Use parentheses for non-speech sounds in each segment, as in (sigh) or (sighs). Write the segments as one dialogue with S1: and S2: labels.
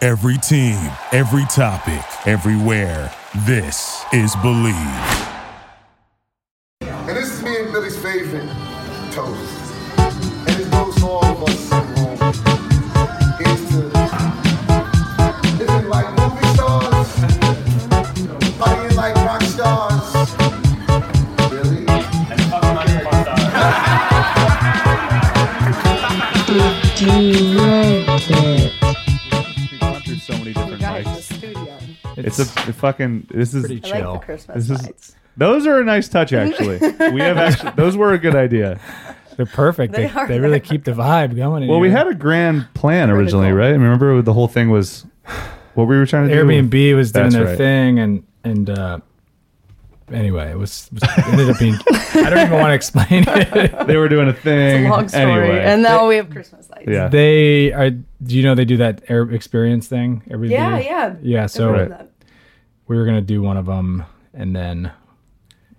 S1: Every team, every topic, everywhere. This is Believe.
S2: And this is me and Billy's favorite toast. And it goes to all of us at home. It's to, is it like movie stars? Are you like rock stars? Really?
S3: We've gone through so many different
S4: Guys, the
S3: mics.
S4: studio.
S3: It's a it fucking. This is
S4: I like the Christmas
S3: this is. (laughs)
S4: lights.
S3: Those are a nice
S4: (laughs)
S3: touch, actually. we have actually. Those were a good idea.
S5: They're perfect.
S4: They
S5: They,
S4: are. (laughs)
S5: they, really keep the vibe going. in
S3: Well, we
S5: here.
S3: had a grand plan originally, right? I remember the whole thing was what we were trying to do.
S5: Airbnb was doing
S3: That's
S5: their
S3: right.
S5: thing, and and uh, anyway, it was it ended up being. I don't even
S4: (laughs)
S5: want to explain it.
S3: They were doing a thing.
S4: Long story.
S3: Anyway.
S4: And now we have Christmas lights.
S3: yeah.
S5: They are. Do you know they do that air experience thing every
S4: Yeah,
S5: year?
S4: yeah.
S5: Yeah. So
S3: Right.
S5: we were gonna do one of them, and then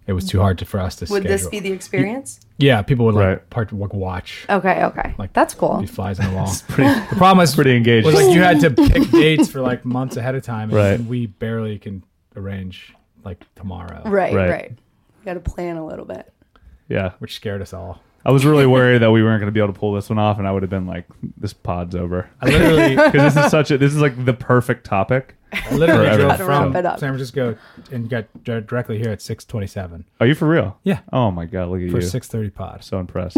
S5: it was too hard to, for us to
S4: Mm-hmm. Would
S5: schedule.
S4: this be the experience?
S5: yeah, people would like
S3: Right.
S5: part like, watch.
S4: Okay, okay.
S5: Like
S4: That's cool.
S5: Be
S4: (laughs)
S5: flies on the wall. the problem is
S3: Pretty engaged.
S5: was like you had to pick dates for like months ahead of time, and
S3: Right.
S5: we barely can arrange like tomorrow,
S4: Right,
S3: Right.
S4: right. You got to plan a little bit.
S3: yeah.
S5: Which scared us all.
S3: I was really worried that we weren't going to be able to pull this one off, and I would have been like, "This pod's over."
S5: I
S4: (laughs)
S5: literally,
S3: Because this is such a. This is like the perfect topic.
S5: I literally
S3: Forever.
S5: drove
S3: Gotta
S5: from
S4: wrap it up.
S5: San Francisco and got di- directly here at six twenty-seven
S3: Are you for real?
S5: Yeah.
S3: Oh my god, look at
S5: for
S3: you.
S5: six thirty pod.
S3: So impressed.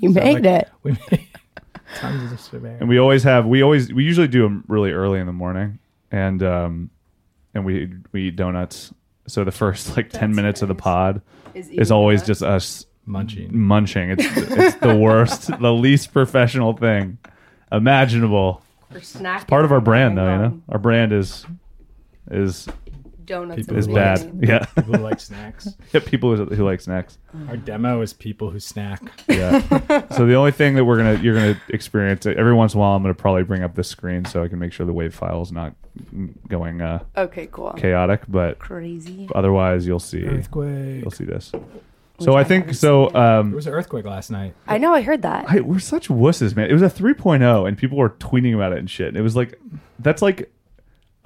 S4: You made it.
S5: We made (laughs) tons of surveying.
S3: and we always have we always we usually do them really early in the morning and um and we we eat donuts so the first like 10
S4: That's
S3: minutes of the
S4: nice.
S3: pod
S4: Is
S3: is always just us
S5: munching.
S3: munching it's it's the worst the least professional thing imaginable
S4: snack.
S3: part of our brand though you know our brand is is
S4: Donuts
S5: People
S3: is
S5: Right.
S3: bad (laughs) yeah
S5: People who like snacks.
S3: Yeah, people who, who like snacks
S5: Our demo is people who snack.
S3: yeah so the only thing that we're gonna you're gonna experience every once in a while i'm gonna probably bring up the screen so i can make sure the wave file is not going uh
S4: Okay, cool.
S3: chaotic but
S4: Crazy.
S3: otherwise you'll see
S5: Earthquake.
S3: you'll see this so i think so
S5: There
S3: um
S5: was an earthquake last night.
S4: I know. I heard that.
S3: I, we're such wusses man it was a 3.0 and people were tweeting about it and shit and it was like that's like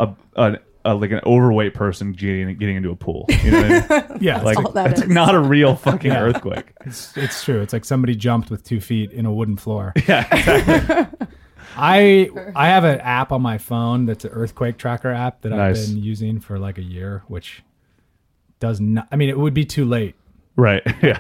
S3: a, a, a like an overweight person getting getting into a pool you know
S5: (laughs)
S3: what I mean?
S5: Yeah,
S3: like
S5: it's,
S4: all that
S3: that's
S4: is.
S3: not a real fucking
S5: (laughs) Yeah.
S3: earthquake
S5: it's, it's true. It's like somebody jumped with two feet in a wooden floor. (laughs)
S3: yeah exactly
S5: I I have an app on my phone that's an earthquake tracker app that
S3: Nice.
S5: I've been using for like a year, which does not. I mean, it would be too late.
S3: (laughs)
S5: (laughs)
S3: right yeah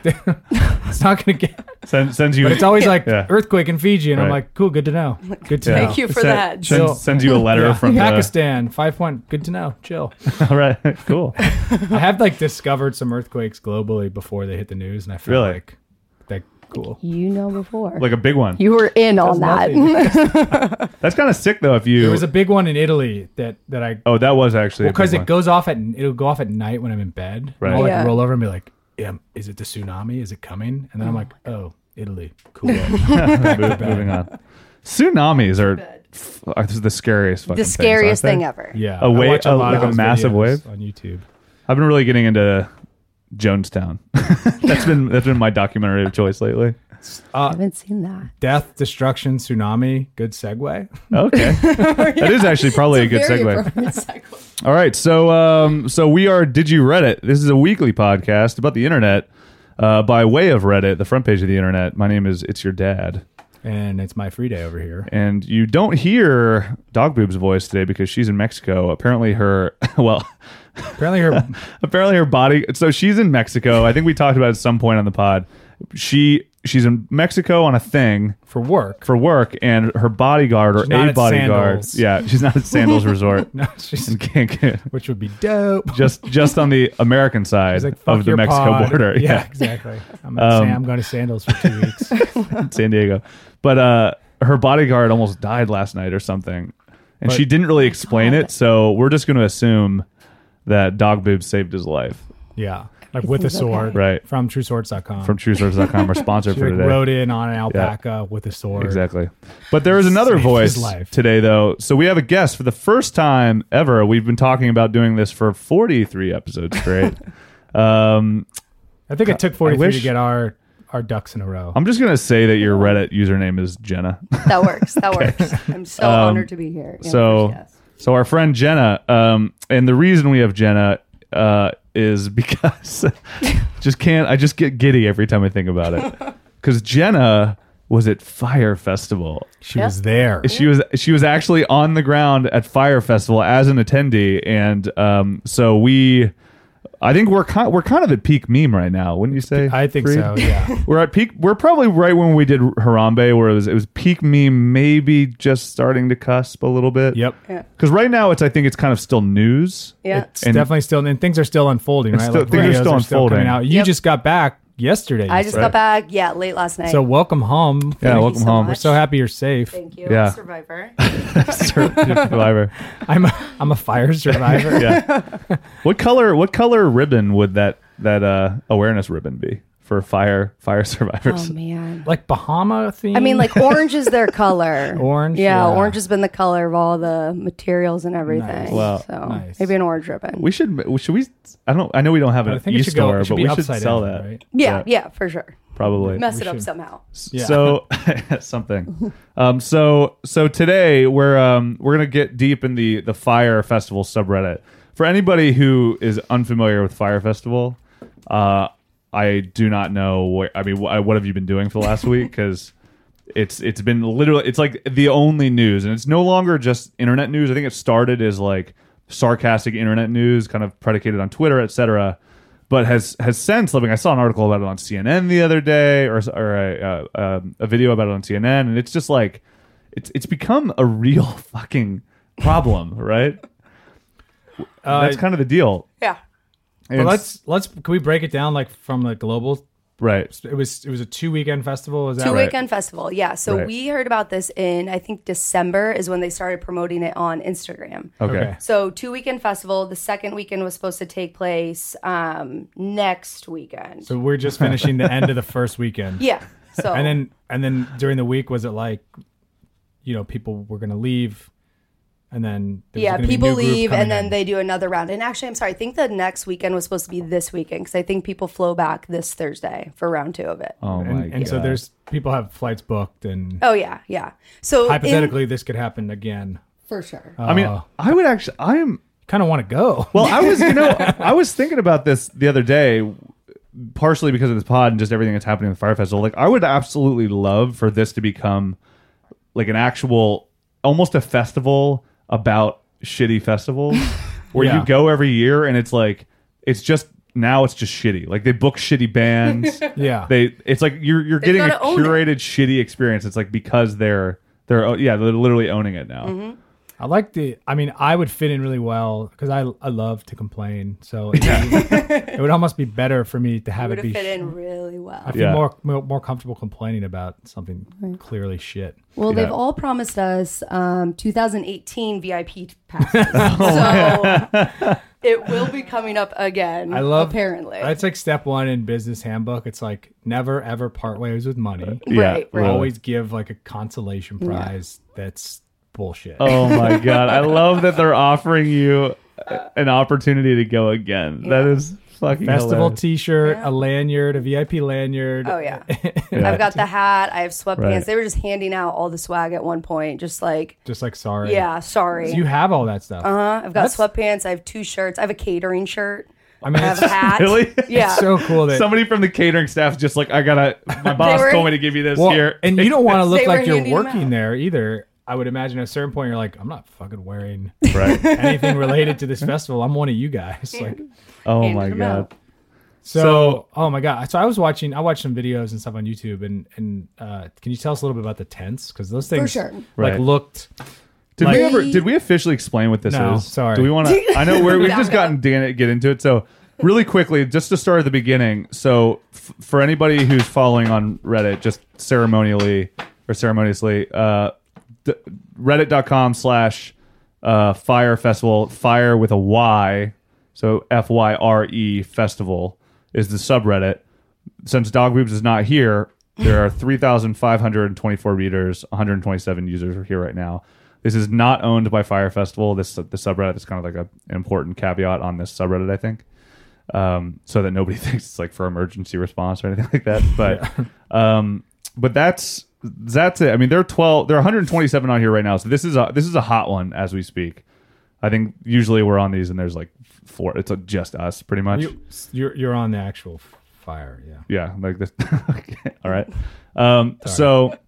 S5: It's not going to get.
S3: Send, sends you
S5: But it's always like
S3: Yeah.
S5: earthquake in Fiji, and I'm
S3: Right.
S5: like, cool, good
S4: (laughs)
S5: to know. Good to
S3: Yeah.
S5: know.
S4: Thank you for
S3: Send-
S4: that.
S3: sends,
S5: Jill.
S3: sends you a letter
S5: Yeah.
S3: from the, (laughs)
S5: Pakistan, five point. Good to know. Chill.
S3: all right
S5: (laughs)
S3: cool
S5: I have like discovered some earthquakes globally before they hit the news, and I feel
S3: Really?
S5: like that cool.
S4: you know before.
S3: like a big one
S4: you were in on that.
S5: Nothing.
S4: (laughs)
S3: that's kind of sick though if you
S5: There was a big one in Italy that that I
S3: oh that was actually a big
S5: because
S3: one.
S5: it goes off at it'll go off at night when I'm in bed.
S3: Right.
S5: Right. I'll like
S4: Yeah.
S5: roll over and be like, yeah, is it the tsunami? Is it coming? And then I'm like, oh, Italy,
S4: (laughs)
S5: cool.
S3: Move- moving on. Tsunamis are f- are the scariest. Fucking
S4: the
S3: things,
S4: scariest
S3: aren't
S4: thing
S3: they?
S4: ever.
S5: yeah,
S3: A
S5: I
S3: wa-
S5: watch
S3: a-
S5: lot of
S3: like a
S5: those
S3: massive wave?
S5: videos on YouTube.
S3: I've been really getting into Jonestown. (laughs) that's been that's been my documentary of choice lately. Uh,
S4: I haven't seen that.
S5: Death, destruction, tsunami. Good segue.
S4: (laughs)
S3: Okay, that is actually probably a good segue. All right, so um, so we are Did You Reddit? This is a weekly podcast about the internet. Uh, by way of Reddit, the front page of the internet. My name is It's Your Dad,
S5: And it's my free day over
S3: (laughs)
S5: here.
S3: and you don't hear Dog Boob's voice today because she's in Mexico. Apparently, her (laughs) well,
S5: Apparently, her
S3: apparently her body so she's in mexico i think we talked about it at some point on the pod she she's in mexico on a thing
S5: for work.
S3: for work and her bodyguard or
S5: She's not
S3: a
S5: at
S3: bodyguard
S5: Sandals.
S3: yeah she's not at sandals
S5: (laughs)
S3: resort
S5: (laughs) No, she's,
S3: and Cancun.
S5: which would be dope.
S3: just just on the american side
S5: She's like, fuck
S3: of the
S5: your
S3: mexico
S5: pod.
S3: border (laughs)
S5: (laughs) Yeah,
S3: yeah, Um,
S5: exactly. I'm, gonna say I'm going to sandals for
S3: (laughs)
S5: two weeks.
S3: san diego but uh her bodyguard almost died last night or something and
S5: But-
S3: she didn't really explain it so we're just going to assume that dog boob saved his life
S5: Yeah, like with a
S4: Everything's okay.
S5: sword.
S3: Right.
S5: From TrueSwords.com.
S3: from truesource.com our sponsor
S5: she
S3: for
S5: like
S3: today
S5: rode in on an alpaca with a sword.
S3: Exactly. But there is another
S5: Saved his
S3: voice
S5: life.
S3: today, though. So we have a guest for the first time ever. We've been talking about doing this for
S5: (laughs)
S3: 43 episodes straight. um,
S5: I think it took 43
S3: wish-
S5: to get our our ducks in a row.
S3: I'm just gonna say that your Reddit username is Jenna.
S4: That works. That works. I'm so honored to be here. Yeah,
S3: Um, so,
S4: yes.
S3: so our friend Jenna, um, and the reason we have Jenna uh, is because (laughs) just can't. I just get giddy every time I think about it. Because Jenna was at Fire Festival.
S5: she was there.
S3: She was she was actually on the ground at Fire Festival as an attendee, and um, so we. I think we're kind we're kind of at peak meme right now, wouldn't you say?
S5: I think
S3: Freed?
S5: so.
S3: (laughs)
S5: Yeah.
S3: We're at peak. We're probably right when we did Harambe, where it was it was peak meme, maybe just starting to cusp a little bit.
S5: yep.
S4: Yeah.
S3: Because right now, it's I think it's kind of still news.
S4: Yeah.
S5: It's
S3: And-
S5: definitely still, and things are still unfolding,
S3: It's
S5: right?
S3: still- things are
S5: videos
S3: still unfolding.
S5: coming out. You
S4: Yep.
S5: just got back yesterday.
S4: I
S5: you
S4: just
S5: said.
S4: got back. Yeah, late last night.
S5: So welcome home.
S3: Yeah,
S4: Thank you
S3: welcome
S4: so
S3: home.
S4: much. (laughs)
S5: So happy you're safe.
S4: Thank you.
S3: Yeah.
S5: (laughs)
S4: Survivor.
S3: Survivor.
S5: I'm a, I'm a fire
S3: (laughs)
S5: survivor.
S3: Yeah. what color? What color ribbon would that that uh, awareness ribbon be for fire fire
S4: Oh
S3: survivors?
S4: man.
S5: Like Bahama theme.
S4: I mean, (laughs) like orange is their color.
S5: Orange,
S4: Yeah,
S5: yeah.
S4: orange has been the color of all the materials and everything.
S5: Nice.
S3: Wow.
S4: So
S5: Nice.
S4: maybe an orange ribbon.
S3: we should. Should we? I don't. I know we don't have
S5: I
S3: an
S5: think
S3: e
S5: it should go.
S3: store,
S5: It should
S3: but
S5: be
S3: we should
S5: upside
S3: sell
S5: down,
S3: that
S5: Right?
S4: yeah, yeah, for sure.
S3: probably.
S4: Mess
S5: We
S4: it up
S5: should.
S4: somehow.
S5: Yeah.
S3: So (laughs) something. Um, so so today we're um, we're gonna get deep in the the Fire Festival subreddit. For anybody who is unfamiliar with Fire Festival, uh, I do not know. What, I mean, wh- what have you been doing for the last week? Because it's it's been literally it's like the only news, and it's no longer just internet news. I think it started as like sarcastic internet news, kind of predicated on Twitter, etc but has has since living. I saw an article about it on CNN the other day, or or a, uh, um, a video about it on CNN, and it's just like it's it's become a real (laughs) fucking problem, right?
S5: Uh,
S3: That's kind of the deal.
S4: Yeah.
S5: but
S3: And-
S5: let's let's can we break it down like from the global?
S3: right.
S5: It was it was a two weekend festival. Is that
S4: Two
S5: right?
S4: Weekend Festival. Yeah. So
S3: Right.
S4: we heard about this in, I think, December is when they started promoting it on Instagram.
S3: Okay.
S5: Okay.
S4: So, Two Weekend Festival, the second weekend was supposed to take place um, next weekend.
S5: So we're just finishing the end of the first weekend.
S4: yeah. So,
S5: (laughs) And then and then during the week was it like, you know, people were gonna leave, and then there was
S4: yeah,
S5: gonna be
S4: people
S5: new group
S4: leave
S5: coming
S4: and then
S5: in.
S4: they do another round. And actually, I'm sorry, I think the next weekend was supposed to be this weekend because I think people flow back this Thursday for round two of it. Oh,
S3: Oh my
S5: and, and
S3: god.
S5: so there's people have flights booked and
S4: yeah. Yeah. So, Oh, in-
S5: hypothetically uh, this could happen again.
S4: for sure.
S3: I mean, I would actually. I am.
S5: Kind of want to go.
S4: (laughs)
S3: Well, I was. You
S5: (laughs)
S3: know, I was thinking about this the other day. Partially because of this pod and just everything that's happening with Fire Festival, like I would absolutely love for this to become like an actual almost a festival about shitty
S5: (laughs)
S3: festivals where
S5: Yeah.
S3: you go every year and it's like it's just now it's just shitty like they book shitty
S5: (laughs)
S3: bands
S5: yeah.
S3: they it's like you're you're getting a
S4: gotta own it.
S3: curated shitty experience it's like because they're they're yeah they're literally owning it now
S4: Mm-hmm.
S5: I like the. I mean, I would fit in really well because I I love to complain.
S4: (laughs)
S5: So it, it would almost be better for me to have
S4: would
S5: it be.
S4: have fit in really well.
S5: I feel
S3: Yeah.
S5: more, more more comfortable complaining about something clearly shit.
S4: Well,
S3: Yeah.
S4: they've all promised us um, 2018
S5: (laughs)
S4: VIP
S5: Oh,
S4: passes, so it will be coming up again.
S5: I love
S4: apparently.
S5: That's like step one in business handbook. It's like never ever part ways with money.
S3: Uh, yeah
S4: Right, right.
S5: Always give like a consolation prize. That's bullshit.
S3: oh
S4: (laughs)
S3: my god i love that they're offering you an opportunity to go again that is fucking
S5: Festival
S3: hilarious.
S5: T-shirt, a lanyard, a VIP lanyard.
S4: oh yeah. I've got the hat. I have sweatpants.
S3: Right.
S4: They were just handing out all the swag at one point, just like
S5: (laughs) Just like sorry.
S4: yeah, sorry.
S5: So you have all that stuff.
S4: uh-huh. I've got
S5: That's-
S4: sweatpants. I have two shirts. I have a
S3: (laughs)
S4: catering shirt.
S5: I mean,
S4: I have
S5: it's
S4: a hat.
S3: Really?
S4: Yeah.
S5: (laughs) so cool that
S3: Somebody from the catering staff just like I gotta. My boss
S4: were-
S3: told me to give you this
S5: Well,
S3: here,
S5: And you don't want to look
S4: They
S5: like
S4: were
S5: you're
S4: handing them
S5: working
S4: out.
S5: there either. I would imagine at a certain point you're like, I'm not fucking wearing
S4: (laughs)
S3: right?
S5: anything related to this festival. I'm one of you guys. Like
S3: Oh
S4: Handed
S3: my
S4: them
S3: god!
S4: out.
S5: so,
S3: So-
S5: oh my god. So I was watching I watched some videos and stuff on YouTube and and uh can you tell us a little bit about the tents? Because those things
S4: sure.
S5: like
S3: Right.
S5: looked
S3: Did
S5: Like-
S3: we ever? Did we officially explain what this
S5: No,
S3: is?
S5: sorry.
S3: Do we
S4: (laughs)
S3: want to? I know we're, we've
S4: No,
S3: just
S4: no.
S3: gotten Dan to get into it. So really quickly, just to start at the beginning. So f- for anybody who's following on Reddit, just ceremonially or ceremoniously, uh, d- reddit.com slash uh, fire festival fire with a y so f-y-r-e E festival is the subreddit since dog Boobs is not here there are 3524 readers 127 users are here right now this is not owned by fire festival this the subreddit is kind of like a, an important caveat on this subreddit i think um, so that nobody (laughs) thinks it's like for emergency response or anything like that. But um, but that's that's it. I mean, there are twelve, there are 127 on here right now. So this is a this is a hot one as we speak. I think usually we're on these and there's like four. It's uh, just us pretty much.
S5: You, you're you're on the actual f- fire. Yeah.
S3: yeah, like this. (laughs) Okay, All
S5: (laughs)
S3: right. Um, so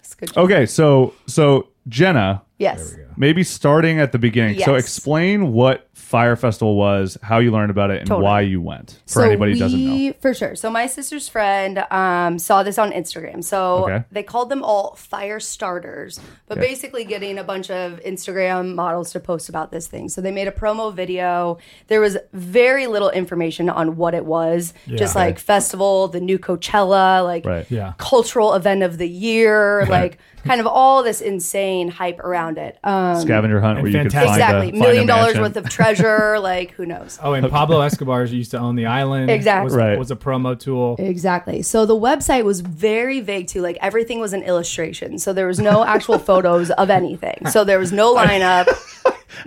S4: It's good.
S3: okay, so so Jenna,
S4: Yes.
S5: go.
S3: maybe starting at the beginning. So
S4: Yes.
S3: explain what Fire Festival was, how you learned about it, and
S4: Totally.
S3: why you went. For anybody who doesn't know.
S4: For sure. So my sister's friend um, saw this on Instagram. So
S3: Okay.
S4: they called them all fire starters, but
S3: Okay.
S4: basically getting a bunch of Instagram models to post about this thing. So they made a promo video. There was very little information on what it was, just
S5: Okay.
S4: like festival, the new Coachella, like
S3: Right.
S5: Yeah.
S4: cultural event of the year, like kind of all this insane hype around it. Um,
S3: Scavenger hunt
S5: And
S3: where you can find
S5: fantastic.
S3: a-
S4: exactly.
S3: find a
S4: Million dollars
S3: mansion.
S4: worth of treasure.
S3: (laughs)
S4: like, who knows?
S5: Oh, and Pablo Escobar used to own the island.
S4: Exactly.
S5: Was,
S3: Right.
S5: was a promo tool.
S4: Exactly. So the website was very vague too. Like everything was an illustration. So there was no actual photos of anything. So there
S3: (laughs)
S4: was no lineup.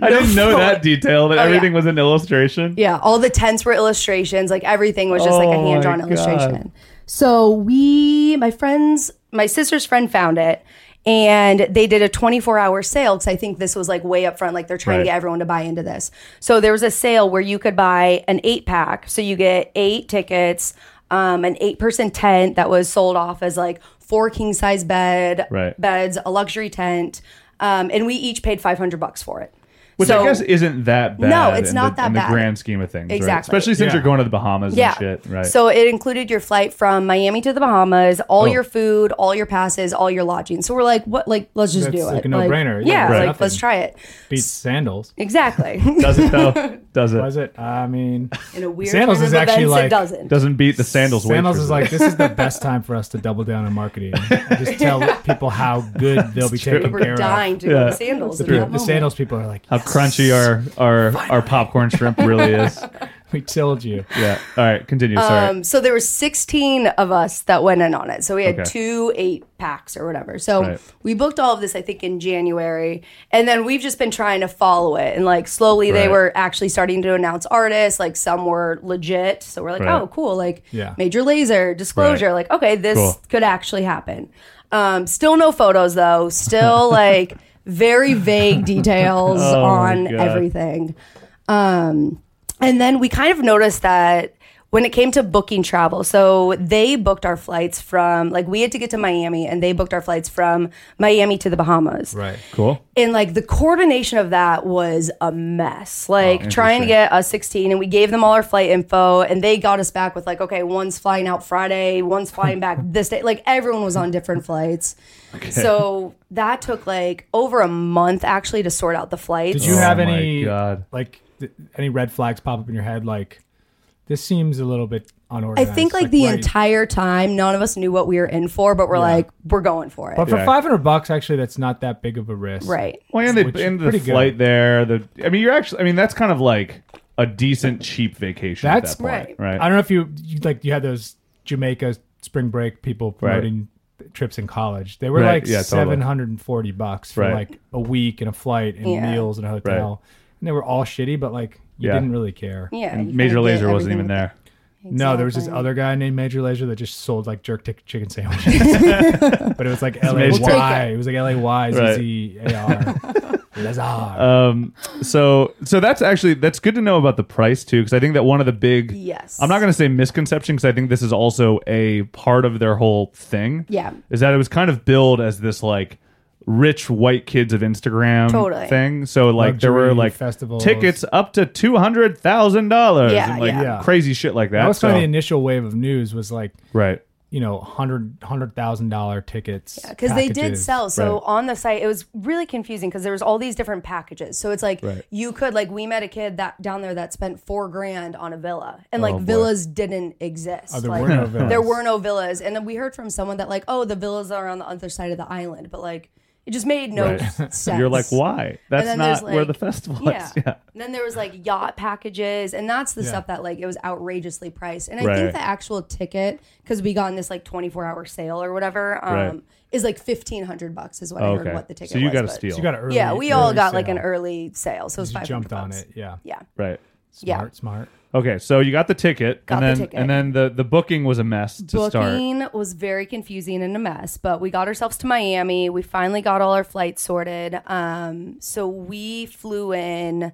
S3: I
S4: (laughs)
S3: didn't know that detail that
S4: Oh, yeah.
S3: everything was an illustration.
S4: Yeah, all the tents were illustrations. Like everything was just like a
S3: Mm-hmm. Oh
S4: hand drawn
S3: my
S4: illustration. So we, my friends, my sister's friend found it and they did a 24 hour sale because I think this was like way up front. Like they're trying to
S3: Right.
S4: get everyone to buy into this. So there was a sale where you could buy an eight pack. So you get eight tickets, um, an eight person tent that was sold off as like four king size bed,
S3: Right.
S4: beds, a luxury tent. Um, and we each paid 500 bucks for it.
S3: Which
S4: so,
S3: I guess isn't that bad.
S4: it's
S3: in
S4: not
S3: the,
S4: that
S3: in
S4: bad.
S3: the grand scheme of things. right?
S4: Exactly.
S3: Especially since
S5: Yeah.
S3: you're going to the Bahamas
S4: Yeah.
S3: and shit. Right.
S4: So it included your flight from Miami to the Bahamas, all
S3: Oh.
S4: your food, all your passes, all your lodging. So we're like, what? Like, let's just
S5: That's
S4: do
S5: like
S4: it.
S5: a no-brainer.
S4: Yeah.
S5: Yeah,
S3: Right.
S4: Like, let's
S5: nothing.
S4: try it.
S5: Beats sandals.
S4: Exactly.
S5: (laughs)
S3: does it
S4: (laughs)
S3: though? Does it?
S5: Was it? I mean,
S4: In a weird
S5: Sandals
S4: turn
S5: is
S4: of
S5: actually
S4: events, it
S5: like-
S4: doesn't.
S3: Doesn't beat the sandals.
S5: Sandals
S3: waitresses.
S5: is like this is the best time for us to double down on marketing. And just tell people how good they'll be taken
S4: we're
S5: care
S4: dying to
S3: Yeah.
S4: go to sandals.
S5: of.
S4: in that
S5: The, the
S4: moment.
S5: sandals people are like,
S3: how crunchy our our our popcorn shrimp really
S4: (laughs)
S3: is.
S5: we told you.
S3: Yeah. All right. Continue. Sorry.
S4: Um, so there were 16 of us that went in on it. So we had
S3: Okay.
S4: two eight packs or whatever. So
S3: Right.
S4: we booked all of this, I think, in January. And then we've just been trying to follow it. And like slowly they
S3: Right.
S4: were actually starting to announce artists. Like some were legit. So we're like,
S3: Right.
S4: oh, cool. Like
S5: Yeah.
S4: major laser, disclosure.
S3: Right.
S4: Like, okay, this
S3: Cool.
S4: could actually happen. Um, still no photos
S3: (laughs)
S4: though. Still like very vague details
S3: Oh, my
S4: on
S3: God.
S4: everything. Um, and then we kind of noticed that when it came to booking travel, so they booked our flights from, like, we had to get to Miami and they booked our flights from Miami to the Bahamas.
S5: Right.
S3: cool.
S4: And, like, the coordination of that was a mess. Like,
S3: Oh,
S4: trying to
S3: interesting.
S4: get us 16, and we gave them all our flight info and they got us back with, like, okay, one's flying out Friday, one's flying
S5: (laughs)
S4: back this day. Like, everyone was on different flights. So that took, like, over a month actually to sort out the flights.
S5: Did you
S3: Oh
S5: have
S3: my
S5: any
S3: God.
S5: like th- any red flags pop up in your head? Like this seems a little bit
S4: I
S5: unorganized.
S4: think like, the
S5: why-
S4: entire time, none of us knew what we were in for, but we're like, we're going for it.
S5: But for
S3: Yeah.
S5: five hundred bucks, actually, that's not that big of a risk.
S4: right.
S3: Well, and, they,
S5: Which-
S3: and the
S5: pretty good.
S3: flight there. The I mean, you're actually. I mean, that's kind of like a decent cheap vacation.
S5: That's-
S3: at that point,
S4: Right.
S3: right.
S5: I don't know if you, you like you had those Jamaica spring break people promoting trips in college. They were
S3: Right,
S5: like
S3: yeah, totally.
S5: seven hundred and forty bucks for
S3: Right.
S5: like a week and a flight and
S4: Yeah.
S5: meals and a hotel, and they were all shitty. But like you
S3: Yeah.
S5: didn't really care.
S4: Yeah. you
S3: and
S4: kinda
S3: Major
S4: get
S3: Laser wasn't
S4: everything
S3: even
S4: with-
S3: there.
S5: No, there was this
S4: Exactly.
S5: other guy named Major Laser that just sold like jerk tick
S4: (laughs)
S5: chicken sandwiches. but it was like LAY.
S3: Major.
S5: It was like LAY,
S3: Right.
S5: ZZAR. (laughs) Lazar.
S3: Um, so so that's actually that's good to know about the price too, because I think that one of the big
S4: Yes.
S3: I'm not going to say misconception because I think this is also a part of their whole thing.
S4: Yeah.
S3: is that it was kind of billed as this like rich white kids of Instagram
S4: Totally.
S3: thing. So like there were
S5: Luxury
S3: like
S5: festivals.
S3: tickets up to two hundred thousand dollars,
S4: Yeah,
S3: and like
S4: yeah.
S5: Yeah.
S3: crazy shit like that.
S5: that was
S3: So-
S5: kind of the initial wave of news was like,
S3: right.
S5: you know, hundred hundred thousand dollar tickets.
S4: because they did
S5: packages.
S4: sell. So
S3: Right.
S4: on the site, it was really confusing because there was all these different packages. So it's like you could like we met a kid that down there that spent four grand on a villa, and like
S3: boy.
S4: villas didn't exist.
S5: Oh, there
S4: like,
S5: were no villas.
S4: There were no villas, and then we heard from someone that like, oh, the villas are on the other side of the island, but like it just made no
S5: (laughs)
S3: Right.
S4: sense.
S3: You're like, why? That's
S4: then there's,
S3: not where
S4: like-
S3: the festival
S4: Yeah.
S3: is. (laughs) Yeah.
S4: Then there was like yacht packages, and that's the stuff that like it was outrageously priced. And I
S3: Right.
S4: think the actual ticket, because we got in this like twenty four hour sale or whatever, um,
S3: Right.
S4: is like fifteen hundred bucks is what I
S3: Okay.
S4: heard what the ticket
S3: so you
S4: was.
S3: got to
S4: but-
S3: steal.
S5: So you got an early.
S4: yeah, we all
S5: early
S4: got like
S5: sale.
S4: an early sale, so it was
S5: You
S4: five hundred
S5: jumped on
S4: bucks.
S5: it. Yeah.
S4: Yeah.
S3: right.
S4: Yeah.
S5: Smart, smart.
S3: Okay, so you got the ticket, and
S4: Got the
S3: then
S4: ticket.
S3: and then the the booking was a mess to start.
S4: Booking was very confusing and a mess, but we got ourselves to Miami. We finally got all our flights sorted. Um, so we flew in,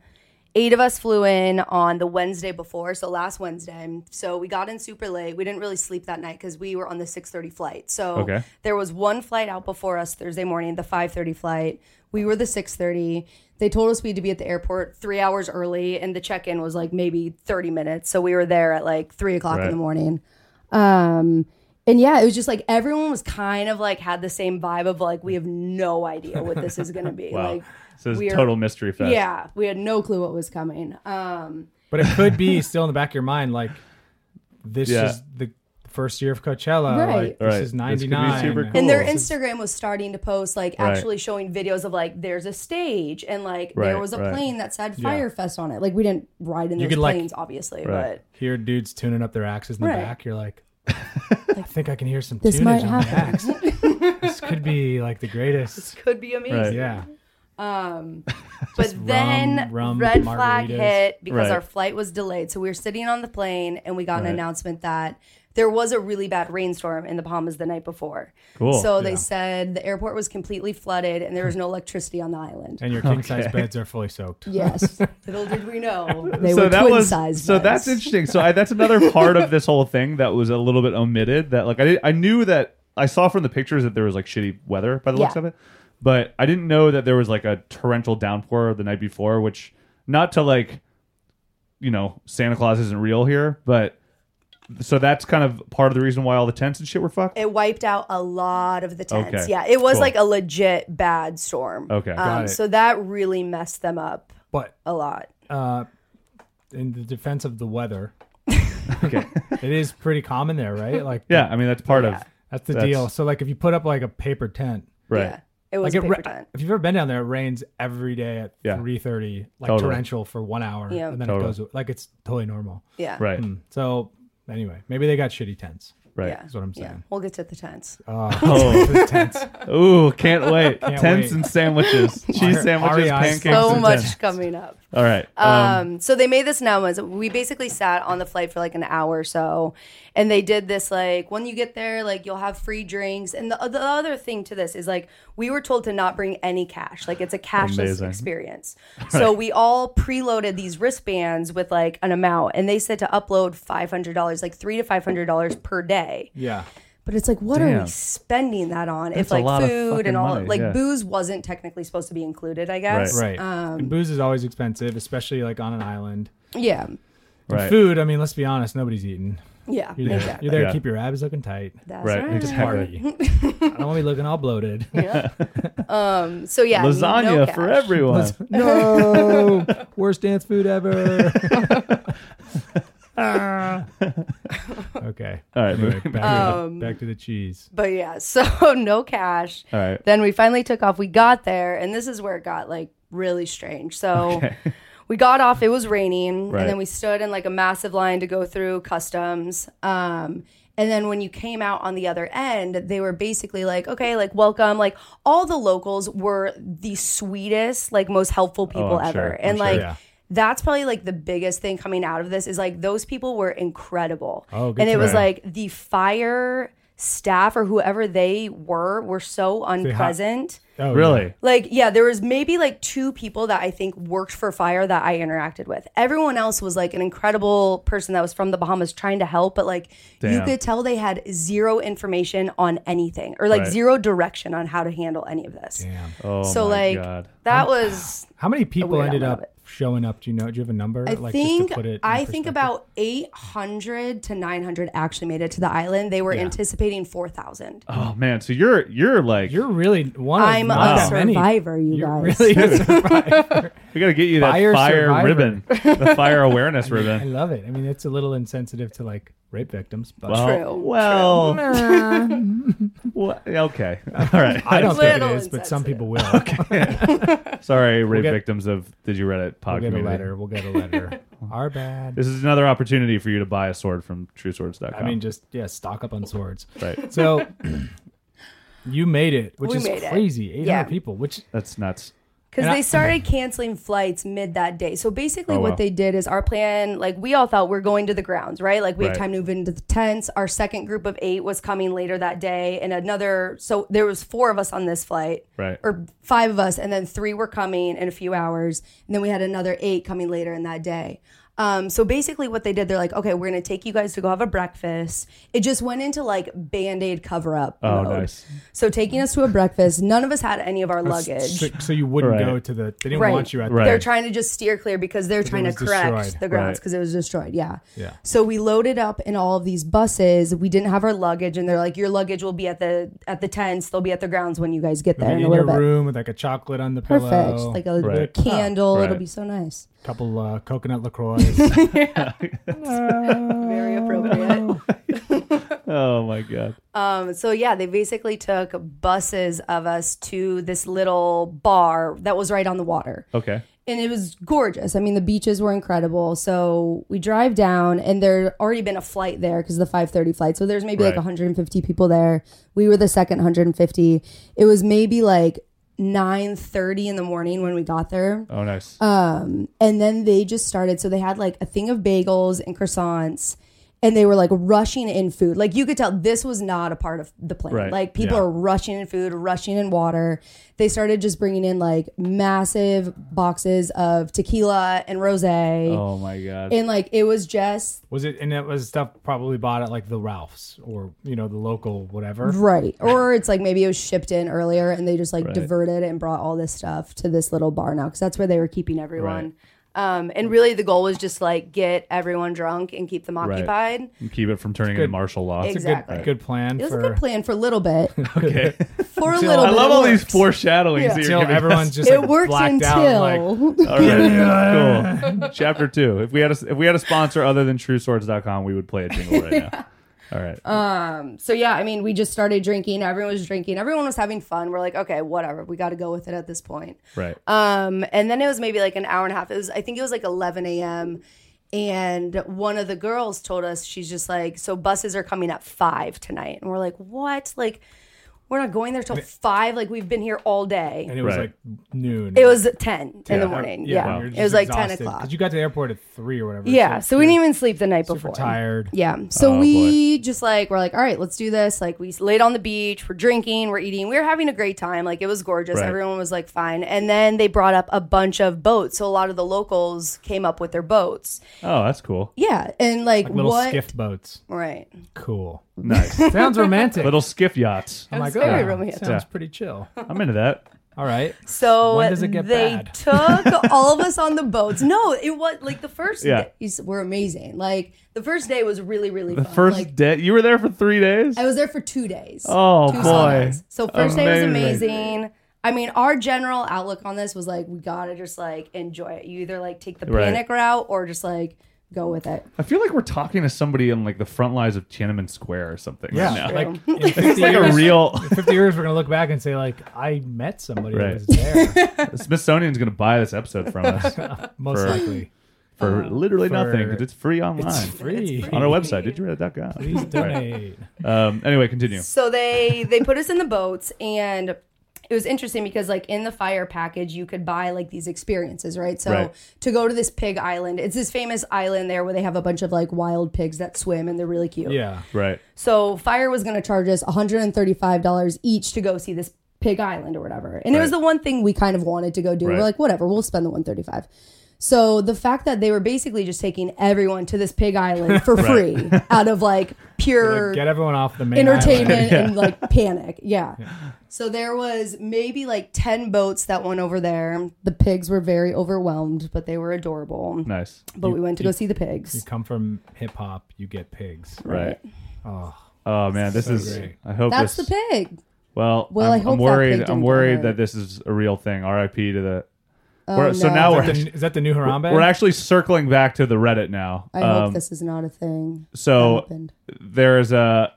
S4: eight of us flew in on the Wednesday before, so last Wednesday. So we got in super late. We didn't really sleep that night because we were on the 6.30 flight. So
S3: Okay.
S4: there was one flight out before us Thursday morning, the 5.30 flight. We were the 6.30. They told us we had to be at the airport three hours early, and the check-in was like maybe 30 minutes. So we were there at like 3 o'clock
S3: Right.
S4: in the morning. Um, and yeah, it was just like everyone was kind of like had the same vibe of like we have no idea what this is going to be.
S3: (laughs) Wow,
S4: Like,
S3: so it's
S4: we're-
S3: total mystery fest.
S4: yeah, we had no clue what was coming. Um,
S5: But it could be still in the back of your mind, like this
S3: Yeah.
S5: is the first year of Coachella.
S4: Right.
S5: Like, this
S3: Right. This could
S5: is
S3: be
S5: ninety nine.
S3: super cool.
S4: and their
S3: Cool.
S4: Instagram was starting to post like
S3: Right.
S4: actually showing videos of like there's a stage and like there
S3: Right,
S4: was a
S3: right.
S4: plane that said Firefest on it. Like we didn't ride in
S5: You
S4: those
S5: could, like-
S4: planes, obviously,
S3: Right.
S5: Hear dudes tuning up their axes in the
S4: Right.
S5: back.
S3: (laughs)
S5: You're like, I think I can hear some
S4: This
S5: tunage
S4: might
S5: on
S4: happen.
S5: the
S3: (laughs)
S5: axe. this could be like the greatest.
S4: but could be amazing.
S3: Right.
S5: Yeah.
S4: But then
S5: rum,
S4: red flag
S5: margaritas.
S4: hit because
S3: Right.
S4: our flight was delayed. So we were sitting on the plane and we got an announcement that there was a really bad rainstorm in the Bahamas the night before.
S3: Cool.
S4: So they said the airport was completely flooded and there was no electricity on
S3: (laughs)
S4: the island.
S5: And your king size beds are fully soaked.
S4: Yes. Little did we know they
S3: so
S4: were
S3: that
S4: twin
S3: was
S4: sized.
S3: so that's interesting. So I, that's another part of this whole thing that was a little bit omitted. That like I did, I knew that I saw from the pictures that there was like shitty weather by the looks
S4: Yeah.
S3: of it, but I didn't know that there was like a torrential downpour the night before. Which not to like, you know, Santa Claus isn't real here, but so that's kind of part of the reason why all the tents and shit were fucked.
S4: It wiped out a lot of the tents.
S3: Okay.
S4: Yeah, it was
S3: Cool.
S4: like a legit bad storm.
S3: Okay. Got
S4: um,
S5: it.
S4: so that really messed them up
S5: But
S4: a
S5: uh,
S4: lot.
S5: in the defense of the weather,
S3: (laughs) okay,
S5: it is pretty common
S3: (laughs)
S5: there, right? Like
S3: yeah, I mean that's part of
S5: that's the
S3: That's-
S5: deal. So like if you put up like a paper tent,
S3: right.
S4: Yeah, it was
S5: like it,
S4: paper
S5: ra-
S4: tent.
S5: if you've ever been down there, it rains every day at
S3: Yeah.
S5: three thirty, like
S3: Totally.
S5: torrential for one hour,
S4: Yeah.
S5: and then
S3: Totally.
S5: it goes like it's totally normal.
S4: Yeah,
S3: Right,
S5: Hmm. So anyway, maybe they got shitty tents.
S3: right.
S4: Yeah,
S5: That's what I'm
S4: yeah.
S5: saying.
S4: We'll get to the tents.
S3: (laughs)
S5: (laughs)
S3: Oh,
S5: Those tents.
S3: ooh, can't wait.
S5: Can't
S3: Tents
S5: wait.
S3: and
S5: (laughs)
S3: sandwiches, cheese
S5: Our-
S3: sandwiches,
S5: REI
S3: pancakes.
S4: so
S3: and
S4: much
S3: tents.
S4: coming up.
S3: All right.
S4: Um, so they made this announcement. We basically sat on the flight for like an hour or so, and they did this like when you get there, like you'll have free drinks. And the, the other thing to this is like we were told to not bring any cash. Like it's a cashless
S3: Amazing.
S4: experience.
S3: (laughs)
S4: So we all preloaded these wristbands with like an amount, and they said to upload five hundred dollars, like three to five hundred dollars per day.
S5: yeah.
S4: But it's like, what are
S3: Damn.
S4: we spending that on?
S3: That's
S4: if
S3: a
S4: like
S3: lot of
S4: food
S3: fucking
S4: and all,
S3: money,
S4: like
S3: yeah.
S4: booze wasn't technically supposed to be included, I guess. Um,
S5: Right. And booze is always expensive, especially like on an island.
S4: Yeah.
S3: right.
S5: Food, I mean, let's be honest, nobody's eating.
S4: Yeah.
S5: You're there,
S4: Exactly.
S5: You're there
S3: Yeah.
S5: to keep your abs looking tight.
S4: That's
S3: Right.
S4: right.
S3: Exactly.
S4: (laughs)
S5: Party. I don't want to be looking all bloated.
S4: So yeah,
S3: Lasagna
S4: no cash.
S3: for everyone.
S5: (laughs) no, worst dance food ever. okay.
S3: All right,
S5: Anyway,
S3: moving-
S5: back,
S4: Um,
S5: to the, back to the cheese.
S4: But yeah, (laughs) so no cash.
S3: All right.
S4: Then we finally took off. We got there, and this is where it got like really strange. So (laughs) we got off. It was raining,
S3: Right.
S4: and then we stood in like a massive line to go through customs. Um, and then when you came out on the other end, they were basically like, "Okay, like welcome." Like all the locals were the sweetest, like most helpful people
S3: Oh, I'm
S4: ever,
S3: sure. I'm
S4: and
S3: sure.
S4: like.
S5: Yeah.
S4: That's probably like the biggest thing coming out of this is like those people were incredible.
S5: Oh, good
S4: and it
S5: to
S4: was
S5: know.
S4: like the fire staff or whoever they were were so unpresent.
S5: Oh,
S3: Really?
S4: Like, yeah, there was maybe like two people that I think worked for fire that I interacted with. Everyone else was like an incredible person that was from the Bahamas trying to help, but like you
S3: Damn.
S4: could tell they had zero information on anything or like
S3: Right.
S4: zero direction on how to handle any of this.
S5: yeah. Damn.
S3: Oh
S4: so
S3: my
S4: like
S3: God.
S4: that
S5: (sighs)
S4: was
S5: How many people
S4: weird
S5: ended
S4: element
S5: up
S4: of
S5: showing up? Do you know? Do you have a number?
S4: I
S5: like
S4: think
S5: just to put it. in
S4: I think
S5: perspective?
S4: about 800 to 900 actually made it to the island. They were anticipating 4,000.
S3: Oh man, so you're you're like
S5: You're really one. Of
S4: I'm
S5: not
S4: a
S5: that many.
S4: survivor, you
S5: You're
S4: guys.
S5: (laughs) really a survivor.
S3: we gotta get you that fire,
S5: Fire
S4: (laughs)
S5: survivor.
S3: ribbon, the fire awareness
S5: (laughs) I
S3: ribbon.
S5: love it. I mean, it's a little insensitive to like rape victims, but
S3: Well,
S4: True,
S3: well,
S5: (laughs)
S3: well, okay, all right.
S5: I don't think it
S4: Little
S5: is. But
S4: insensitive.
S5: some people will.
S3: Sorry, rape
S5: get-
S3: victims of Did You Reddit pod
S5: We'll get a
S3: community.
S5: letter. We'll get
S3: (laughs)
S5: a letter. Our bad.
S3: This is another opportunity for you to buy a sword from TrueSwords.com.
S5: I mean, just yeah, stock up on swords. (laughs)
S3: Right.
S5: So (clears throat) you made it, which
S4: We
S5: is
S4: made it.
S5: crazy. Eight hundred
S4: Yeah.
S5: people, which
S3: that's nuts.
S4: Because
S5: And I-
S4: they started canceling flights mid that day. So basically,
S3: Oh, wow.
S4: what they did is our plan, like, we all thought we're going to the grounds, right? Like, we
S3: Right.
S4: had time to move into the tents. Our second group of eight was coming later that day. And another, so there was four of us on this flight.
S3: Right.
S4: Or five of us. And then three were coming in a few hours. And then we had another eight coming later in that day. Um, so basically, what they did, they're like, okay, we're going to take you guys to go have a breakfast. It just went into like band aid cover up.
S3: Oh,
S4: mode.
S3: nice.
S4: So taking us to a breakfast, none of us had any of our luggage.
S5: So, so you wouldn't
S3: Right.
S5: go to the. They didn't
S4: Right.
S5: want you at
S3: Right.
S5: the.
S4: They're trying to just steer clear because they're trying to
S5: was
S4: correct
S5: destroyed.
S4: the grounds
S3: Right.
S4: because it was destroyed. Yeah.
S5: Yeah.
S4: So we loaded up in all of these buses. We didn't have our luggage, and they're like, "Your luggage will be at the at the tents. They'll be at the grounds when you guys get there
S5: In
S4: in a little
S5: your
S4: bit."
S5: room with like a chocolate on the pillow,
S4: Perfect. Like a little
S3: Right.
S4: candle.
S3: Right.
S4: It'll be so nice.
S5: couple uh,
S4: (laughs)
S5: coconut LaCroix.
S4: Very appropriate.
S3: Oh my god.
S4: um, (laughs) so yeah, they basically took buses of us to this little bar that was right on the water.
S3: Okay.
S4: and it was gorgeous. I mean, the beaches were incredible. So we drive down, and there had already been a flight there because the 5:30 flight. So there's maybe
S3: Right.
S4: like 150 people there. We were the second 150. It was maybe like 9:30 in the morning when we got there,
S3: Oh nice.
S4: Um, and then they just started. So they had like a thing of bagels and croissants. And they were like rushing in food. Like you could tell this was not a part of the plan.
S3: Right.
S4: Like people
S3: Yeah.
S4: are rushing in food, rushing in water. They started just bringing in like massive boxes of tequila and rose.
S3: oh my god.
S4: And like it was just
S5: was it? And it was stuff probably bought at like the Ralphs or you know the local whatever.
S4: right. Or it's like maybe it was shipped in earlier and they just like
S3: Right.
S4: diverted and brought all this stuff to this little bar now because that's where they were keeping everyone. Um, and really the goal was just like get everyone drunk and keep them occupied.
S3: You keep it from turning into martial law.
S4: It's a
S5: Good,
S4: Exactly.
S5: good plan
S4: It was
S5: for
S4: a good plan for a little
S5: (laughs)
S4: bit.
S3: Okay. (laughs)
S4: For a little
S3: I
S4: bit.
S3: love
S4: it
S3: all these
S4: worked.
S3: foreshadowings. That you're
S5: until
S3: giving
S5: everyone's
S3: us.
S5: just
S4: It
S5: like,
S4: worked
S5: blacked
S4: until
S5: out. Like,
S4: (laughs)
S3: All right. cool. Chapter two. If we had a if we had a sponsor other than TrueSwords.com, we would play a jingle right
S4: (laughs)
S3: now. All right.
S4: Um, so yeah, I mean, we just started drinking. Everyone was drinking. Everyone was having fun. We're like, okay, whatever. We got to go with it at this point.
S3: right.
S4: Um, and then it was maybe like an hour and a half. It was, I think it was like 11 a.m. And one of the girls told us, she's just like, so buses are coming at five tonight. And we're like, what? Like, we're not going there till five. Like, we've been here all day.
S5: and it was
S3: Right.
S5: like noon.
S4: It was 10 in
S3: Yeah.
S4: the morning.
S5: Yeah,
S4: Yeah.
S5: when you're
S4: It
S5: just
S4: was like 10
S5: exhausted,
S4: o'clock.
S5: Cause you got to the airport at three or whatever.
S4: Yeah, so we
S5: you're
S4: didn't even sleep the night
S5: super
S4: before.
S5: tired.
S4: Yeah. So
S3: Oh,
S4: we just like we're like, all right, let's do this. Like we laid on the beach, we're drinking, we're eating, we were having a great time. Like it was gorgeous.
S3: Right.
S4: Everyone was like fine. And then they brought up a bunch of boats. So a lot of the locals came up with their boats.
S3: Oh, that's cool.
S4: Yeah. And like,
S5: Like little
S4: what
S5: skiff Oh boats.
S4: right. (laughs)
S5: Cool.
S3: Nice.
S5: Sounds romantic.
S3: Little skiff yachts.
S5: I'm like,
S4: It's very
S5: oh,
S4: romantic.
S5: Sounds
S4: (laughs)
S5: pretty chill.
S3: I'm into that.
S5: All right.
S4: So
S5: When does it get
S4: they
S5: bad?
S4: (laughs) took all of us on the boats. No, it was like the first
S3: Yeah.
S4: days were amazing. Like the first day was really, really
S3: The
S4: fun.
S3: first
S4: Uh, like,
S3: day you were there for three days?
S4: I was there for two days.
S3: Oh,
S4: Two
S3: boy.
S4: Sundays. So first day was
S3: Amazing.
S4: amazing. I mean, our general outlook on this was like, we gotta just like enjoy it. You either like take the
S3: Right.
S4: panic route or just like go with it.
S3: I feel like we're talking to somebody in like the front lines of Tiananmen Square or something. right now.
S4: (laughs)
S5: Like in 50
S3: like a
S5: (laughs) years,
S3: real (laughs)
S5: 50 years, we're going to look back and say, like, I met somebody
S3: Right.
S5: that was
S4: (laughs)
S5: there.
S3: the Smithsonian's gonna buy this episode from us
S5: Most
S3: For-
S5: likely.
S3: for literally
S5: Uh, for-
S3: nothing because it's free online
S5: It's (laughs) free.
S3: on our website. Did you read that? God.
S5: Please donate.
S3: Um, anyway, continue.
S4: So they they put us in the boats and it was interesting because like in the fire package you could buy like these experiences, right? So
S3: Right.
S4: to go to this pig island, it's this famous island there where they have a bunch of like wild pigs that swim and they're really cute.
S5: Yeah.
S3: Right.
S4: So Fire was going to charge us $135 each to go see this Pig Island or whatever. And it was
S3: Right.
S4: the one thing we kind of wanted to go do.
S3: Right.
S4: We're like, whatever, we'll spend the 135. So the fact that they were basically just taking everyone to this Pig Island for free out of like pure
S5: Like, get everyone off the main
S4: entertainment and like panic. Yeah. So there was maybe like 10 boats that went over there. The pigs were very overwhelmed, but they were adorable.
S3: Nice.
S4: But we went to go see the pigs.
S5: You come from hip hop, you get pigs.
S3: Right. Oh. man, this is.
S5: great.
S3: I hope
S4: That's
S3: this,
S4: the pig.
S3: Well,
S4: Well,
S3: I'm, I'm
S4: I hope that pig
S3: worried.
S4: didn't
S3: I'm
S4: get
S3: worried
S4: hurt.
S3: that this is a real thing. R.I.P. to the. we're- So
S4: Oh, no.
S3: now Oh,
S5: Is
S3: we're
S5: that the, is that the new
S3: (laughs)
S5: Harambe?
S3: we're actually circling back to the Reddit now.
S4: I
S3: Um,
S4: hope this is not a thing.
S3: so
S4: happened.
S3: there's a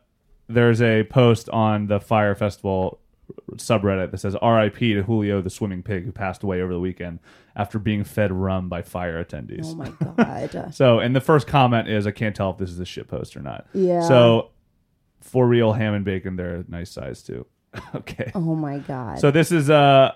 S3: there's a post on the Fire Festival subreddit that says R.I.P. to Julio the swimming pig who passed away over the weekend after being fed rum by fire attendees. (laughs)
S4: Oh my god.
S3: So, and the first comment is, I can't tell if this is a shit post or not.
S4: Yeah.
S3: So, for real, ham and bacon, they're a nice size too. (laughs) okay.
S4: oh my Oh god.
S3: So this is uh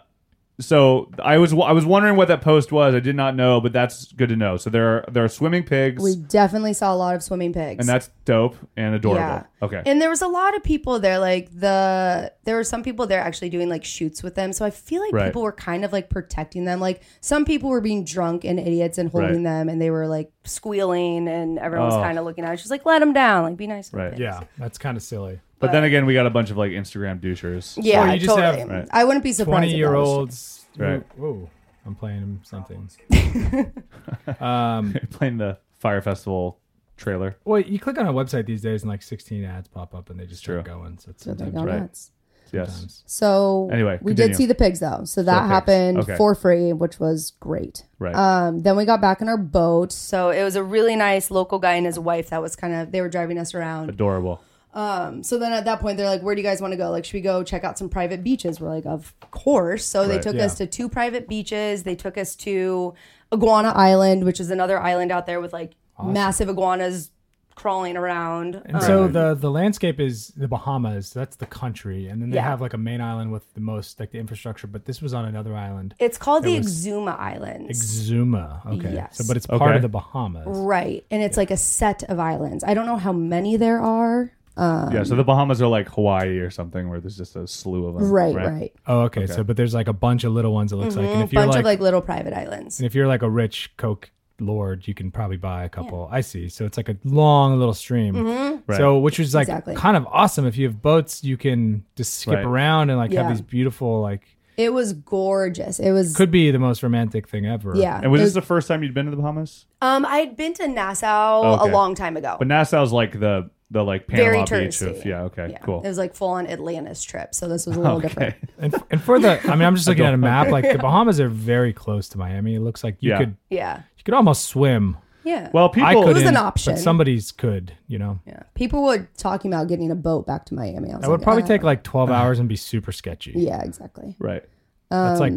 S3: so I was I was wondering what that post was. I did not know, but that's good to know. So there are there are swimming pigs,
S4: We definitely saw a lot of swimming pigs.
S3: and that's dope and adorable. Okay.
S4: And there was a lot of people there. Like the there were some people there actually doing like shoots with them. So I feel like
S3: Right.
S4: people were kind of like protecting them. Like some people were being drunk and idiots and
S3: Right.
S4: holding them, and they were like squealing, and everyone was
S3: Oh.
S4: kind of looking at. She's like, "Let them down. Like be nice." to the
S3: Right.
S4: pigs."
S5: Yeah, that's kind of silly.
S3: but then again, we got a bunch of like Instagram douchers.
S4: (laughs) Yeah,
S5: Or you just
S4: totally.
S5: have-
S3: Right.
S4: I wouldn't be surprised. if that was-
S5: Twenty-year-olds.
S3: Right.
S5: Whoa, I'm playing him something.
S3: (laughs) playing the Fire Festival trailer.
S5: Well, you click on a website these days, and like 16 ads pop up, and they just start
S3: True.
S5: going. So it's
S4: So they
S5: sometimes-
S4: go
S3: Right.
S4: nuts.
S3: Yes.
S4: So
S3: Anyway,
S4: we
S3: continue.
S4: did see the pigs though, so that
S3: pigs.
S4: happened
S3: Okay.
S4: for free, which was great.
S3: Right.
S4: Um, then we got back in our boat, so it was a really nice local guy and his wife that was kind of they were driving us around.
S3: Adorable.
S4: So then at that point they're like, "Where do you guys want to go? Like, should we go check out some private beaches?" We're like, "Of course!" So they
S3: Right.
S4: took
S5: Yeah.
S4: us to two private beaches. They took us to Iguana Island, which is another island out there with like massive iguanas crawling around.
S5: And so the the landscape is the Bahamas. That's the country, and then they
S4: Yeah.
S5: have like a main island with the most like the infrastructure. But this was on another island,
S4: It's called the Exuma Islands.
S5: Exuma. Okay,
S4: Yes.
S5: so but it's
S3: Okay.
S5: part of the Bahamas.
S4: Right. And it's like a set of islands. I don't know how many there are. um,
S3: yeah. So the Bahamas are like Hawaii or something, where there's just a slew of them.
S4: Right, right.
S5: Oh, okay, So but there's like a bunch of little ones. It looks like, and if
S4: A
S5: you're
S4: Mm-hmm. bunch
S5: like,
S4: of like little private islands.
S5: and if you're like a rich Coke lord, you can probably buy a couple. I see. So it's like a long little stream.
S3: Right.
S5: So which is like
S4: Mm-hmm. Exactly.
S5: kind of awesome. If you have boats, you can just skip
S3: Right.
S5: around and like
S4: Yeah.
S5: have these beautiful like
S4: It was gorgeous. It was
S5: could be the most romantic thing ever.
S4: yeah.
S3: And was
S4: It
S3: this the first time you'd been to the Bahamas?
S4: um I had been to Nassau
S3: Okay.
S4: a long time ago.
S3: But Nassau's like the the like
S4: Very
S3: Panama Beach
S4: touristy.
S3: of yeah. Okay.
S4: yeah.
S3: Cool.
S4: It was like full on Atlantis trip. So this was a
S3: (laughs)
S4: little different.
S5: And, and for the, I mean, I'm just looking at a map. Like the Bahamas are very close to Miami. It looks like you
S3: Yeah.
S5: could
S4: Yeah.
S5: you could almost swim.
S4: Yeah.
S3: Well,
S5: I
S3: people.
S5: couldn't.
S4: was an option.
S5: But somebody's could. You know,
S4: yeah. People were talking about getting a boat back to Miami. I was
S5: that would
S4: like,
S5: probably
S4: uh,
S5: take like 12
S3: Uh-huh.
S5: hours and be super sketchy.
S4: Yeah, Um, exactly.
S3: Right.
S5: That's like,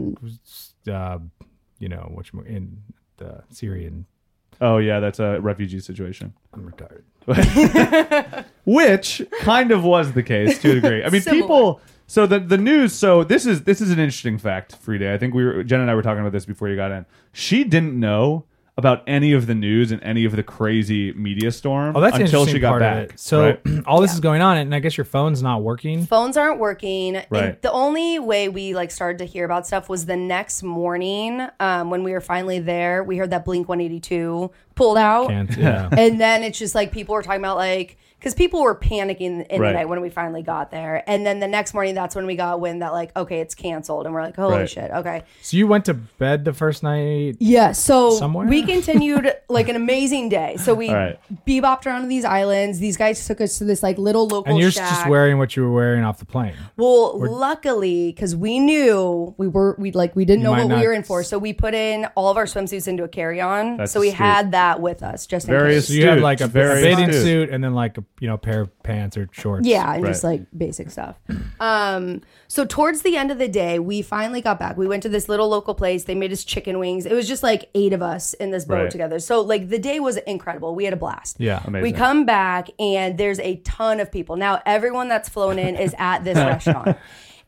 S5: uh, you know, which in the Syrian.
S3: Oh yeah, that's a refugee situation.
S5: I'm retired.
S3: which kind of was the case to a degree. I mean,
S4: Similar.
S3: people. So the the news. So this is this is an interesting fact, Frida. I think we were Jen and I were talking about this before you got in. She didn't know about any of the news and any of the crazy media storm
S5: Oh, that's an
S3: until
S5: interesting
S3: she got
S5: part
S3: back.
S5: Of it. So
S3: right?
S5: (clears throat) all this is going on, and I guess your phone's
S3: (laughs)
S5: not working.
S4: Phones aren't working. And
S3: Right.
S4: the only way we like started to hear about stuff was the next morning um, when we were finally there. We heard that Blink 182 pulled out.
S5: Can't. Yeah.
S4: and then it's just like people were talking about like because people were panicking in
S3: Right.
S4: the night when we finally got there and then the next morning that's when we got wind that like okay it's canceled and we're like holy
S3: Right.
S4: shit okay
S5: so you went to bed the first night.
S4: yeah so
S5: Somewhere?
S4: we continued like an amazing day so we
S3: All right.
S4: bebopped around to these islands these guys took us to this like little local
S5: And you're
S4: shack.
S5: just wearing what you were wearing off the plane.
S4: Well, luckily, because we knew we were we like we didn't know
S5: might
S4: what
S5: not-
S4: we were in for, so we put in all of our swimsuits into a carry-on.
S3: That's
S4: so we
S3: astute.
S4: had that with us just in
S3: Very
S4: case.
S5: So you had
S3: Dude,
S5: like a, a
S3: very
S5: bathing
S3: astute.
S5: suit and then like a you know pair of pants or shorts.
S4: Yeah, and just
S3: Right.
S4: like basic stuff. Um, so towards the end of the day, we finally got back. We went to this little local place. They made us chicken wings. It was just like eight of us in this boat
S3: Right.
S4: together. So like the day was incredible. We had a blast.
S5: Yeah.
S3: Amazing.
S4: We come back and there's a ton of people. Now everyone that's flown in is at this restaurant.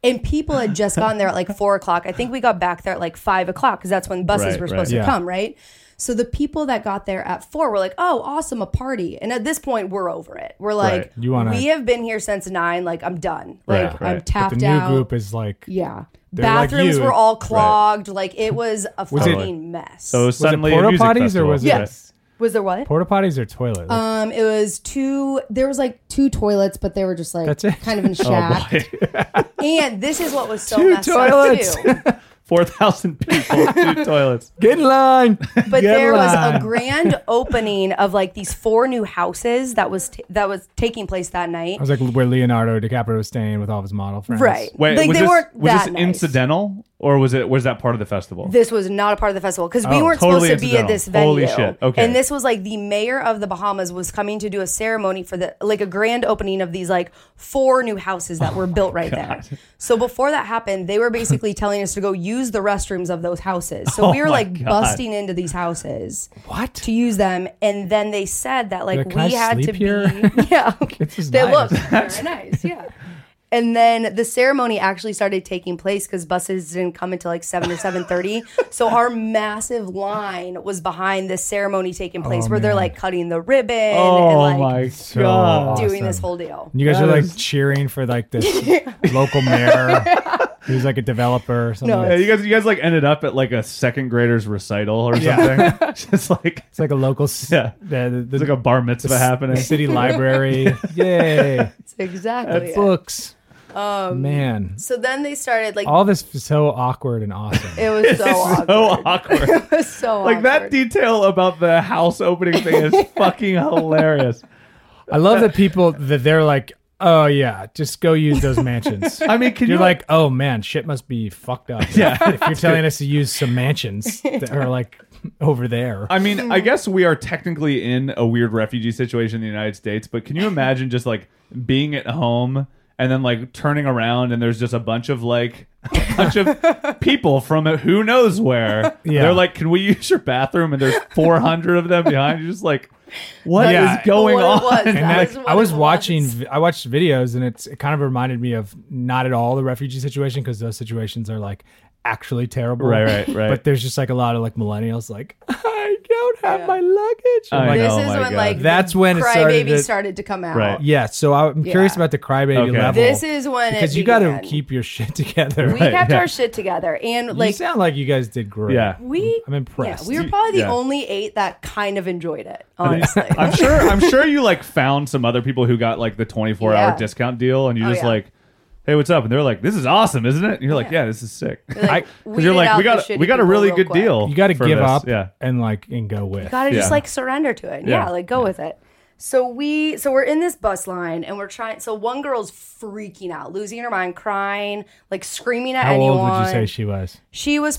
S4: And people had just gotten there at like four o'clock. I think we got back there at like five o'clock because that's when buses
S3: Right,
S4: were
S3: right.
S4: supposed
S5: Yeah.
S4: to come, right? So the people that got there at four were like, "Oh, awesome, a party!" And at this point, we're over it. We're like,
S5: You wanna-
S4: "We have been here since nine. Like, I'm done.
S3: Right,
S4: Like,
S3: right.
S4: I'm
S3: But the
S5: But the
S4: tapped
S5: new
S4: out."
S5: group is like
S4: yeah,
S5: like
S4: bathrooms
S5: you.
S4: were all clogged. Like, it was a
S5: it-
S4: fucking mess.
S3: so
S5: was it
S3: suddenly, a
S5: porta
S3: music
S5: potties or
S3: festival.
S5: was
S4: Yes.
S5: it
S4: was there what?
S5: porta potties or toilet? Like,
S4: Um, it was two. There was like two toilets, but they were just like
S5: That's it? Oh,
S4: kind
S5: (laughs)
S4: of in
S3: Oh,
S4: shack. and this is what was so
S5: Two
S4: messed
S5: toilets. (laughs)
S4: up too.
S3: Four thousand (laughs) people,
S4: (laughs)
S3: two toilets.
S5: Get in line.
S4: But
S5: Get
S4: there
S5: in
S4: was a
S5: line.
S4: grand opening of like these four new houses that was t- that was taking place that night.
S5: I was like where Leonardo DiCaprio was staying with all of his model friends.
S4: Right.
S3: Wait,
S4: Like,
S3: was
S4: they
S3: this,
S4: weren't
S3: was
S4: that
S3: this
S4: nice.
S3: incidental or was it was that part of the festival?
S4: This was not a part of the festival because we
S5: Oh,
S4: weren't
S3: totally
S4: supposed to be at this venue.
S3: incidental. Holy shit. Okay.
S4: And this was like the mayor of the Bahamas was coming to do a ceremony for the like a grand opening of these like four new houses that
S3: Oh
S4: were built right there. So before that happened, they were basically telling us to go use the restrooms of those houses. So we
S3: (laughs) Oh
S4: were
S3: my
S4: like
S3: God.
S4: busting into these houses
S5: What?
S4: to use them, and then they said that like
S5: Like, can
S4: we
S5: I
S4: had
S5: sleep
S4: to
S5: here? (laughs)
S4: be (laughs) yeah. Okay.
S5: This is
S4: They
S5: nice.
S4: looked very (laughs) nice, yeah. And then the ceremony actually started taking place because buses didn't come until like seven or seven
S5: (laughs)
S4: thirty. so our massive line was behind this ceremony taking place,
S5: Oh,
S4: where they're
S5: man.
S4: like cutting the ribbon
S6: Oh
S4: and like
S5: So
S6: my god.
S5: awesome.
S4: doing this whole deal.
S5: And you guys
S6: That
S5: are like
S6: is-
S5: cheering for
S4: (laughs)
S5: like this local mayor who's like a developer or something.
S4: No,
S3: Yeah, you guys, you guys like ended up at like a second grader's recital or something.
S5: Yeah.
S3: (laughs) Just like
S5: It's like a local. s-
S3: Yeah.
S5: The, the, the,
S3: it's like a bar mitzvah (laughs)
S4: (laughs)
S5: the
S3: happening.
S5: City
S3: (laughs)
S5: library. Yay.
S4: That's exactly. it.
S5: Books. Man.
S4: So then they started like
S5: All this is so awkward and awesome.
S4: it was so awkward.
S5: (laughs)
S3: So (laughs) awkward.
S4: It was so
S3: like that
S4: awkward.
S3: detail about the house opening thing
S4: (laughs)
S3: is fucking hilarious.
S5: I love that people that they're like, oh yeah, just go use those mansions.
S3: I mean, can
S5: You're
S3: you
S5: like, oh man, shit must be fucked up.
S3: Yeah. (laughs)
S5: If you're telling us to use some mansions that are like over there.
S3: I mean,
S4: Hmm.
S3: I guess we are technically in a weird refugee situation in the United States, but can you imagine just like being at home and then like turning around and there's just a bunch of like (laughs) a bunch of people from who knows where.
S5: Yeah.
S3: They're like, "Can we use your bathroom?" and there's 400 of them behind you just like what is
S5: Yeah.
S3: going
S4: What it
S3: on? (laughs)
S4: was.
S5: and
S4: That
S5: like,
S4: is what
S5: I was
S4: it
S5: watching, vi- I watched videos, and it's it kind of reminded me of not at all the refugee situation because those situations are like actually terrible.
S3: Right, right, right.
S5: But there's just like a lot of like millennials, like (laughs) I don't have
S4: Yeah.
S5: my luggage. I'm
S3: I
S5: like,
S3: know.
S4: This
S3: Oh
S4: is
S3: my
S4: when
S3: God.
S4: like
S5: That's
S4: the
S5: when it started
S4: crybaby
S5: to-
S4: started, to come out.
S3: Right.
S5: yeah. So I'm curious
S4: Yeah.
S5: about the crybaby
S3: Okay.
S5: level.
S4: This is when
S5: because
S4: it
S5: you got to
S4: began.
S5: keep your (laughs) shit together.
S4: We
S3: Right,
S4: kept
S3: yeah.
S4: our shit together and
S5: Like,
S4: like
S5: you sound like you guys did great.
S3: Yeah.
S4: we
S5: I'm impressed.
S4: Yeah, we were probably the
S3: Yeah.
S4: only eight that kind of enjoyed it,
S5: (laughs)
S4: honestly.
S3: I'm sure I'm sure you
S4: (laughs)
S3: like found some other people who got like the 24
S4: Yeah.
S3: hour discount deal and you
S4: Oh,
S3: just
S4: yeah.
S3: like Hey, what's up? And they're like, "This is awesome, isn't it?" And you're like, "Yeah, this is sick."
S4: like,
S3: 'cause
S4: weeded
S3: you're like,
S4: out
S3: "We
S4: the
S3: got
S4: shitty
S3: we got a
S4: people
S3: really
S4: real
S3: good
S4: quick.
S3: deal."
S5: You got to
S3: for
S5: give
S3: this.
S5: up
S3: Yeah,
S5: and like and go
S4: (laughs)
S5: with.
S4: gotta
S3: Yeah.
S4: just like surrender to it.
S3: Yeah.
S4: Yeah, like go with it. So we so we're in this bus line and we're trying so one girl's freaking out, losing her mind, crying, like screaming at
S5: How
S4: anyone.
S5: old would you say she was?
S4: She was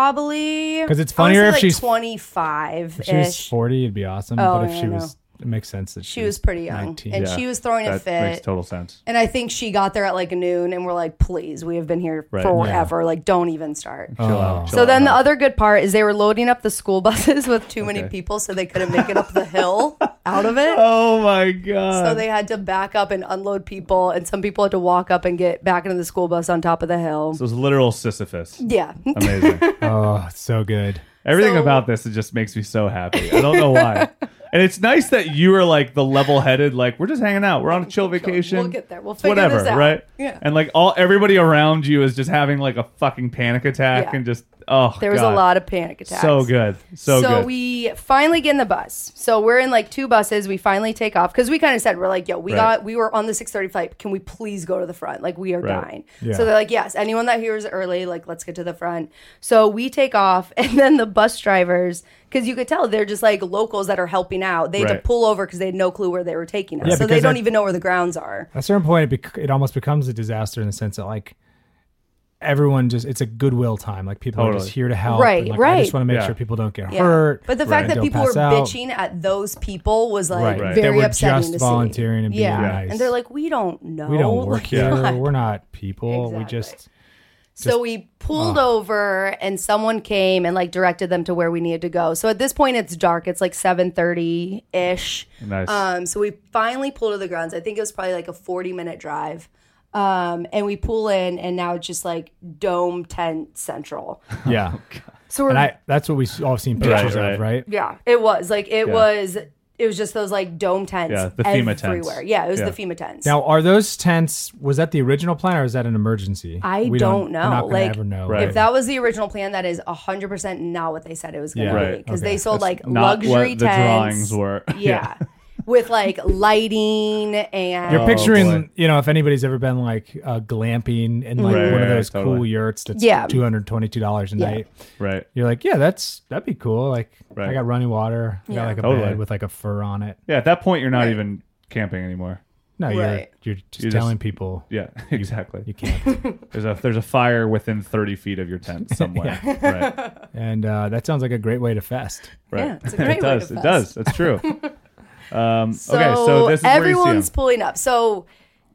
S4: probably
S5: 'Cause it's funnier
S4: I would
S5: if
S4: say, like
S5: she's-
S4: twenty five
S5: If she was
S4: ish.
S5: 40, it'd be awesome.
S4: Oh,
S5: but if
S4: yeah,
S5: she
S4: I
S5: was, it makes sense that
S4: She was pretty young.
S5: 19.
S4: And
S3: Yeah.
S4: she was throwing a
S3: that
S4: fit.
S3: makes total sense.
S4: And I think she got there at like noon, and we're like, please, we have been here
S3: Right.
S4: forever. Like, don't even start.
S5: Oh.
S3: Chill out, chill
S4: so then
S3: out.
S4: the other good part is they were loading up the school (laughs) buses with too many
S3: Okay.
S4: people, so they couldn't make it up the
S3: (laughs)
S4: hill out of it.
S3: Oh my god!
S4: So they had to back up and unload people, and some people had to walk up and get back into the school bus on top of the hill.
S3: So it's literal Sisyphus.
S4: yeah.
S3: Amazing.
S5: Oh, so good.
S3: Everything
S4: So-
S3: about this it just makes me so happy. I don't know
S4: (laughs)
S3: why. and it's nice that you are like the level-headed. Like we're just hanging out. We're on a chill vacation.
S4: We'll get there. We'll
S3: It's
S4: figure
S3: whatever,
S4: this out.
S3: right?
S4: Yeah.
S3: And like all everybody around you is just having like a fucking panic attack
S4: Yeah.
S3: and just oh.
S4: (laughs) There was
S3: God.
S4: a lot of panic attacks.
S3: So good. So,
S4: So,
S3: good.
S4: we finally get in the bus. So we're in like two buses. We finally take off because we kind of said we're like, yo, we
S3: Right.
S4: got we were on the six thirty flight. Can we please go to the front? Like we are
S3: Right.
S4: dying.
S5: Yeah.
S4: So they're like, yes. Anyone that hears early, like let's get to the front. So we take off, (laughs) and then the bus drivers, because you could tell they're just like locals that are helping out. They had
S3: Right.
S4: to pull over because they had no clue where they were taking us.
S5: Yeah,
S4: so they
S5: because
S4: don't
S5: that-
S4: even know where the grounds are.
S5: At a certain point, it, bec- it almost becomes a disaster in the sense that like everyone just it's a goodwill time. Like people are
S3: Totally.
S5: just here to help.
S4: Right,
S5: and, like, I
S4: right.
S5: just want to make
S3: Yeah.
S5: sure people don't get
S4: Yeah.
S5: hurt.
S4: But the
S3: Right.
S4: fact that
S5: Don't
S4: people were
S5: pass out.
S4: bitching at those people was like
S5: Right.
S3: Right.
S5: They
S4: very
S5: were
S4: upsetting
S5: just
S4: to
S5: volunteering
S4: see.
S5: and being
S4: yeah.
S5: nice.
S4: And they're like, we don't know.
S5: we don't
S4: (laughs)
S5: work
S4: Like,
S5: here.
S4: God.
S5: We're not people. We
S4: Exactly. (laughs)
S5: just
S4: So we pulled
S3: ah.
S4: over and someone came and like directed them to where we needed to go. So at this point it's dark. It's like 7:30 ish.
S3: Nice.
S4: Um so we finally pulled to the grounds. I think it was probably like a 40 minute drive. Um and we pull in and now it's just like dome tent central.
S5: yeah.
S4: So we're
S5: and I that's what we s- all seen pictures
S3: Oh, Right,
S5: of,
S3: right.
S5: right?
S4: yeah, it was like it
S3: Yeah.
S4: was it was just those like dome tents
S3: Yeah, the FEMA tents.
S4: everywhere. Yeah, it was
S3: Yeah.
S4: the FEMA tents.
S5: Now, are those tents? Was that the original plan, or is that an emergency?
S4: I
S5: We
S4: don't,
S5: We're not
S4: know.
S5: gonna
S4: Like,
S5: ever know.
S3: Right.
S4: if that was the original plan, that is hundred percent not what they said it was going
S5: Yeah.
S4: to be
S3: Right.
S4: because
S5: Okay.
S4: they sold like
S3: Not
S4: luxury
S3: what
S4: tents.
S3: the drawings were. (laughs)
S4: Yeah, (laughs) with like lighting and
S5: You're
S3: Oh,
S5: picturing,
S3: boy.
S5: you know, if anybody's ever been like uh, glamping in like
S3: Right,
S5: one
S3: right,
S5: of those
S3: right,
S5: cool
S3: totally.
S5: yurts that's
S4: Yeah.
S5: two hundred twenty-two dollars a
S4: Yeah.
S5: night.
S3: Right.
S5: You're like, yeah, that's that'd be cool. Like, I
S3: Right.
S5: got running water. I got
S4: Yeah.
S5: like a
S3: Totally.
S5: bed with like a fur on it.
S3: Yeah. At that point, you're not
S4: Right.
S3: even camping anymore.
S5: No,
S4: Right.
S5: you're you're just
S3: You just-
S5: telling people
S3: Yeah. (laughs) Exactly.
S4: (laughs)
S5: you can't.
S3: There's a there's a fire within 30 feet of your tent
S4: (laughs)
S3: somewhere. Right.
S5: and uh, that sounds like a great way to fest.
S3: Right.
S4: Yeah, it's a great way
S3: (laughs) it does.
S4: to
S3: it
S4: fest.
S3: does. That's true.
S4: (laughs)
S3: Um,
S4: So,
S3: okay. So this is where you see 'em.
S4: everyone's pulling up. So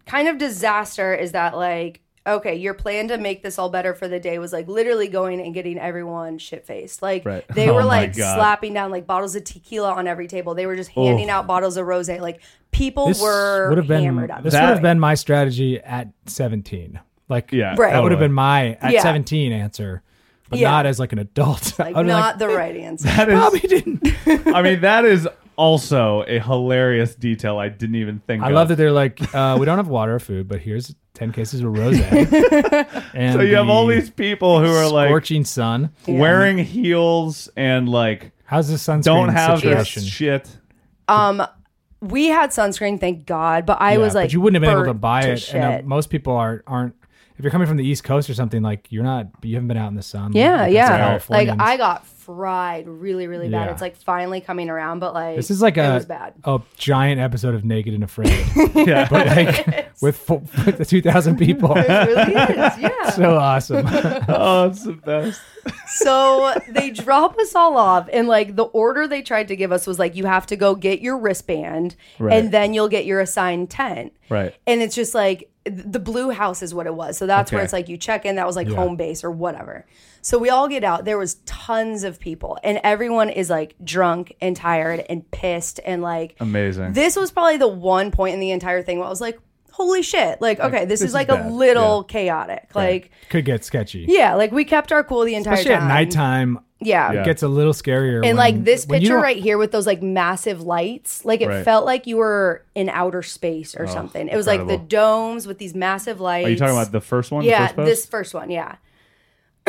S4: kind of disaster is that like okay, your plan to make this all better for the day was like literally going and getting everyone shit faced. Like
S3: Right.
S4: they
S5: (laughs)
S3: Oh
S4: were
S3: my
S4: like
S3: God.
S4: slapping down like bottles of tequila on every table. They were just handing
S3: Oh.
S4: out bottles of rose. Like people
S5: This
S4: were
S5: would have been
S4: hammered on
S5: this
S4: this.
S5: would have been my strategy at 17. Like
S3: Yeah,
S4: Right.
S5: that would have
S3: totally.
S5: been my at
S4: Yeah.
S5: 17 answer, but
S4: Yeah.
S5: not as like an adult. (laughs)
S4: Like
S5: I would've been
S4: not the right
S3: (laughs)
S4: answer.
S3: That is-
S5: probably didn't.
S3: (laughs) I mean, that is also a hilarious detail I didn't even think.
S5: I
S3: of.
S5: love that they're like, uh, we don't have water or food, but here's 10 cases of rose.
S3: (laughs)
S5: and
S3: So you have all
S5: the
S3: these people who are like
S5: scorching sun.
S3: wearing heels and like
S5: How's the sunscreen
S3: don't have their
S4: (laughs)
S5: situation?
S3: shit.
S4: We had sunscreen, thank God, but I
S5: Yeah,
S4: was like,
S5: but you wouldn't have been able to
S4: burnt
S5: buy it.
S4: shit.
S5: And uh, most people are aren't. If you're coming from the East Coast or something, like you're not, you haven't been out in the sun.
S4: yeah,
S5: like, that's
S4: yeah. Like
S5: Californians.
S4: I got fried really, really bad.
S5: Yeah.
S4: It's like finally coming around, but like
S5: This is like
S4: it
S5: a,
S4: was bad.
S5: a giant episode of Naked and Afraid,
S4: (laughs)
S3: Yeah,
S5: but like with, fo- with the 2,000
S4: (laughs)
S5: people.
S4: It really is, yeah.
S5: (laughs) so awesome.
S3: oh, it's the best.
S4: So they drop us all off, and like the order they tried to give us was like, you have to go get your wristband,
S3: Right.
S4: and then you'll get your assigned tent.
S3: Right.
S4: And it's just like th- the blue house is what it was. So that's where
S3: Okay.
S4: it's like you check in. That was like home base or whatever. So we all get out. There was tons of people, and everyone is like drunk and tired and pissed and like
S3: Amazing.
S4: this was probably the one point in the entire thing where I was like, holy shit! Like, okay,
S3: this
S4: this, is
S3: is
S4: like a
S3: bad.
S4: little chaotic. Like,
S5: Could get sketchy.
S4: yeah, like we kept our cool the entire
S5: Especially
S4: time.
S5: at nighttime,
S4: Yeah.
S5: it gets a little scarier.
S4: And like this picture
S5: right
S4: right here with those like massive lights, like it
S3: Right. Oh,
S4: felt like you were in outer space or something. It was like the
S3: incredible.
S4: domes with these massive lights.
S3: Are you talking about the first one? the
S4: yeah,
S3: first post?
S4: this first one, yeah. (clears throat)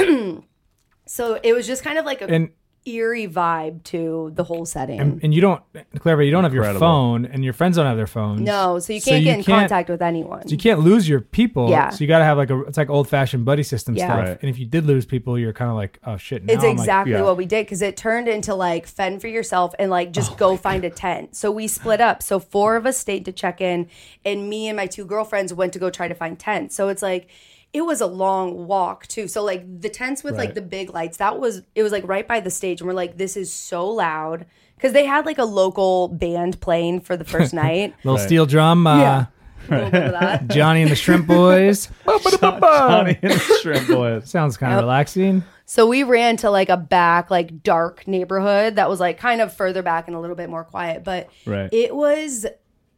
S4: so it was just kind of like a
S5: And-
S4: eerie vibe to the whole setting.
S5: and you don't, Clara, you don't have your
S3: Incredible.
S5: phone, and your friends don't have their phones.
S4: no, so you can't get in contact with anyone.
S5: So you can't lose your people.
S4: Yeah.
S5: So you got to have like a, it's like old fashioned buddy system
S4: Yeah.
S5: stuff.
S3: Right.
S5: And if you did lose people, you're kind of like, oh shit. Now
S4: It's
S5: I'm, like,
S4: exactly
S3: yeah.
S4: what we did because it turned into like fend for yourself and like just
S5: Oh
S4: go find a tent. So we split up. So four of us stayed to check in, and me and my two girlfriends went to go try to find tents. So it's like it was a long walk too. So like the tents with like
S3: Right.
S4: the big lights, that was it was like right by the stage, and we're like, this is so loud because they had like a local band playing for the
S5: (laughs)
S4: first night.
S5: little steel drum. Uh,
S4: Yeah. A little bit of that.
S5: Johnny and
S4: (laughs)
S5: the Shrimp Boys.
S3: (laughs) Honey and the Shrimp Boys.
S5: Sounds kind of relaxing.
S4: So we ran to like a back, like dark neighborhood that was like kind of further back and a little bit more quiet, but
S3: Right.
S4: it was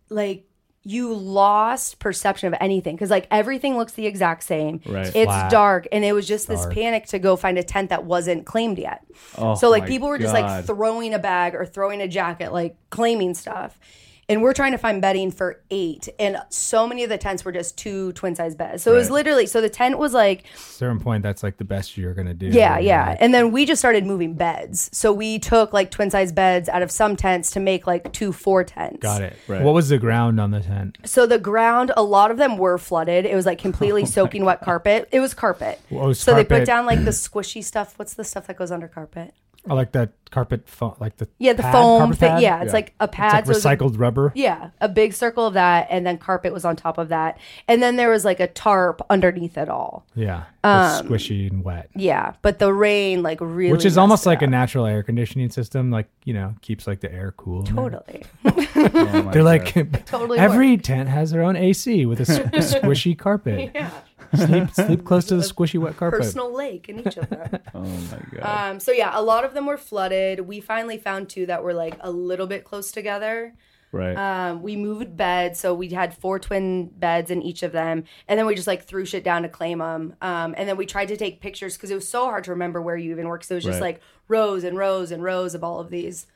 S4: like you lost perception of anything because like everything looks the exact same.
S3: Right.
S4: It's
S5: Flat.
S4: dark, and it was just this
S5: Dark.
S4: panic to go find a tent that wasn't claimed yet.
S3: Oh
S4: so like
S3: my
S4: people were just
S3: God.
S4: like throwing a bag or throwing a jacket, like claiming stuff. And we're trying to find bedding for eight, and so many of the tents were just two twin size beds. So it was
S3: Right.
S4: literally so the tent was like
S5: certain point, that's like the best you're gonna do.
S4: yeah, yeah. And then we just started moving beds. So we took like twin size beds out of some tents to make like two four tents.
S5: Got it.
S3: Right.
S5: What was the ground on the tent?
S4: So the ground, a lot of them were flooded. It was like
S5: (laughs)
S4: completely soaking wet carpet. It was carpet.
S5: Oh Well, it was
S4: so they
S5: carpet.
S4: put down like the squishy stuff. What's the stuff that goes under carpet?
S5: Oh, like that carpet foam, like the
S4: Yeah, the
S5: pad,
S4: foam
S5: carpet
S4: thing.
S5: pad?
S4: Yeah, it's like a
S5: It's like
S4: pad. so it was a-
S5: recycled rubber.
S4: yeah, a big circle of that, and then carpet was on top of that, and then there was like a tarp underneath it all.
S5: Yeah, it's squishy and wet,
S4: Yeah, but the rain like Um, really,
S5: which is
S4: messed
S5: almost
S4: it
S5: like a
S4: up.
S5: natural air conditioning system. Like you know, keeps like the air cool. in there.
S4: totally.
S3: Oh my
S5: They're
S3: God.
S5: like (laughs)
S4: Totally
S5: every tent has their own AC with a,
S4: (laughs)
S5: s- a squishy carpet. Yeah, sleep sleep close to the squishy wet carpet.
S4: personal lake in each of
S5: (laughs)
S4: them.
S3: Oh my god.
S4: um, so yeah, a lot of them were flooded. We finally found two that were like a little bit close together.
S3: right.
S4: Um, we moved beds, so we had four twin beds in each of them, and then we just like threw shit down to claim them. Um, and then we tried to take pictures because it was so hard to remember where you even worked. So it was just
S3: Right.
S4: like rows and rows and rows of all of these.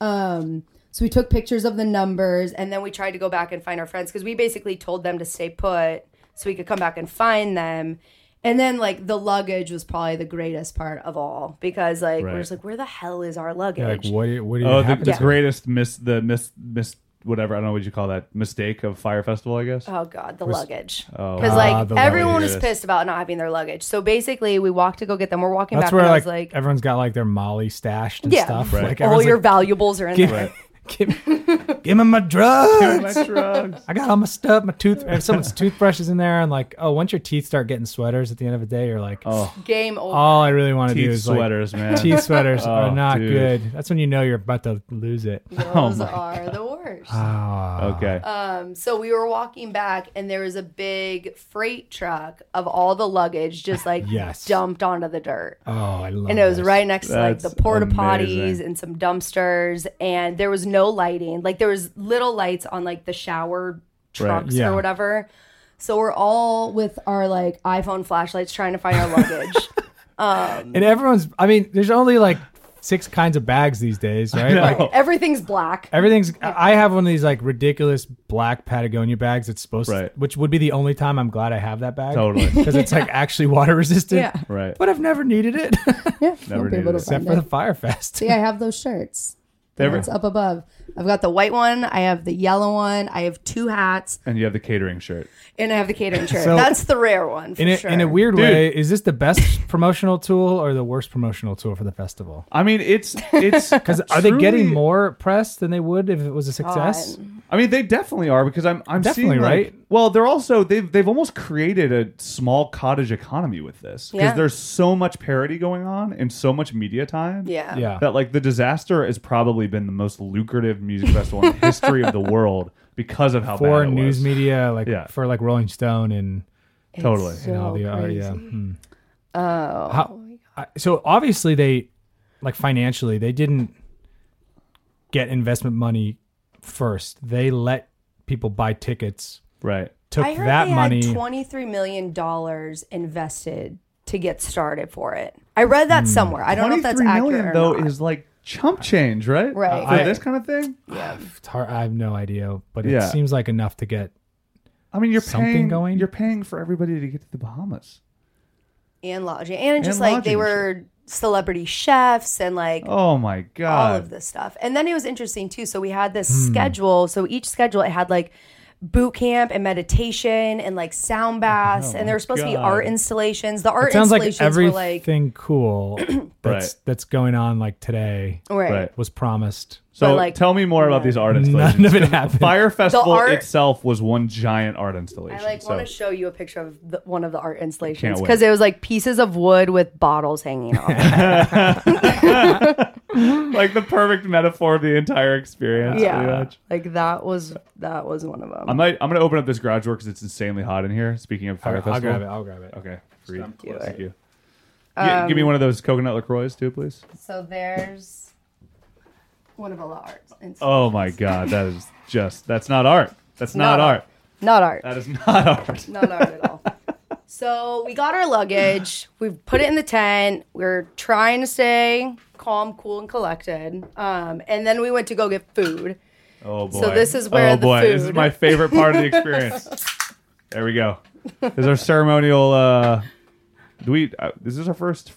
S4: Um, so we took pictures of the numbers, and then we tried to go back and find our friends because we basically told them to stay put so we could come back and find them. And then like the luggage was probably the greatest part of all because like
S3: Right.
S4: we're just like where the hell is our luggage?
S5: Yeah, like what? do you- What do you?
S3: oh, the,
S5: happen
S3: the
S5: to?
S3: greatest miss the miss miss whatever I don't know what you call that mistake of Fire Festival I guess.
S4: Oh god, the luggage.
S3: wow.
S4: Because
S5: Ah,
S4: like
S5: the
S4: everyone
S3: luggage.
S4: was pissed about not having their luggage. So basically, we walked to go get them. We're walking
S5: That's
S4: back,
S5: where
S4: and I
S5: like,
S4: was like,
S5: everyone's got like their Molly stashed and
S4: Yeah.
S5: stuff.
S3: Right.
S5: Like
S4: all
S5: everyone's
S4: your
S5: like, (laughs)
S4: valuables are in (laughs)
S5: give,
S4: there.
S5: give, give me my drugs.
S4: (laughs)
S3: My drugs.
S5: I got all my stuff, my tooth.
S3: (laughs)
S5: If someone's toothbrush is in there, and like, oh, once your teeth start getting sweaters at the end of the day, you're like,
S3: Oh,
S5: (laughs)
S4: Game over.
S5: all I really want to do
S3: teeth
S5: is like,
S3: sweaters, man.
S5: (laughs) teeth sweaters
S3: Oh,
S5: are not
S3: dude.
S5: good. That's when you know you're about to lose it.
S4: Those are the course.
S3: (laughs)
S5: Ah.
S3: Okay.
S4: Um, so we were walking back, and there was a big freight truck of all the luggage just like
S5: Yes.
S4: dumped onto the dirt.
S5: Oh, I love
S4: and it was
S5: this.
S4: right next to like the
S3: That's
S4: porta potties
S3: amazing.
S4: and some dumpsters, and there was no lighting. Like there was little lights on like the shower trunks
S5: Yeah.
S4: or whatever. So we're all with our like iPhone flashlights trying to find our
S5: (laughs)
S4: luggage.
S5: And everyone's, I mean, there's only like six kinds of bags
S3: (laughs)
S5: these days, right? Like,
S4: Everything's black.
S5: Everything's. I have one of these like ridiculous black Patagonia bags. That's supposed,
S3: Right.
S5: to, which would be the only time I'm glad I have that bag. (laughs)
S3: Totally.
S5: because it's like actually water resistant.
S4: Yeah.
S3: Right.
S5: But I've never needed it (laughs)
S6: Yeah,
S3: Never
S6: won't be able
S3: needed
S6: to
S3: it.
S5: except
S6: find
S5: for the
S6: it.
S5: fire fest.
S6: See, I have those shirts.
S3: Every-
S6: It's up above.
S4: I've got the white one. I have the yellow one. I have two hats,
S3: and you have the catering shirt.
S4: and I have the catering shirt.
S5: So-
S4: That's the rare one. For
S5: In a,
S4: sure.
S5: in a weird
S3: Dude.
S5: way, is this the best (laughs) promotional tool or the worst promotional tool for the festival?
S3: I mean, it's
S5: (laughs)
S3: it's because
S5: Are they getting more press than they would if it was a success?
S4: God.
S3: I mean, they definitely are because I'm I'm
S5: Definitely,
S3: seeing like-
S5: right?
S3: well, they're also they've they've almost created a small cottage economy with this because
S4: Yeah.
S3: there's so much parody going on and so much media time.
S4: Yeah.
S5: Yeah.
S3: that like the disaster has probably been the most lucrative music festival in the history of the world because of how
S5: For
S3: bad it
S5: news
S3: was.
S5: media, like
S3: Yeah.
S5: for like Rolling Stone and
S3: Totally.
S4: It's
S5: and all
S4: so
S5: the other,
S4: crazy. Oh
S5: yeah. hmm. How- I- so obviously they, like financially, they didn't get investment money first. They let people buy tickets,
S3: Right.
S5: took
S4: I heard
S5: that
S4: they
S5: money.
S4: had twenty-three million dollars invested to get started for it. I read that somewhere. I don't know if that's
S3: Twenty-three million
S4: accurate
S3: though
S4: or not.
S3: is like chump change, right?
S4: Right.
S3: For
S5: I-
S3: this kind of thing.
S5: It's hard- I have no idea, but it
S3: Yeah.
S5: seems like enough to get.
S3: I mean, you're
S5: Something
S3: paying
S5: going?
S3: You're paying for everybody to get to the Bahamas.
S4: and lodging, and just
S3: And
S4: like they
S3: lodging and
S4: were celebrity chefs and like
S3: Oh my
S4: all
S3: god.
S4: of this stuff. And then it was interesting too. So we had this schedule. So each schedule it had like boot camp and meditation and like sound baths, and there were supposed to be
S3: God.
S4: art installations. The art
S5: It sounds like
S4: installations were like
S5: everything
S4: (clears throat)
S5: cool that's
S3: Right.
S5: that's going on like today
S4: right.
S3: Right.
S5: was promised.
S3: So
S4: But, like,
S3: tell me more about these art installations.
S5: None of it (laughs) happened.
S3: Fire Festival
S4: art-
S3: itself was one giant art installation.
S4: I like
S3: so-
S4: want to show you a picture of the, one of the art installations
S3: wait.
S4: because it was like pieces of wood with bottles
S3: (laughs)
S4: hanging off. it.
S3: like the perfect metaphor of the entire experience. pretty
S4: yeah,
S3: much.
S4: like that was that was one of them.
S3: I might. I'm gonna open up this garage door because it's insanely hot in here. Speaking of Fire
S5: I'll
S3: Festival,
S5: grab it. I'll grab it.
S3: Okay, free.
S4: close.
S3: Thank you. Gi- give
S4: Um,
S3: me one of those coconut Lacroix too, please.
S4: so there's one of the art. installations.
S3: Oh my God, that is just. That's not art. That's not,
S4: not
S3: art.
S4: art. Not art.
S3: That is not (laughs) art.
S4: (laughs) Not art at all. So we got our luggage. We put it in the tent. We're trying to stay calm, cool, and collected. Um, and then we went to go get food.
S3: Oh boy.
S4: So this is where
S3: oh
S4: the
S3: boy, this is
S4: food-
S3: my favorite part of the
S4: (laughs)
S3: experience. there we go. This is our ceremonial. Uh, do we? Uh, this is our first.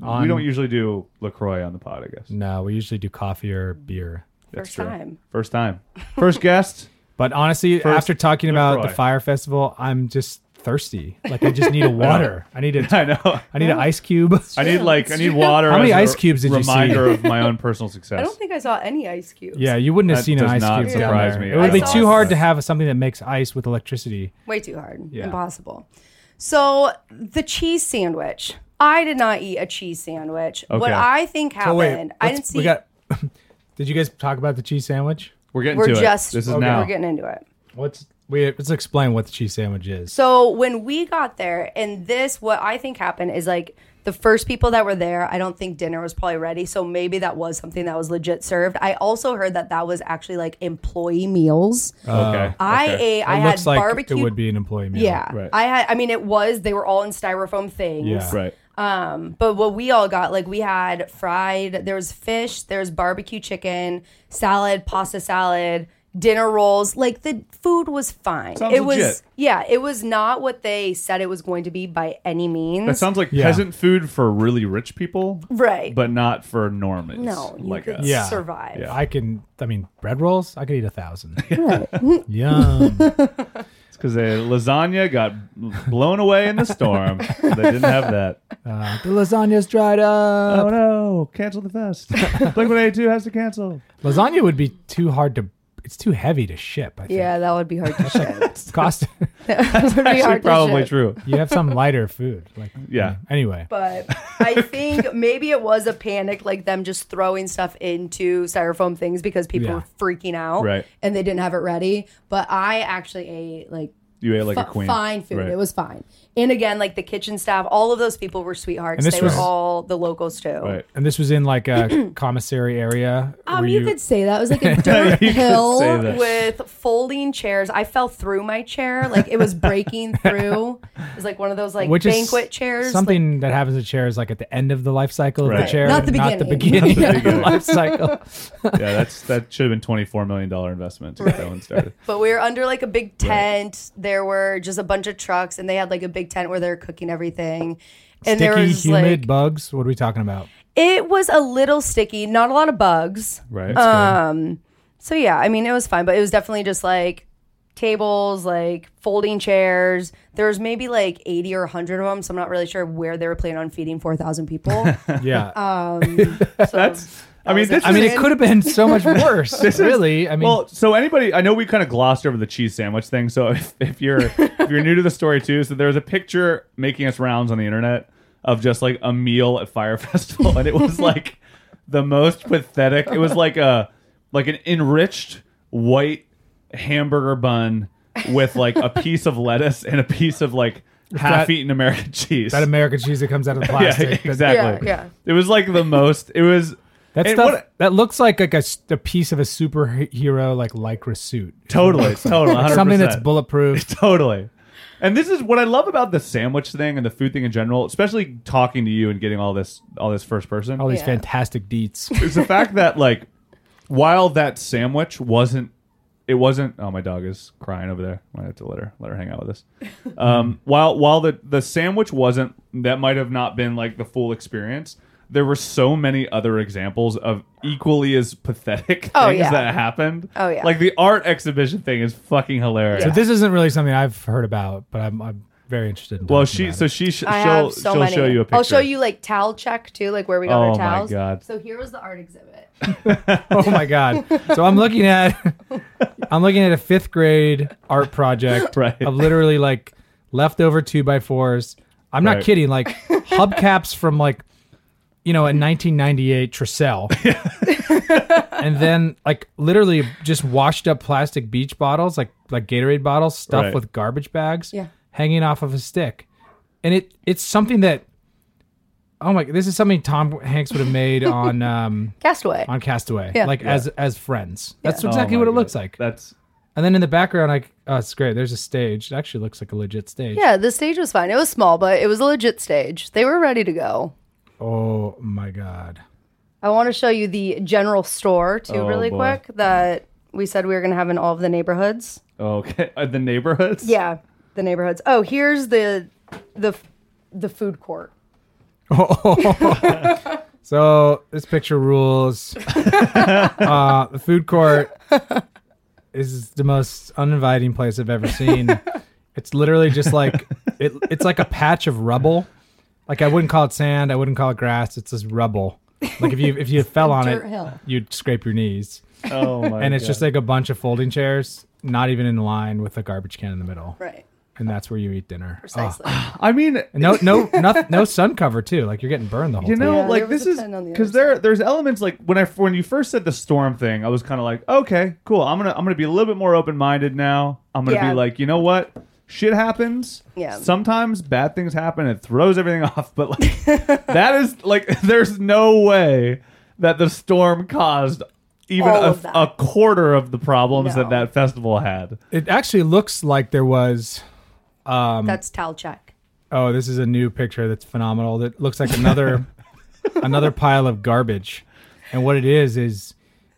S5: On-
S3: we don't usually do Lacroix on the pod. I guess
S5: No, we usually do coffee or beer.
S3: That's
S4: First
S3: true.
S4: time.
S3: First time. First guest. (laughs)
S5: But honestly, after talking about
S3: Lefroy.
S5: the fire festival, I'm just thirsty. Like (laughs) I just need a water. I need a.
S3: I know.
S5: (laughs) I need an ice cube.
S3: I need like I
S4: (laughs)
S3: need water.
S5: How many
S3: as a
S5: ice cubes did you see?
S3: Reminder of my own personal success.
S4: I don't think I saw any ice cubes.
S5: (laughs) Yeah, you wouldn't have
S3: That
S5: seen an
S3: does
S5: ice
S3: not
S5: cube. down
S3: surprise
S5: there.
S3: me.
S5: It would
S4: I
S5: be
S4: saw
S5: too
S4: a-
S5: hard to have something that makes ice with electricity.
S4: Way too hard.
S5: Yeah.
S4: Impossible. So the cheese sandwich. I did not eat a cheese sandwich. What
S3: Okay.
S4: I think happened, I
S5: let's-
S4: didn't see.
S5: We got. (laughs) Did you guys talk about the cheese sandwich?
S3: we're getting
S4: we're
S3: to
S4: just
S3: it. This is
S4: okay,
S3: now.
S4: we're getting into it.
S5: What's we let's explain what the cheese sandwich is.
S4: So when we got there, and this, what I think happened is like the first people that were there, I don't think dinner was probably ready. So maybe that was something that was legit served. I also heard that that was actually like employee meals.
S3: okay.
S4: I
S3: okay.
S4: ate, I
S5: Oh, it
S4: had
S5: looks like
S4: barbecue.
S5: it would be an employee meal.
S4: yeah.
S3: Right.
S4: I had, I mean, it was, they were all in styrofoam things.
S5: Yeah.
S3: Right.
S4: But what we all got, like we had fried, there was fish, there was barbecue chicken, salad, pasta salad, dinner rolls. Like the food was fine.
S3: Sounds
S4: it was
S3: legit.
S4: yeah, it was not what they said it was going to be by any means.
S3: That sounds like
S5: Yeah.
S3: peasant food for really rich people,
S4: right.
S3: but not for normies.
S4: no, you
S3: like
S4: could
S3: us.
S5: Yeah.
S4: survive.
S3: Yeah.
S5: I can. I mean, bread rolls. I could eat a thousand. (laughs) Yum.
S3: because the lasagna got blown away in the storm. they didn't have that.
S5: Uh, the lasagna's dried up.
S3: (laughs)
S5: Uh,
S3: Oh no! Cancel the fest. Blink One Eight Two has to cancel.
S5: Lasagna would be too hard to it's too heavy to ship. I think.
S4: Yeah, that would be
S3: (laughs)
S4: hard to ship.
S5: (laughs) cost.
S4: That's
S3: Actually, probably true.
S5: you have some lighter food. Like
S3: Yeah.
S5: Anyway,
S3: (laughs)
S4: But I think maybe it was a panic, like them just throwing stuff into styrofoam things because people
S5: Yeah.
S4: were freaking out,
S3: Right.
S4: And they didn't have it ready. But I actually ate like
S3: You ate like a
S4: fi-
S3: queen.
S4: fine food.
S3: Right.
S4: It was fine. And again, like the kitchen staff, all of those people were sweethearts.
S5: And this
S4: They
S5: was-
S4: were all the locals too.
S3: right.
S5: and this was in like
S4: (clears throat)
S5: a commissary area.
S4: Um,
S5: were
S4: you, could say that. It was like a dirt
S3: You could say
S4: hill
S3: that.
S4: with folding chairs. I fell through my chair. Like it was breaking through. It was like one of those like
S5: which
S4: banquet
S5: is
S4: chairs. like-
S5: Something that happens to chairs like at the end of the life cycle of
S3: Right.
S5: the chair,
S4: Not the
S5: not the
S4: beginning.
S5: beginning of the (laughs) life cycle.
S3: Yeah, that's
S4: (laughs)
S3: that should have been twenty four million dollar investment to get that one started.
S4: but we were under like a big tent. There were just a bunch of trucks and they had like a big tent where they were cooking everything. (laughs) And there
S5: Sticky,
S4: was
S5: humid
S4: like
S5: bugs. What are we talking about?
S4: it was a little sticky, not a lot of bugs.
S3: Right.
S4: Um, so yeah, I mean, it was fine, but it was definitely just like tables, like folding chairs. There was maybe like 80 or 100 of them, so I'm not really sure where they were planning on feeding
S3: (laughs)
S4: 4,000 people.
S5: Yeah.
S4: Um, So
S3: that's. I mean,
S4: was
S3: this
S4: it.
S5: I mean,
S3: is-
S5: it could have been so much worse. really, I mean,
S3: well, so anybody, I know we kind of glossed over the cheese sandwich thing. So (laughs) if, if you're if you're new to the story too, so there's a picture making its rounds on the internet of just like a meal at Fire (laughs) Festival, and it was like the most pathetic. It was like a like an enriched white hamburger bun with like a piece of lettuce and a piece of like half-eaten American (laughs) cheese.
S5: that American cheese that comes out of the
S3: yeah,
S5: plastic. that-
S3: exactly.
S4: Yeah, yeah.
S3: It was like the most. It was.
S5: That
S3: and
S5: stuff
S3: what-
S5: that looks like like a, s- a piece of a superhero like lycra suit.
S3: Totally, totally, 100%.
S5: (laughs) Something that's
S3: (laughs)
S5: bulletproof.
S3: totally. And this is what I love about the sandwich thing and the food thing in general, especially talking to you and getting all this all this first person.
S5: All these
S4: Yeah.
S5: fantastic deets. (laughs)
S3: Is the fact that like while that sandwich wasn't it wasn't oh my dog is crying over there. I have to let her let her hang out with us.
S4: (laughs)
S3: Um, while while the the sandwich wasn't that might have not been like the full experience. There were so many other examples of equally as pathetic
S4: Oh,
S3: things
S4: yeah.
S3: that happened.
S4: Oh, yeah.
S3: Like the art exhibition thing is fucking hilarious.
S5: So this isn't really something I've heard about, but I'm, I'm very interested. In
S3: Well,
S5: talking
S3: she
S5: about
S3: so
S5: it.
S3: she sh-
S4: I
S3: she'll
S4: have so
S3: she'll
S4: many.
S3: show you a picture.
S4: I'll show you like towel check too, like where we got
S3: Oh,
S4: our
S3: my
S4: towels.
S3: God.
S4: So here was the art exhibit.
S5: (laughs) oh my god. So I'm looking at (laughs) I'm looking at a fifth grade art
S3: (laughs)
S5: project
S3: Right.
S5: of literally like leftover two by fours. I'm not
S3: Right.
S5: kidding. Like hubcaps from like you know a
S3: (laughs)
S5: 1998 Tresel, and then like literally just washed up plastic beach bottles, like like Gatorade bottles, stuffed
S3: Right.
S5: with garbage bags,
S4: Yeah.
S5: hanging off of a stick, and it it's something that. Oh my! This is something Tom Hanks would have made on um,
S4: Castaway.
S5: on Castaway,
S4: Yeah.
S5: like as as friends. That's
S3: Oh
S5: exactly
S3: my
S5: what it
S3: God.
S5: looks like.
S3: That's
S5: and then in the background, I oh, it's great. There's a stage. It actually looks like a legit stage.
S4: Yeah, the stage was fine. It was small, but it was a legit stage. They were ready to go.
S5: Oh my god.
S4: I want to show you the general store too,
S3: Oh,
S4: really
S3: boy.
S4: quick, that we said we were going to have in all of the neighborhoods.
S3: okay. (laughs) Uh, the neighborhoods.
S4: Yeah, the neighborhoods. Oh, here's the the the food court.
S5: So this
S4: (laughs)
S5: picture rules. uh, the food court is the most uninviting place I've
S4: (laughs)
S5: ever seen. it's literally just like it, it's like a patch of rubble. Like I wouldn't call it sand. I wouldn't call it grass. It's just rubble. Like if you if you fell on
S4: dirt
S5: it,
S4: hill.
S5: you'd scrape your knees.
S3: Oh my.
S5: and it's just like uh, a bunch of folding chairs, not even in line with a garbage can in the middle,
S4: Right.
S5: and that's where you eat dinner.
S4: Precisely.
S3: I mean,
S5: Oh. No, no, (laughs) no, no sun cover too. Like you're getting burned the whole
S3: you
S5: time.
S3: know,
S4: Yeah,
S3: like
S4: there was
S3: this
S4: a
S3: is
S4: tent on the
S3: because
S4: other
S3: there there's elements like when I when you first said the storm thing, I was kind of like, okay, cool. I'm gonna I'm gonna be a little bit more open minded now. I'm gonna
S4: Yeah.
S3: be like, you know what. Shit happens.
S4: Yeah.
S3: Sometimes bad things happen. It throws everything (laughs) off. But like,
S4: (laughs)
S3: that is like, (laughs) there's no way that the storm caused even
S4: All
S3: a,
S4: of that.
S3: a quarter of the problems that
S4: No.
S3: that festival had.
S5: It actually looks like there was.
S4: That's Talchak.
S5: Oh, this is a new picture that's phenomenal. That looks
S4: (laughs)
S5: like another another pile of garbage, and what it is is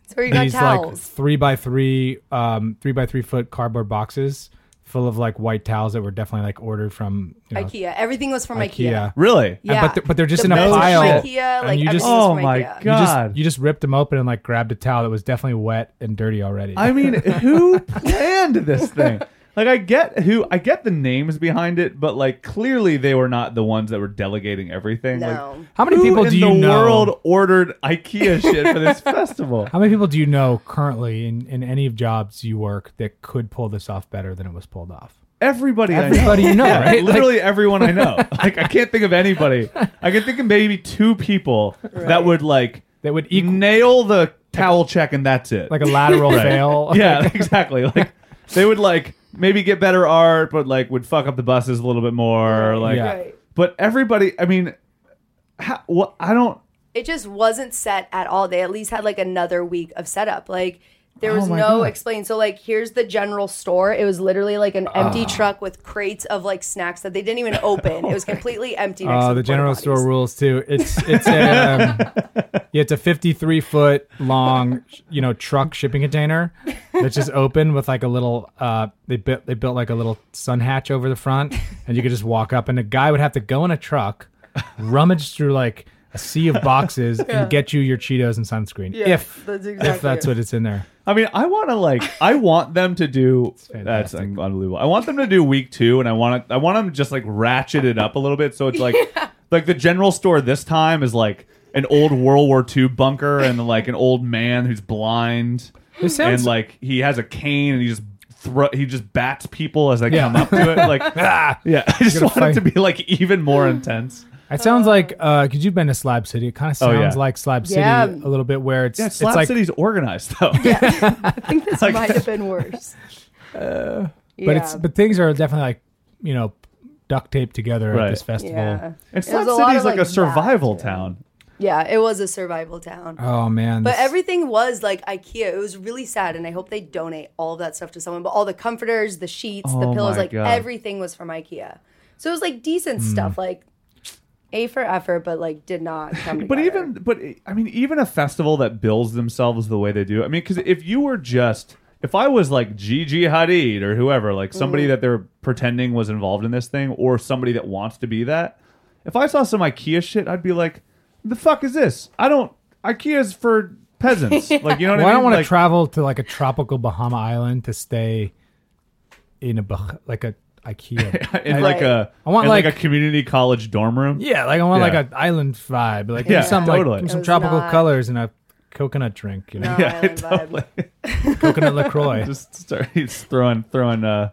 S4: That's where you got
S5: these like
S4: towels.
S5: three by three, um, three by three foot cardboard boxes full of like white towels that were definitely like ordered from you know,
S4: IKEA. Everything was from IKEA.
S5: IKEA.
S3: Really?
S4: Yeah.
S5: but they're- but they're just
S4: The
S5: in a
S4: beds were
S5: pile,
S4: From IKEA,
S5: and
S4: like
S5: you just-
S4: everything was
S3: Oh
S4: from
S3: my
S4: IKEA.
S5: You just-
S3: God.
S5: you just ripped them open and like grabbed a towel that was definitely wet and dirty already.
S3: I mean, who planned this thing? Like I get who I get the names behind it, but like clearly they were not the ones that were delegating everything.
S4: No.
S3: Like,
S5: How many
S3: who
S5: people
S3: in
S5: do you
S3: the
S5: know?
S3: world ordered IKEA shit for
S5: (laughs)
S3: this festival?
S5: How many people do you know currently in, in any of jobs you work that could pull this off better than it was pulled off?
S3: Everybody, I
S5: Everybody
S3: know.
S5: (laughs) you know,
S3: Yeah,
S5: right?
S3: Literally everyone I know. Like I can't think of anybody. I can think of maybe two people that would like
S5: That would equal
S3: nail the towel check and that's it.
S5: like a (laughs) lateral fail.
S3: (laughs) yeah, exactly. Like they would like maybe get better art, but like would fuck up the buses a little bit more. Like,
S5: Yeah.
S4: Right.
S3: but everybody, I mean, how, what? I don't.
S4: it just wasn't set at all. They at least had like another week of setup. Like there
S3: Oh
S4: was
S3: my
S4: no
S3: God.
S4: explain. So like here's the general store. It was literally like an
S3: Ah.
S4: empty truck with crates of like snacks that they didn't even
S3: (laughs)
S4: open. it was completely empty.
S3: Ah,
S4: Next
S5: Uh,
S4: to
S5: the
S4: porta
S5: general
S4: potties.
S5: store rules too. It's it's a um, yeah, it's a 53 foot long you know truck shipping container that's just open with like a little uh they built they built like a little sun hatch over the front and you could just walk up and a guy would have to go in a truck, rummage through like a sea of boxes and get you your Cheetos and sunscreen
S4: Yeah,
S5: if
S4: that's
S5: if
S4: exactly
S5: that's
S4: it.
S5: what it's in there.
S3: I mean, I want to like. I want them to do. That's
S5: fantastic.
S3: unbelievable. I want them to do week two, and I want to. I want them to just like ratchet it up a little bit. So it's like, like the general store this time is like an old World War II bunker, and like an old man who's blind,
S5: It sounds
S3: and like he has a cane, and he just thro- he just bats people as they
S5: Yeah.
S3: come up to it.
S5: (laughs)
S3: Like, "Ah!" yeah, I just
S5: Gonna
S3: want it to
S5: fight.
S3: be like even more
S5: Hmm.
S3: intense.
S5: It sounds like uh, because you've been to Slab City. It kind of
S3: Oh,
S5: sounds
S3: yeah.
S5: like Slab City
S4: Yeah.
S5: a little bit, where it's
S3: Yeah,
S5: it's
S3: Slap
S5: like
S3: City's organized though.
S4: I think (laughs) this
S3: Like-
S4: might have been worse.
S5: but it's but things are definitely like you know duct taped together
S3: Right.
S5: at this festival.
S4: yeah.
S3: And
S4: There's
S3: Slap
S4: a lot
S3: City's
S4: of,
S3: like,
S4: like,
S3: a survival
S4: that, yeah.
S3: town.
S4: Yeah, it was a survival town.
S5: Oh man!
S4: But
S5: this-
S4: everything was like IKEA. It was really sad, and I hope they donate all of that stuff to someone. But all the comforters, the sheets,
S3: Oh
S4: the pillows,
S3: my
S4: like
S3: God.
S4: everything was from IKEA. So it was like decent stuff, like A for effort, but like did not come.
S3: (laughs) But
S4: together.
S3: even, but I mean, even a festival that builds themselves the way they do. I mean, because if you were just, if I was like Gigi Hadid or whoever, like somebody that they're pretending was involved in this thing, or somebody that wants to be that, if I saw some IKEA shit, I'd be like, the fuck is this? I don't. IKEA's for peasants. Like you know what I
S5: Well,
S3: mean?
S5: I don't want to
S3: Like,
S5: travel to like a tropical Bahama island to stay in a bah- like a
S3: (laughs)
S5: IKEA.
S3: in like a,
S5: I want
S3: in like,
S5: like-
S3: a community college dorm room.
S5: yeah, like I want
S3: Yeah.
S5: like an island vibe, like
S3: Yeah,
S5: yeah, some like,
S3: totally.
S5: some
S4: It was
S5: tropical
S4: not-
S5: colors and a coconut
S4: (laughs)
S5: drink, you know,
S3: (laughs)
S4: no,
S3: yeah,
S4: Island vibe.
S3: totally.
S5: coconut Lacroix.
S3: just start (laughs) he's throwing throwing uh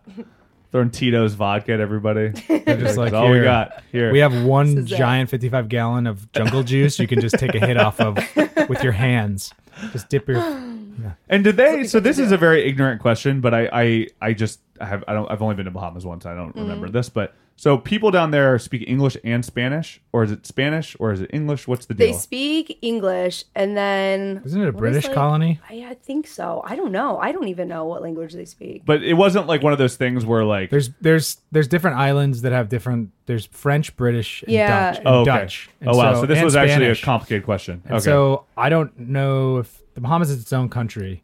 S3: throwing Tito's vodka at
S5: (laughs)
S3: everybody. That's
S5: like,
S3: all we
S5: here.
S3: got here.
S5: (laughs) we have one
S4: is it.
S5: giant 55 gallon of jungle juice you can just take a hit
S4: (laughs)
S5: off of with your hands. Just dip your
S3: and did they? So this is a very ignorant question, but I I I just I have I don't I've only been to Bahamas once. I don't remember this, but so people down there speak English and Spanish, or is it Spanish or is it English? What's the
S4: They
S3: deal?
S4: speak English, and then
S5: Isn't it a
S4: what is,
S5: British
S4: like-
S5: colony?
S4: I, I think so. I don't know. I don't even know what language they speak.
S3: but it wasn't like one of those things where like
S5: There's there's there's different islands that have different. There's French, British, and
S4: Yeah.
S5: Dutch. And
S3: oh, okay.
S5: Dutch. And
S3: oh wow, so, this
S5: and
S3: was actually a
S5: Spanish.
S3: complicated question.
S5: And
S3: okay, so,
S5: So I don't know if the Bahamas is its own country,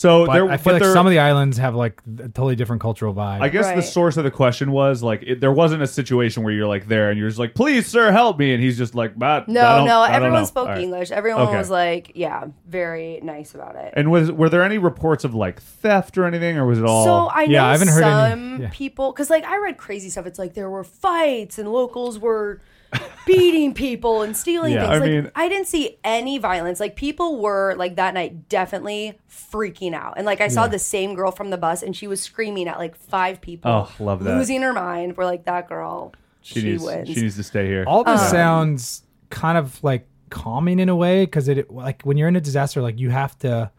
S5: but
S3: there,
S5: I feel
S3: but
S5: like
S3: there-
S5: some of the islands have like a totally different cultural vibe.
S3: I guess the
S4: Right.
S3: source of the question was like it, there wasn't a situation where you're like there and you're just like, please, sir, help me, and he's just like, but I don't,
S4: no, no,
S3: I don't know."
S4: everyone spoke
S3: All right.
S4: English. Everyone
S3: Okay.
S4: was like, yeah, very nice about it.
S3: And was were there any reports of like theft or anything, or was it all?
S4: So I know
S5: Yeah, I haven't heard any-
S4: some
S5: yeah.
S4: people because like I read crazy stuff. It's like there were fights and locals were (laughs) beating people and stealing
S3: Yeah,
S4: things.
S3: I
S4: like
S3: mean-
S4: I didn't see any violence. Like people were like that night definitely freaking out. And like I saw the same girl from the bus and she was screaming at like five people.
S3: Oh, love that.
S4: Losing her mind. We're like that girl. She,
S3: she, needs
S4: wins.
S3: she needs to stay here.
S5: All
S4: Uh.
S5: this sounds kind of like calming in a way because it like when you're in a disaster, like you have to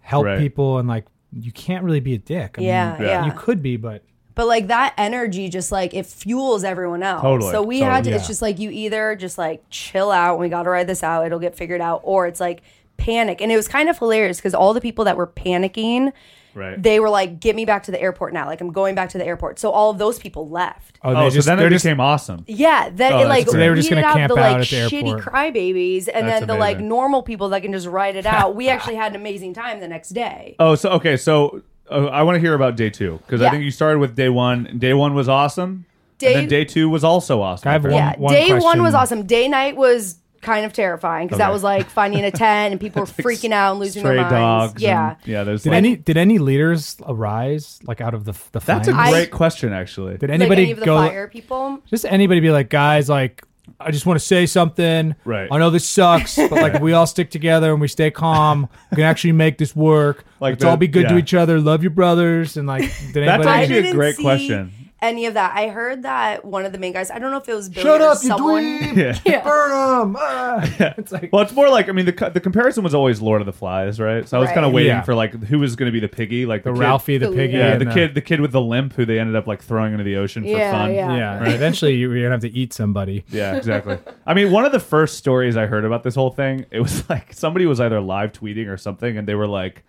S5: help
S3: Right.
S5: people and like you can't really be a dick. I
S4: Yeah,
S5: mean,
S4: yeah.
S5: you could be, but
S4: But like that energy just like it fuels everyone else.
S3: Totally,
S4: So we had to
S5: totally.
S4: it's just like you either just like chill out and we gotta ride this out, it'll get figured out, or it's like panic. And it was kind of hilarious because all the people that were panicking,
S3: right.
S4: they were like, Get me back to the airport now. Like I'm going back to the airport. So all of those people left.
S3: oh,
S5: oh, they
S3: so
S5: just
S3: then
S5: they're
S3: it
S5: just
S3: became awesome.
S4: Yeah, that
S3: Oh,
S4: it
S3: that's
S4: like
S3: great. So
S5: they were just
S4: weeded
S5: gonna
S4: out
S5: camp
S4: the
S5: out
S4: like
S5: at the
S4: shitty
S5: airport.
S4: crybabies, and
S5: That's
S4: then the like
S5: amazing.
S4: normal people that can just ride it out. we actually had an amazing time the next day.
S3: Oh, so okay, so uh, I want to hear about day two because I
S4: Yeah.
S3: think you started with day one. and Day one was awesome.
S4: Day-
S3: and then day two was also awesome.
S5: I have
S3: apparently.
S5: one-
S4: Yeah, day one
S5: question.
S4: was awesome. Day night was kind of terrifying because that
S3: Okay.
S4: was like finding a tent
S3: (laughs)
S4: and people were freaking out and losing
S3: Stray
S4: their minds.
S3: dogs. and-
S4: yeah.
S3: yeah. There's
S5: Did
S3: like-
S5: any did any leaders arise like out of the the
S3: That's a
S5: flames?
S4: I-
S3: great question, actually.
S4: Like
S5: did anybody
S4: any of the
S5: go?
S4: fire people.
S5: Just anybody be like, guys, like I just want to say something.
S3: Right.
S5: I know
S3: (laughs)
S5: this sucks, but like if we all stick together and we stay calm, we can actually make this work.
S3: Like
S5: let's
S3: the-
S5: all be good to
S3: yeah.
S5: each other. Love your brothers
S3: (laughs)
S5: and like did
S3: That's
S5: anybody?
S4: I
S3: actually a
S4: didn't
S3: great
S4: see
S3: question.
S4: Any of that. I heard that one of the main guys, I don't know if it was Billy
S5: Shut
S4: or
S5: up, you
S4: someone.
S3: (laughs) Yeah.
S4: (laughs) Yeah.
S5: burn them. (laughs) It's like
S3: Ah. Well, it's more like I mean the co- the comparison was always Lord of the Flies, right? So I was
S4: Right.
S3: kind of waiting
S5: Yeah.
S3: for like who was going to be the piggy, like the,
S5: the
S3: kid-
S5: Ralphie the
S4: The-
S5: piggy.
S3: yeah,
S5: and uh,
S3: the kid, the kid with the limp, who they ended up like throwing into the ocean for
S4: Yeah,
S3: fun.
S4: yeah.
S5: Yeah. and Eventually, you're gonna have to eat somebody.
S4: (laughs)
S3: Yeah, exactly. I mean, one of the first stories I heard about this whole thing, it was (laughs) like somebody was either live tweeting or something, and they were like,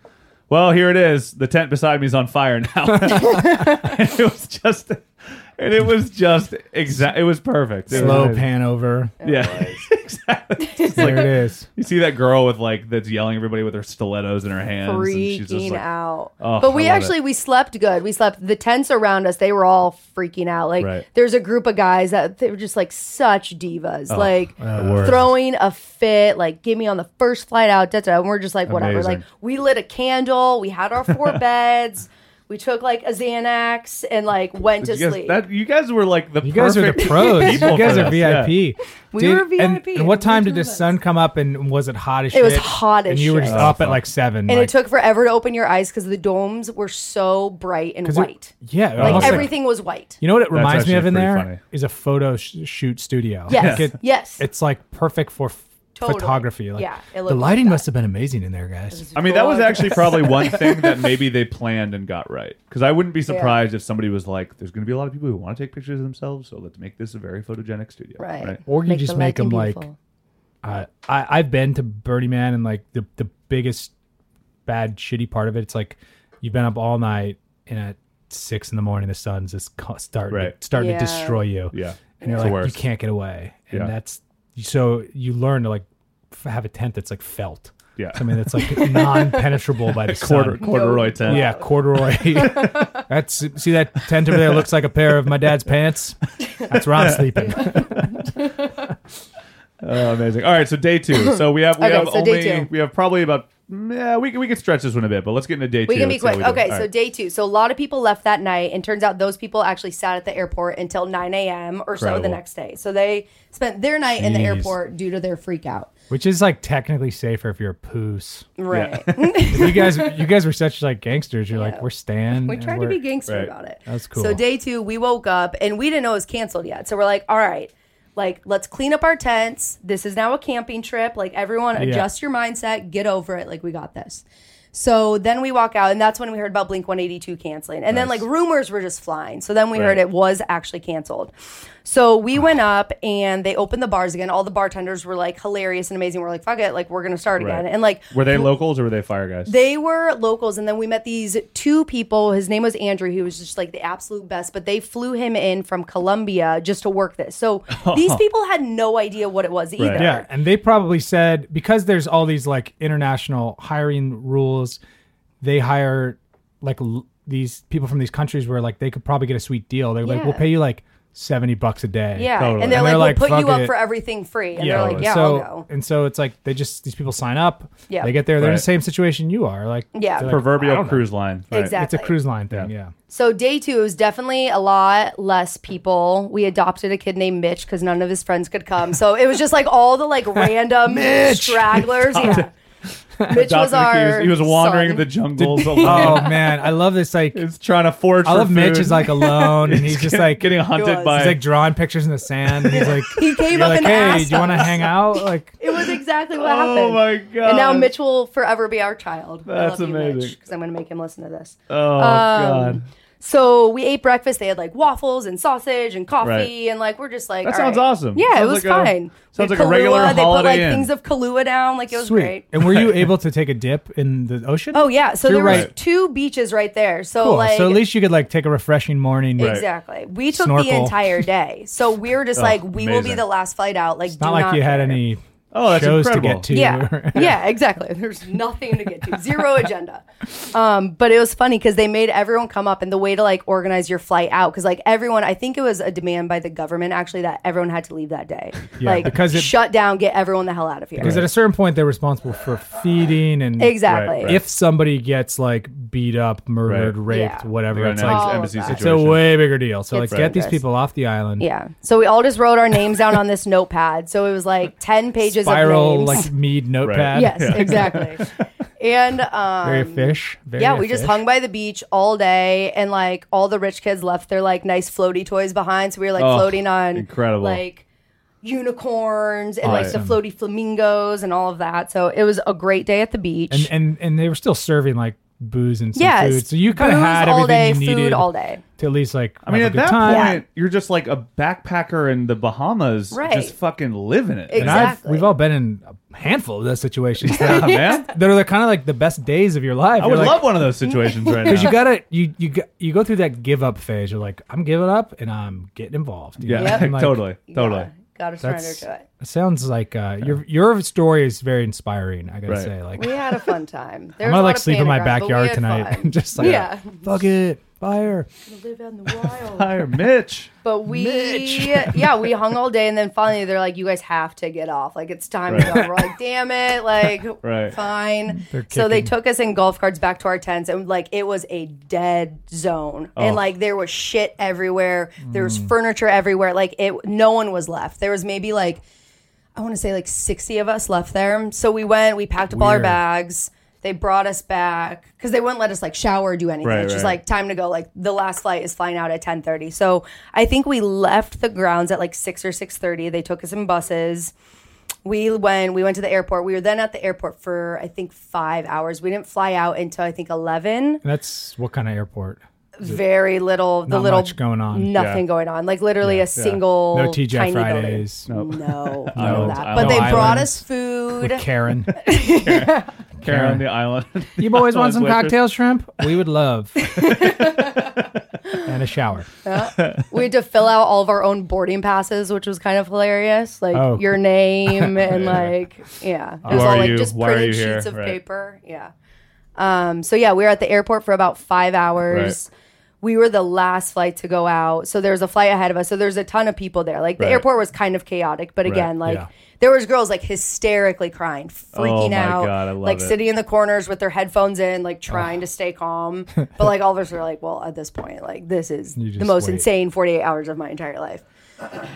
S3: "Well, here it is. The tent beside me is on fire now." (laughs) and it was just, and it was just exact. It was perfect. It was-
S5: Slow pan over.
S3: yeah, (laughs) exactly. It's
S5: There it
S3: like,
S5: is.
S3: you see that girl with like that's yelling at everybody with her stilettos in her hands, and she's just
S4: freaking
S3: like,
S4: out.
S3: Oh, I
S4: but we
S3: love
S4: actually we slept good. We slept the tents around us. They were all freaking out. Like
S3: Right.
S4: there's a group of guys that they were just like such divas.
S3: Oh,
S4: like
S5: worst.
S4: throwing a fit. Like give me on the first flight out. Da, da, and we're just like whatever.
S3: Amazing.
S4: Like we lit a candle. We had
S3: (laughs)
S4: our four beds. We took like a Xanax and like went to
S3: you guys,
S4: sleep.
S3: that you guys were like the
S5: You guys are the
S3: perfect
S5: pros.
S3: people
S5: you guys
S3: for
S5: are
S3: this, yeah.
S5: VIP.
S4: We
S5: Did-
S4: were
S5: and-
S4: VIP,
S5: And, what
S4: the
S5: time did
S4: two
S5: the
S4: of us.
S5: sun come up and was it hot as
S4: It
S5: shit?
S4: was hot as
S5: And you were just
S4: shit.
S5: up at like seven.
S4: and
S5: like,
S4: it took forever to open your eyes because the domes were so bright and
S5: 'cause it-
S4: white.
S5: Yeah.
S4: like
S5: almost
S4: everything was white.
S5: you know what it reminds
S3: actually
S5: me of in
S3: pretty
S5: there is
S3: funny.
S5: a photo sh- shoot studio.
S4: Yes.
S5: Like, it-
S4: Yes.
S5: It's like perfect for f-
S4: Totally.
S5: photography. Like,
S4: Yeah, it
S5: the
S4: looked like
S5: lighting
S4: that.
S5: must have been amazing in there, guys.
S3: I mean, that was
S4: Gorgeous. (laughs)
S3: actually probably one thing that maybe they planned and got right. Because I wouldn't be surprised if somebody was like, "There's going to be a lot of people who want to take pictures of themselves, so let's make this a very photogenic studio."
S4: Right.
S5: Or you
S4: Make
S5: just
S4: the
S5: make them
S4: lighting
S5: like
S4: beautiful.
S5: uh, I I've been to Birdie Man and like the the biggest bad shitty part of it. It's like you've been up all night and at six in the morning the sun's just co- starting
S3: Right.
S5: to, starting
S4: Yeah.
S5: to destroy you.
S3: Yeah.
S5: and you're
S3: It's the
S5: like
S3: worst.
S5: you can't get away. And
S3: Yeah.
S5: that's so you learn to like f- have a tent that's like felt.
S3: Yeah. (laughs)
S5: something that's like (laughs) non-penetrable by the
S3: Cordu-
S5: sun.
S3: corduroy tent. (laughs)
S5: Yeah, corduroy. that's see that tent over there looks like a pair of my dad's pants. That's where I'm sleeping.
S3: Oh, amazing. All right, so day two. So we have we
S4: Okay,
S3: have
S4: so day
S3: only
S4: two.
S3: we have probably about mm, yeah we can- we could stretch this one a bit, but let's get into day two.
S4: We can be
S3: Let's see how
S4: quick.
S3: we do.
S4: Okay,
S3: All
S4: so
S3: right.
S4: day two. So a lot of people left that night, and turns out those people actually sat at the airport until 9 a.m. or so the
S3: Incredible.
S4: next day. So they spent their night in the
S5: Jeez.
S4: airport due to their freak out.
S5: Which is like technically safer if you're a poose.
S4: Right. (laughs)
S5: you guys you guys were such like gangsters. You're like, we're Stan.
S4: we
S5: and
S4: tried to
S5: we're-
S4: be gangster
S3: right.
S4: about it.
S5: That's cool.
S4: So day two, we woke up and we didn't know it was canceled yet. So we're like, all right, like let's clean up our tents. This is now a camping trip. Like everyone, adjust your mindset, get over it. Like we got this. So then we walk out, and that's when we heard about Blink 182 canceling. And then like rumors were just flying. So then we
S3: Right.
S4: heard it was actually canceled. So we went up and they opened the bars again. All the bartenders were like hilarious and amazing. We're like, fuck it, like we're gonna start
S3: Right.
S4: again. And like
S3: were they locals or were they fire guys?
S4: they were locals, and then we met these two people. His name was Andrew. He was just like the absolute best, but they flew him in from Colombia just to work this.
S5: (laughs)
S4: So these people had no idea what it was either.
S5: Yeah. And they probably said because there's all these like international hiring rules, they hire like l- these people from these countries where like they could probably get a sweet deal. They're like,
S4: Yeah.
S5: we'll pay you like seventy bucks a day.
S4: Yeah.
S3: Totally.
S4: And they're
S5: And
S4: like,
S5: they're like,
S4: we'll put you
S5: "Fuck
S4: up
S5: it."
S4: for everything free. And
S5: Yeah.
S4: they're like, yeah,
S5: so,
S4: I'll go.
S5: And so it's like they just these people sign up.
S4: Yeah.
S5: They get there, they're in
S3: Right.
S5: the same situation you are. Like
S4: Yeah.
S5: they're like, I
S3: Proverbial
S5: don't know.
S3: cruise line. Right.
S4: Exactly.
S5: It's a cruise line thing,
S3: Yeah.
S5: yeah.
S4: So day two was definitely a lot less people. We adopted a kid named Mitch because none of his friends could come. So it was just like all the
S5: (laughs)
S4: like random stragglers. Yeah. Mitch was
S3: Adopted a kid. He
S4: our.
S3: was- He was wandering
S4: son.
S3: the jungles alone.
S5: Oh man, I love this
S3: (laughs)
S5: like
S3: He's trying to forage.
S5: I
S3: for
S5: love Mitch
S3: food.
S5: is
S3: (laughs)
S5: like alone and he's just like
S3: getting hunted
S4: was.
S3: by
S5: He's like drawing pictures in the sand. And
S4: (laughs)
S5: he's like,
S4: He came
S5: you're
S4: up
S5: like,
S4: and
S5: hey,
S4: asked
S5: do you want to
S4: us."
S5: hang out? Like,
S4: It was exactly what
S3: (laughs)
S4: happened.
S3: Oh my god!
S4: And now Mitch will forever be our child.
S3: That's
S4: I love you,
S3: amazing.
S4: Mitch, because I'm going to make him listen to this.
S3: Oh god.
S4: So we ate breakfast. They had like waffles and sausage and coffee,
S3: Right.
S4: and like we're just like
S3: That
S4: all
S3: sounds
S4: right.
S3: awesome.
S4: Yeah, it
S3: Sounds like
S4: was
S3: a-
S4: fine.
S3: sounds
S4: We had
S3: like a regular
S4: Kahlua. They put
S3: Holiday
S4: like
S3: Inn.
S4: things of Kahlua down. Like it was
S5: sweet.
S4: great.
S5: And were you able to take a dip in the ocean?
S4: Oh yeah. So
S5: You're
S4: there was
S5: right.
S4: two beaches right there. So
S5: cool.
S4: like
S5: so at least you could like take a refreshing morning.
S4: Exactly. We took the
S3: (laughs)
S5: Snorkel.
S4: entire day. So we were just like, we will be
S3: Oh, amazing.
S4: the last flight out. Like,
S5: Not
S4: do
S5: like
S4: not
S5: you had
S4: care.
S5: any
S3: Oh, that's
S5: shows to
S3: incredible.
S5: get to. (laughs)
S4: Yeah, yeah, exactly. There's nothing to get to, zero (laughs) agenda. Um, but it was funny because they made everyone come up, and the way to like organize your flight out because like everyone, I think it was a demand by the government actually that everyone had to leave that day,
S5: Yeah,
S4: like
S5: because it-
S4: shut down, get everyone the hell out of here.
S5: Because at a certain point, they're responsible for feeding and
S4: Exactly.
S5: If somebody gets like beat up, murdered,
S3: Right.
S5: raped,
S4: Yeah.
S5: whatever,
S3: Like
S5: it's
S3: an
S4: All
S5: like
S4: of
S3: embassy
S4: that.
S5: it's a
S3: situation.
S5: way bigger deal. So like,
S4: It's
S5: get these
S4: dangerous.
S5: people off the island.
S4: Yeah. So we all just wrote our names down on this notepad. So it was like 10 pages
S5: Spiral
S4: of names.
S3: (laughs)
S5: like mead notepad. (laughs)
S4: yes, exactly. And um,
S5: Very fish. Very
S4: yeah, we just
S5: fish.
S4: hung by the beach all day and like all the rich kids left their like nice floaty toys behind. So we were like
S3: Oh,
S4: floating on
S3: incredible.
S4: like unicorns and like the
S3: Awesome.
S4: floaty flamingos and all of that. So it was a great day at the beach.
S5: and, and and they were still serving like booze and some
S4: yes.
S5: food. So you kind of
S4: booze
S5: had
S4: all
S5: everything
S4: day,
S5: you needed
S4: food all day.
S5: to at least like.
S3: I mean,
S5: have
S3: at
S5: a good
S3: that
S5: time.
S4: Yeah.
S3: point, you're just like a backpacker in the Bahamas,
S4: Right.
S3: just fucking living it.
S5: And
S4: Exactly.
S5: I've, we've all been in a handful of those situations. that (laughs)
S3: Yeah,
S4: (laughs)
S3: man.
S5: are the kind of like the best days of your life.
S3: I would
S5: (laughs)
S3: love one of those situations (laughs) right now.
S5: because
S4: (laughs)
S5: you gotta you you go- you go through that give up phase. You're like, I'm giving up and I'm getting involved. you
S3: yeah,
S5: know? I'm like,
S3: totally, totally.
S4: Yeah, gotta surrender
S5: That's,
S4: to it.
S5: it sounds like uh, your your story is very inspiring. I gotta
S3: Right.
S5: say, like
S4: We had a fun time. There
S5: (laughs) I'm
S4: was
S5: gonna
S4: a lot
S5: like
S4: of
S5: sleep in
S4: panic
S5: my
S4: around, but we
S5: backyard
S4: had
S5: tonight. (laughs)
S4: fun.
S5: Just like
S4: Yeah.
S5: fuck it, fire.
S4: live out in the wild.
S3: Hire
S4: (laughs)
S3: Mitch.
S4: But we, (laughs) yeah, we hung all day, and then finally they're like, "You guys have to get off. Like it's time to go." We're like, "Damn it! Like
S3: Right.
S4: fine." So they took us in golf carts back to our tents, and like it was a dead zone, and like there was shit everywhere. There was furniture everywhere. Like it, no one was left. There was maybe like I want to say like 60 of us left there. So we went, we packed up all our
S5: Weird.
S4: bags. They brought us back because they wouldn't let us like shower or do anything.
S3: Right,
S4: it's just
S3: right.
S4: like time to go. Like the last flight is flying out at 10:30. So I think we left the grounds at like 6 or 6:30. They took us in buses. We went, we went to the airport. We were then at the airport for I think five hours. We didn't fly out until I think 11
S5: And that's what kind of airport?
S4: very little the
S5: Not
S4: little
S5: much going on.
S4: nothing
S3: Yeah.
S4: going on like literally a single
S5: No TGI
S3: (laughs)
S4: tiny
S5: Fridays.
S4: building. no none
S3: Islands,
S4: of that but
S3: islands.
S4: they
S5: No
S4: brought
S5: islands.
S4: us
S3: (laughs)
S4: food
S5: Karen,
S3: Karen on the island. (laughs)
S5: you boys want
S3: Islands
S5: some
S3: waitress.
S5: cocktail shrimp? We would
S3: (laughs)
S5: love. and a shower.
S4: we had to fill out all of our own boarding passes which was kind of hilarious like
S5: Oh.
S3: (laughs)
S4: your name and like yeah it was
S3: are
S4: all like
S3: you?
S4: just
S3: Why are
S4: printed
S3: you here?
S4: sheets of
S3: Right.
S4: paper yeah um so yeah we were at the airport for about five hours We were the last flight to go out. So there was a flight ahead of us. So there's a ton of people there. Like the
S3: Right.
S4: airport was kind of chaotic, but again, like
S5: yeah.
S4: there was girls like hysterically crying, freaking
S3: Oh my
S4: out,
S3: God, I love
S4: like
S3: it.
S4: sitting in the corners with their headphones in, like trying
S5: Ah.
S4: to stay
S5: (laughs)
S4: calm. But like all of us were like, well, at this point, like this is
S5: You
S4: the
S5: just
S4: most
S5: wait.
S4: insane 48 hours of my entire life.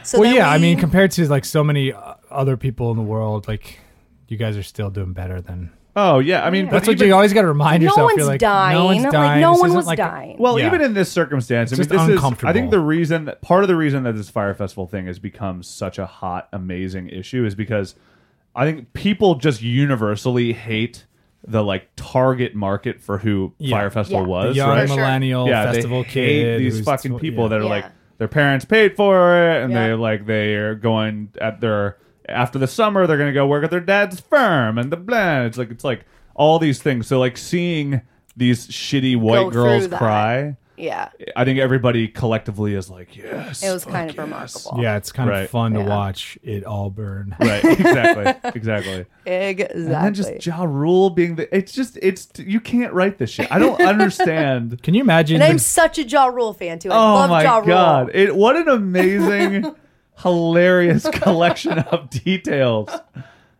S4: So
S5: well,
S4: then
S5: yeah, I
S4: we-
S5: mean, compared to like so many uh, other people in the world, like you guys are still doing better than.
S3: Oh yeah, I mean, but
S5: That's what
S3: even-
S5: you always got to remind
S4: no
S5: yourself.
S4: one's,
S5: You're like,
S4: dying.
S5: No one's dying.
S4: Like no
S5: This
S4: one
S5: isn't
S4: was
S5: like a-
S4: dying.
S3: Well,
S5: Yeah.
S3: even in this circumstance, I mean,
S5: Just
S3: this is. I
S5: uncomfortable.
S3: think the reason that part of the reason that this fire festival thing has become such a hot, amazing issue is because I think people just universally hate the like target market for who fire festival
S4: Yeah.
S3: was.
S5: young
S3: right?
S4: sure.
S5: millennial
S3: yeah,
S5: festival
S3: they hate
S5: kid.
S3: These
S5: who's-
S3: fucking people
S5: yeah.
S3: that are
S4: Yeah.
S3: like their parents paid for it, and
S4: Yeah.
S3: they like they're going at their after the summer they're gonna go work at their dad's firm and the blah. It's like it's like all these things. So like seeing these shitty white
S4: Go
S3: girls
S4: through that.
S3: cry.
S4: yeah,
S3: I think everybody collectively is like, yes.
S4: it was kind of
S3: fuck
S4: remarkable.
S5: Yeah, it's kind
S3: Right.
S5: of fun
S4: Yeah.
S5: to watch it all burn.
S4: (laughs)
S3: yes. Right. Exactly. exactly.
S4: exactly.
S3: And then just Ja Rule being the. It's just. It's. You can't write this shit. I
S4: (laughs)
S3: don't understand.
S5: Can you imagine?
S4: and I'm
S5: the-
S4: such a Jaw Rule fan too. I
S3: oh
S4: love
S3: my
S4: Jaw Rule.
S3: God. It, what an amazing,
S5: (laughs)
S3: hilarious collection of details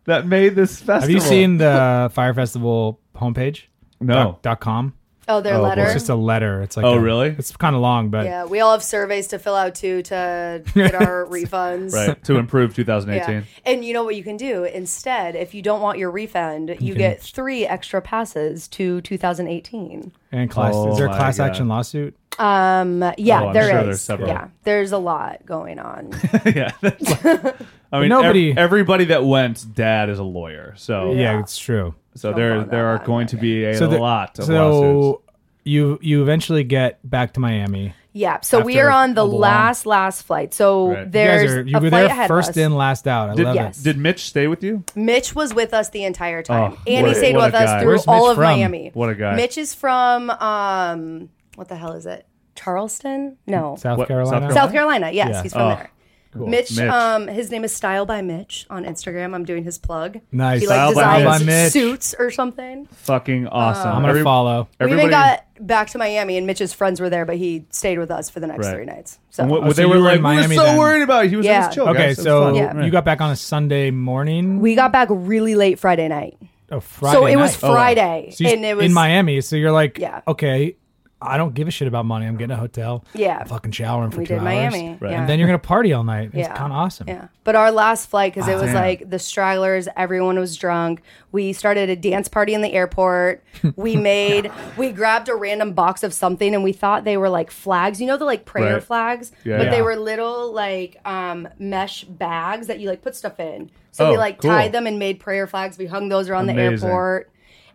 S3: that made this festival.
S5: have you seen the Fire Festival homepage?
S3: No.
S5: Dot, dot com.
S4: Oh, their
S3: Oh, boy.
S4: letter.
S5: It's just a letter. It's like
S3: Oh,
S5: a-
S3: really?
S5: It's kind of long, but
S4: Yeah, we all have surveys to fill out too
S5: (laughs)
S4: to get our refunds.
S3: Right. To improve
S4: Yeah.
S3: 2018.
S4: And you know what you can do? Instead, if you don't want your refund, you,
S5: can-
S4: get three extra passes to 2018.
S5: and class.
S3: Oh,
S5: is there a
S3: my
S5: class
S3: God.
S5: action lawsuit?
S4: Um, yeah,
S3: Oh, I'm
S4: there
S3: sure
S4: is.
S3: there's several.
S4: Yeah, there's a lot
S3: (laughs)
S4: going on.
S3: Yeah. that's like- I mean, ev-
S5: nobody-
S3: everybody that went, dad is a lawyer. So
S5: Yeah, it's true.
S3: So there,
S4: on that
S3: there are
S4: line,
S3: going to be a
S5: the-
S3: lot of lawsuits.
S5: so you you eventually get back to Miami.
S4: yeah, so we
S5: After
S4: are on
S5: a
S4: the
S5: long-
S4: last last flight. So
S3: Right. You guys
S5: You guys
S4: there's
S5: are- you
S4: a
S5: were
S4: flight
S5: there
S4: ahead
S5: first
S4: of us.
S5: in, last out. I
S3: Did,
S5: love
S4: Yes.
S5: it.
S3: did Mitch stay with you?
S4: Mitch was with us the entire time,
S3: Oh,
S4: and
S3: what
S4: he
S3: a-
S4: stayed
S3: what a
S4: with us
S3: guy.
S4: through
S5: Where's Mitch
S4: all of
S5: from?
S4: Miami.
S3: What a guy.
S4: Mitch is from um, what the hell is it? Charleston? No,
S5: South
S3: What-
S5: Carolina.
S3: South
S4: South Carolina. Yes,
S5: Yeah.
S4: he's from
S3: Oh,
S4: there.
S3: Cool.
S4: Mitch,
S3: Mitch.
S4: Um, his name is Style by Mitch on Instagram. I'm doing his plug.
S5: Nice.
S4: He
S3: Style
S4: like
S3: by
S4: designs
S5: Mitch.
S4: suits or something.
S3: Fucking awesome.
S5: Uh, I'm gonna
S3: Every-
S5: follow.
S4: we even
S3: Everybody,
S4: got back to Miami, and Mitch's friends were there, but he stayed with us for the next
S3: Right.
S4: three nights. So
S3: and what,
S5: Oh,
S3: what
S5: so
S3: they
S5: you
S3: were
S5: were
S3: like,
S5: in
S3: we were
S5: Miami
S3: so
S5: then.
S3: worried about. it. He was
S4: Yeah.
S3: yeah. chill.
S5: Okay,
S3: guys. It was
S5: so
S3: fun.
S4: Yeah.
S3: Right.
S5: you got back on a Sunday morning.
S4: we got back really late Friday night.
S5: oh, Friday
S4: so it was
S5: night. Oh, wow.
S4: Friday,
S5: So you-
S4: and it was
S5: in Miami. So you're like,
S4: Yeah.
S5: okay, I don't give a shit about money. I'm getting a hotel.
S4: Yeah.
S5: fucking showering for
S4: We
S5: two
S4: did
S5: hours.
S4: Miami.
S3: Right.
S4: Yeah.
S5: And then you're gonna party all night. It's
S4: Yeah.
S5: kind of awesome.
S4: Yeah. But our last flight, because it
S3: Ah,
S4: was
S3: Damn.
S4: like the stragglers, everyone was drunk. We started a dance party in the
S3: (laughs)
S4: airport. We made, we grabbed a random box of something and we thought they were like flags. You know, the like prayer
S3: Right.
S4: flags,
S3: Yeah,
S4: but
S3: yeah.
S4: they were little like um, mesh bags that you like put stuff in. So we
S3: Oh,
S4: like
S3: cool.
S4: tied them and made prayer flags. We hung those around
S3: Amazing.
S4: the airport.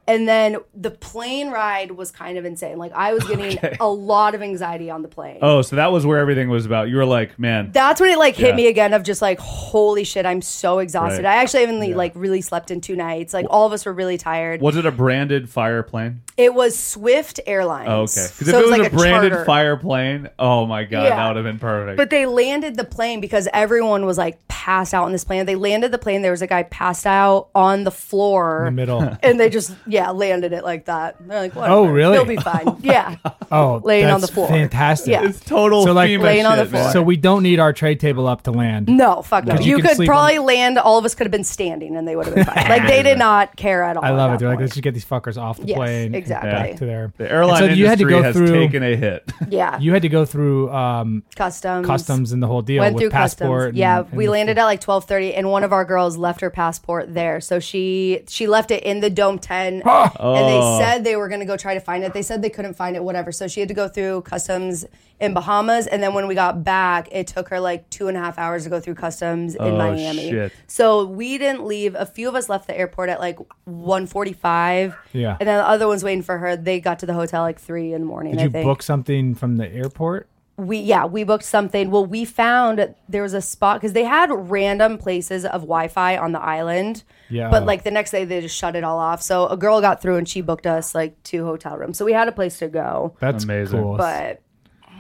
S4: And then the plane ride was kind of insane. Like I was
S3: (laughs)
S4: getting a lot of anxiety on the plane.
S3: Oh, so that was where everything was about. You were like, man,
S4: that's when it like hit
S3: Yeah.
S4: me again of just like holy shit i'm so exhausted
S3: Right.
S4: i actually haven't like really slept in two nights like all of us were really tired
S3: was it a branded fire plane?
S4: it was swift airlines
S3: Oh, okay. Because
S4: So
S3: if it was
S4: like
S3: a branded
S4: charter.
S3: fire plane, oh my god,
S4: Yeah.
S3: that would have been perfect.
S4: but they landed the plane because everyone was like passed out on this plane they landed the plane there was a guy passed out on the floor
S5: In the
S3: (laughs)
S5: middle.
S4: and they just yeah landed it like that they're like whatever.
S5: Oh, really?
S4: they'll be
S5: (laughs)
S4: fine yeah
S5: Oh,
S4: Laying on
S5: that's
S4: the floor.
S5: Fantastic.
S4: Yeah.
S3: it's total
S5: So, like,
S3: FEMA
S4: laying on the
S3: shit,
S4: floor.
S3: man.
S5: So we don't need our trade table up to land.
S4: no fuck no, you,
S5: you can
S4: could
S5: sleep on-
S4: probably land all of us could have been standing and they would have been fine like
S5: (laughs)
S4: they did not care at all
S5: I
S4: at
S5: love
S4: that
S5: it. They're like,
S4: point.
S5: let's just get these fuckers off the
S4: Yes,
S5: plane. and
S4: exactly.
S5: Back to there.
S3: the airline
S5: so
S3: industry
S5: you had to go
S3: has
S5: through-
S3: taken a hit. (laughs)
S4: yeah
S5: You had to go through um,
S4: customs
S5: customs and the whole deal
S4: went
S5: with
S4: through
S5: passport.
S4: customs.
S5: and-
S4: yeah,
S5: and
S4: we landed at like twelve thirty, and one of our girls left her passport there, so she she left it in the Dome Ten, and
S3: Oh.
S4: they said they were going to go try to find it. They said they couldn't find it, whatever. So she had to go through customs in Bahamas, and then when we got back, it took her like two and a half hours to go through customs in
S3: Oh,
S4: Miami.
S3: shit.
S4: So we didn't leave. A few of us left the airport at like one forty five.
S5: Yeah.
S4: and then the other ones waiting for her. They got to the hotel like three in the morning.
S5: Did
S4: I
S5: you
S4: think
S5: book something from the airport?
S4: we yeah we booked something well we found there was a spot because they had random places of wi-fi on the island
S5: Yeah.
S4: but like the next day they just shut it all off so a girl got through and she booked us like two hotel rooms so we had a place to go
S5: That's
S3: Amazing.
S5: Cool.
S4: but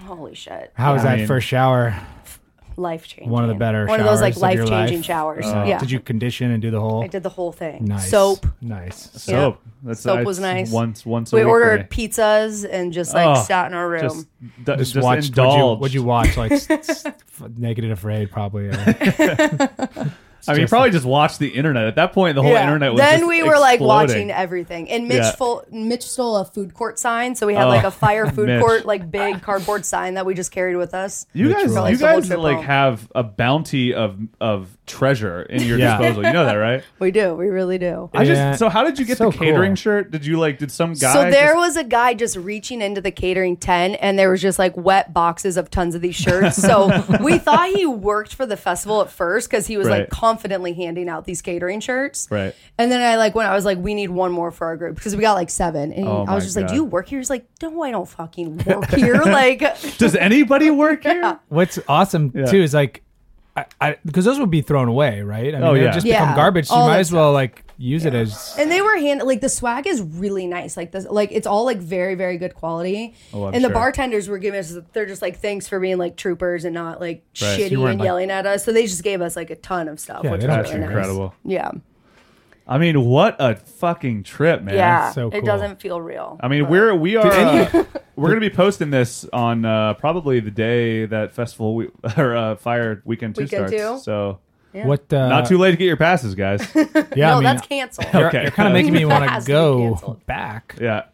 S4: holy shit
S5: How was
S3: I
S5: that
S3: mean-
S5: first shower?
S4: life changing
S5: One of the better
S4: one of those like
S5: showers of your
S4: life-changing
S5: life. Uh,
S4: showers
S3: uh,
S4: yeah
S5: Did you condition and do the whole
S4: i did the whole thing
S5: nice
S4: soap
S5: Nice.
S4: Yeah.
S3: Soap. That's
S4: Soap
S3: I-
S4: was nice.
S3: Once once a
S4: we
S3: week for
S4: ordered
S3: me.
S4: pizzas and just like
S3: Oh,
S4: sat in our room
S3: Just, d-
S5: Just,
S3: just,
S5: watch.
S3: indulged.
S5: Would you watch like (laughs) s- s- f- Naked and Afraid? Probably. uh,
S3: I mean, you
S5: just
S3: probably just watched the internet. At that point, the whole
S4: Yeah.
S3: internet was
S4: Then
S3: just
S4: we were like
S3: exploding.
S4: watching everything, and Mitch
S3: Yeah.
S4: full, Mitch stole a food court sign, so we had
S3: Oh, (laughs)
S4: like a fire food
S3: Mitch.
S4: court, like big cardboard sign that we just carried with us.
S3: You guys,
S4: rules.
S3: you
S4: The whole
S3: guys
S4: trip
S3: like
S4: home.
S3: have a bounty of of treasure in your
S5: Yeah.
S3: disposal. You know that,
S4: (laughs)
S3: right?
S4: We do, we really do.
S3: I
S5: Yeah.
S3: just so how did you get
S5: So
S3: the catering
S5: cool.
S3: shirt? Did you like did some guy?
S4: so there
S3: just-
S4: was a guy just reaching into the catering tent, and there was just like wet boxes of tons of these shirts. So
S3: (laughs)
S4: we thought he worked for the festival at first because he was
S3: Right.
S4: like confidently handing out these catering shirts.
S3: Right.
S4: And then I like when I was like, we need one more for our group because we got like seven, and
S3: Oh
S4: I was
S3: my
S4: just
S3: God.
S4: like, do you work here? He's like, no, I don't fucking work here. (laughs) like.
S3: does anybody work
S4: (laughs)
S3: here?
S5: What's awesome too is like, I because those would be thrown away, right? I mean,
S3: Oh,
S5: they would
S3: yeah.
S5: just
S4: Yeah.
S5: become garbage. So you
S4: All
S5: might
S4: that
S5: as well like use it as
S4: And they were hand like the swag is really nice. Like this, like it's all like very very good quality.
S3: Oh, I'm
S4: and
S3: sure.
S4: the bartenders were giving us they're just like thanks for being like troopers and not like
S3: Right, so you
S4: shitty
S5: weren't,
S4: and
S5: like-
S4: yelling at us. So they just gave us like a ton of stuff.
S5: Yeah,
S4: which
S5: they
S4: was
S5: don't
S3: That's
S4: really
S5: care.
S4: nice.
S3: incredible.
S4: Yeah,
S3: I mean, what a fucking trip, man.
S4: yeah.
S5: so cool.
S4: It doesn't feel real.
S3: I mean, we're we are
S5: (laughs)
S3: uh, we're gonna be posting this on uh, probably the day that festival we, (laughs) or uh, fire weekend two
S4: Weekend
S3: starts.
S4: two?
S3: So
S5: what. Uh,
S3: not too late to get your passes,
S4: (laughs)
S3: guys.
S5: Yeah,
S4: no,
S5: I mean,
S3: (laughs)
S4: that's canceled.
S5: You're,
S3: Okay.
S5: you're kind
S4: (laughs)
S5: of making me want
S4: Has to
S5: to
S4: be
S5: go
S4: canceled.
S5: back.
S3: yeah,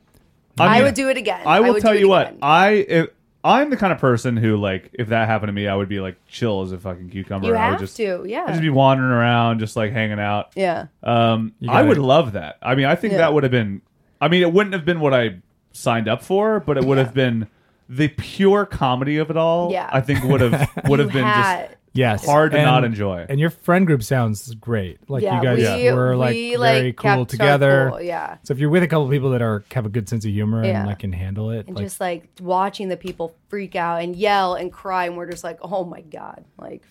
S4: I
S3: mean,
S4: would do it again.
S3: I will
S4: would
S3: tell
S4: do it
S3: you what.
S4: again.
S3: I if, I'm the kind of person who like if that happened to me, I would be like chill as a fucking cucumber.
S4: You
S3: and I would
S4: have
S3: just,
S4: to, yeah.
S3: I'd just be wandering around, just like hanging out.
S4: yeah.
S3: Um, I
S5: gotta-
S3: would love that. I mean, I think
S4: Yeah.
S3: that would have been. I mean, it wouldn't have been what I signed up for, but it would have been the pure comedy of it all.
S4: Yeah.
S3: I think would
S4: (laughs)
S3: have would have
S4: You
S3: been
S4: had-
S3: just
S5: Yes,
S3: hard to not enjoy.
S5: And your friend group sounds great. Like
S4: yeah,
S5: you guys
S4: we,
S5: were like
S4: we,
S5: very
S4: like, kept
S5: cool
S4: our
S5: together.
S4: cool, yeah.
S5: So if you're with a couple people that are have a good sense of humor
S4: Yeah.
S5: and like can handle it,
S4: And
S5: like
S4: just like watching the people freak out and yell and cry, and we're just like, oh my god, like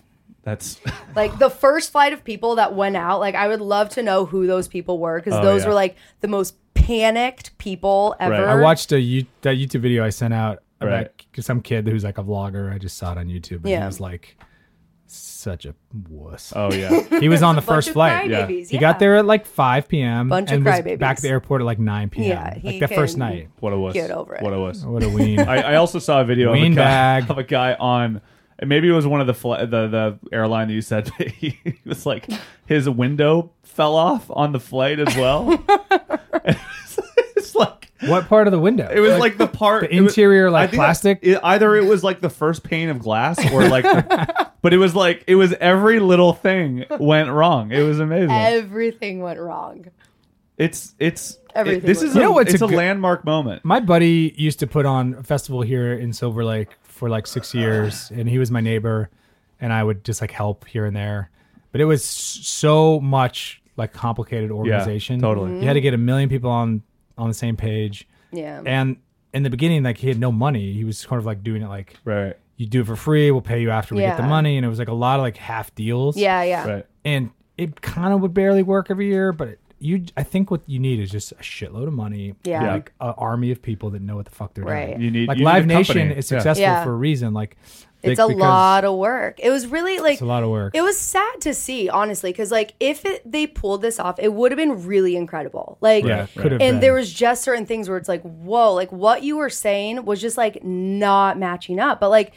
S3: that's
S4: Like the first flight of people that went out, like I would love to know who those people were because
S3: Oh,
S4: those
S3: yeah.
S4: were like the most panicked people ever.
S3: Right.
S5: I watched a you that YouTube video I sent out about
S3: Right.
S5: k- some kid who's like a vlogger. I just saw it on YouTube. And he
S4: Yeah.
S5: was like such a wuss.
S3: Oh yeah.
S5: He was on
S4: (laughs)
S5: the
S4: Bunch
S5: first
S4: of
S5: flight.
S3: yeah.
S4: crybabies,
S5: He got there at like 5 p.m.
S4: Bunch of
S5: and was
S4: crybabies.
S5: back at the airport at like 9 p.m.
S4: Yeah,
S5: like
S4: he
S5: the first
S3: (laughs)
S4: can-
S5: night.
S3: What a wuss.
S4: (laughs) Get over it.
S3: What a wuss.
S5: What a ween.
S3: I, I also saw a video of a,
S5: Ween
S3: guy, (laughs)
S5: bag.
S3: of a guy on. Maybe it was one of the fl- the the airline that you said. But he (laughs) it was like his window fell off on the flight as well.
S4: (laughs)
S3: (laughs) And it's, it's like
S5: what part of the window?
S3: it was like, the part
S5: the
S3: it was-
S5: interior, like,
S3: I think
S5: plastic?
S3: it- either it was like the first pane of glass or like,
S5: (laughs)
S3: the- but it was like it was every little thing went wrong. It was amazing.
S4: Everything went wrong.
S3: it's it's
S4: Everything
S3: this
S4: was
S3: is
S5: wrong.
S3: a,
S5: You know what's
S3: it's
S5: a
S3: a,
S5: good-
S3: landmark moment.
S5: my buddy used to put on a festival here in Silver Lake for like six years, and he was my neighbor, and I would just like help here and there. But it was s- so much like complicated organization.
S3: totally.
S5: You had to get a million people on on the same page,
S4: Yeah.
S5: and in the beginning, like he had no money. He was kind of like doing it like
S3: Right,
S5: you do it for free. We'll pay you after we get the
S4: Yeah.
S5: money, and it was like a lot of like half deals.
S4: yeah, yeah.
S3: right.
S5: and it kind of would barely work every year, but. It, you, I think what you need is just a shitload of money,
S4: Yeah. Yeah.
S5: like an army of people that know what the fuck they're
S4: Right.
S5: doing
S3: You need
S5: like
S3: you need
S5: Live
S3: a company.
S5: Nation is
S3: Yeah.
S5: successful
S4: Yeah.
S5: for a reason. Like
S4: It's
S5: they-
S4: a
S5: because
S4: lot of work. It was really like
S5: It's a lot of work.
S4: It was sad to see, honestly, because like if it, they pulled this off, it would have been really incredible. Like,
S5: Yeah, Right, could
S4: and
S5: have been.
S4: there was just certain things where it's like, whoa, like what you were saying was just like not matching up. But like,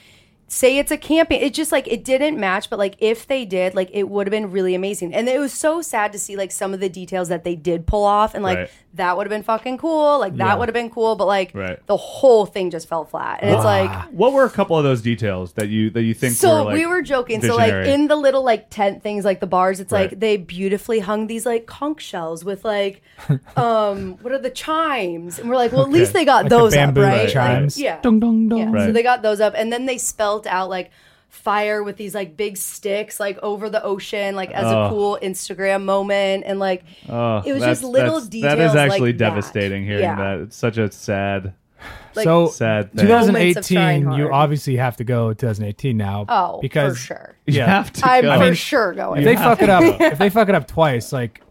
S4: say it's a camping, it just like it didn't match. But like if they did, like it would have been really amazing. And it was so sad to see like some of the details that they did pull off, and like
S3: Right.
S4: that would have been fucking cool. Like that
S5: Yeah.
S4: would have been cool, but like
S3: Right.
S4: the whole thing just fell flat. And it's like.
S3: What were a couple of those details that you that you think?
S4: So
S3: were, like,
S4: we were joking. So like
S3: visionary?
S4: in the little like tent things, like the bars, it's
S3: Right.
S4: like they beautifully hung these like conch shells with like, um, what are the chimes? And we're like, well, at least they got
S5: Like the
S4: those up,
S5: bamboo
S4: right?
S5: chimes.
S4: Like, yeah.
S5: Dong dong dong.
S4: Yeah. So
S3: Right.
S4: they got those up, and then they spelt out like fire with these like big sticks like over the ocean like as
S3: Oh.
S4: a cool instagram moment and like
S3: Oh,
S4: it was
S3: that's-
S4: just little
S3: that's-
S4: details
S3: That is
S4: like
S3: actually
S4: that.
S3: devastating hearing
S4: Yeah.
S3: that. It's such a sad,
S4: like,
S5: so
S3: sad thing.
S4: Moments of trying
S5: 2018,
S4: hard.
S5: you obviously have to go 2018 now.
S4: oh
S5: because
S4: for sure
S3: You
S5: Yeah.
S3: have to.
S4: i'm
S3: go.
S4: for
S3: I mean,
S4: sure going (laughs)
S5: if they fuck it up, if they fuck it up twice, like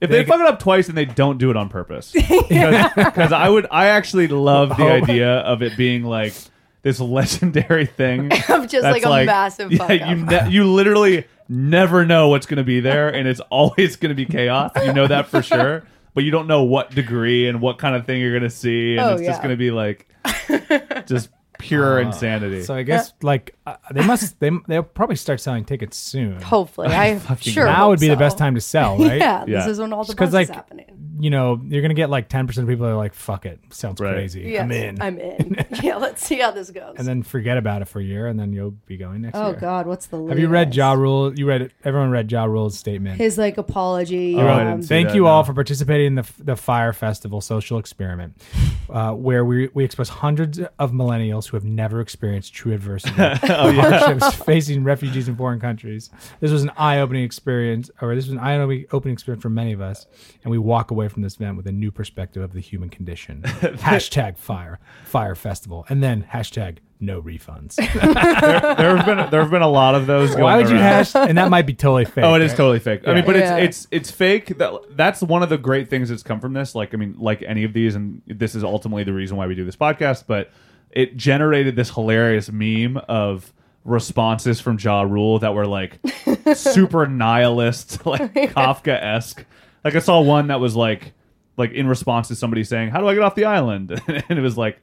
S3: if they fuck it up twice and they don't do it on purpose,
S4: (laughs)
S3: because I would, I actually love the idea of it being like this legendary thing
S4: Of (laughs) just,
S3: that's
S4: like, a massive
S3: Yeah,
S4: fuck up.
S3: you ne- you literally never know what's going to be there, and
S4: (laughs)
S3: it's always going to be chaos. You know that for sure, but you don't know what degree and what kind of thing you're going to see, and
S4: Oh,
S3: it's just
S4: yeah.
S3: going to be
S4: (laughs)
S3: like just pure insanity.
S5: Ah. so I guess like uh, they must they they'll probably start selling tickets soon.
S4: hopefully i sure
S5: now
S4: hope
S5: would be the
S4: so.
S5: best time to sell,
S4: (laughs)
S5: right?
S4: yeah,
S3: Yeah.
S4: this is when all the
S5: Just 'cause,
S4: buzz
S5: like,
S4: is happening
S5: You know, you're gonna get like 10 percent of people that are like, "Fuck it, sounds
S3: Right.
S5: crazy,
S4: Yes,
S5: I'm in,"
S4: I'm
S5: (laughs)
S4: in. yeah, let's see how this goes.
S5: and then forget about it for a year, and then you'll be going next
S4: oh
S5: year.
S4: God, what's the?
S5: Have you read Ja Rule? You read it. Everyone read Ja Rule's statement.
S4: His like apology.
S3: Oh, I
S4: um,
S3: didn't see
S5: Thank
S3: that,
S5: you
S3: no.
S5: all for participating in the, the Fire Festival social experiment, (laughs) uh, where we, we expose hundreds of millennials who have never experienced true
S3: (laughs)
S5: adversity,
S3: Oh,
S5: hardships facing refugees in foreign countries. This was an eye opening experience, or this was an eye opening experience for many of us, and we walk away from this event with a new perspective of the human
S3: (laughs)
S5: condition. hashtag Fire Fire Festival, and then hashtag
S3: (laughs)
S5: No Refunds.
S3: there have been there have been a lot of those. Going
S5: Why would you
S3: around.
S5: hash? And that might
S3: (laughs)
S5: be totally fake.
S3: Oh, it is
S5: right?
S3: totally fake. I mean, but
S4: Yeah.
S3: it's it's it's fake. That that's one of the great things that's come from this. Like, I mean, like any of these, and this is ultimately the reason why we do this podcast. But it generated this hilarious meme of responses from Ja Rule that were like super nihilist, (laughs) like Kafka esque. Like I saw one that was like like in response to somebody saying, "How do I get off the island?" (laughs) and it was like.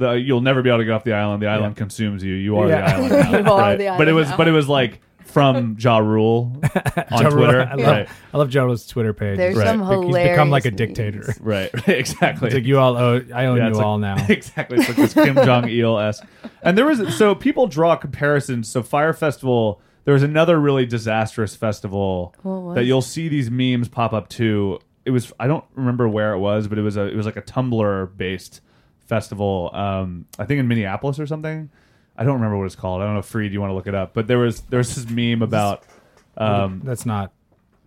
S3: The, you'll never be able to get off the island. The island consumes you. You are
S5: Yeah.
S3: the island. now.
S4: You are
S3: Right.
S4: the
S3: But it
S4: island
S3: was,
S4: now.
S3: but it was like from Ja Rule
S5: (laughs)
S3: on
S5: Ja Rule.
S3: Twitter.
S5: (laughs) I love,
S3: Right.
S5: I love Ja Rule's Twitter page.
S4: There's
S5: It's
S4: some
S5: like, He's become like a
S4: hilarious (laughs)
S5: dictator.
S4: memes.
S3: Right. (laughs) Exactly.
S5: It's like you all owe. I own you
S3: it's
S5: all
S3: like-
S5: now.
S3: (laughs) Exactly. It's like this
S5: (laughs)
S3: Kim Jong Il esque. And there was so people draw comparisons. So Fire Festival, there was another really disastrous festival
S4: was
S3: that you'll see these memes pop up too. It was I don't remember where it was, but it was a it was like a Tumblr based festival. Um, I think in Minneapolis or something. I don't remember what it's called. I don't know, Free, do you want to look it up? But there was there was this meme about um,
S5: (laughs) That's not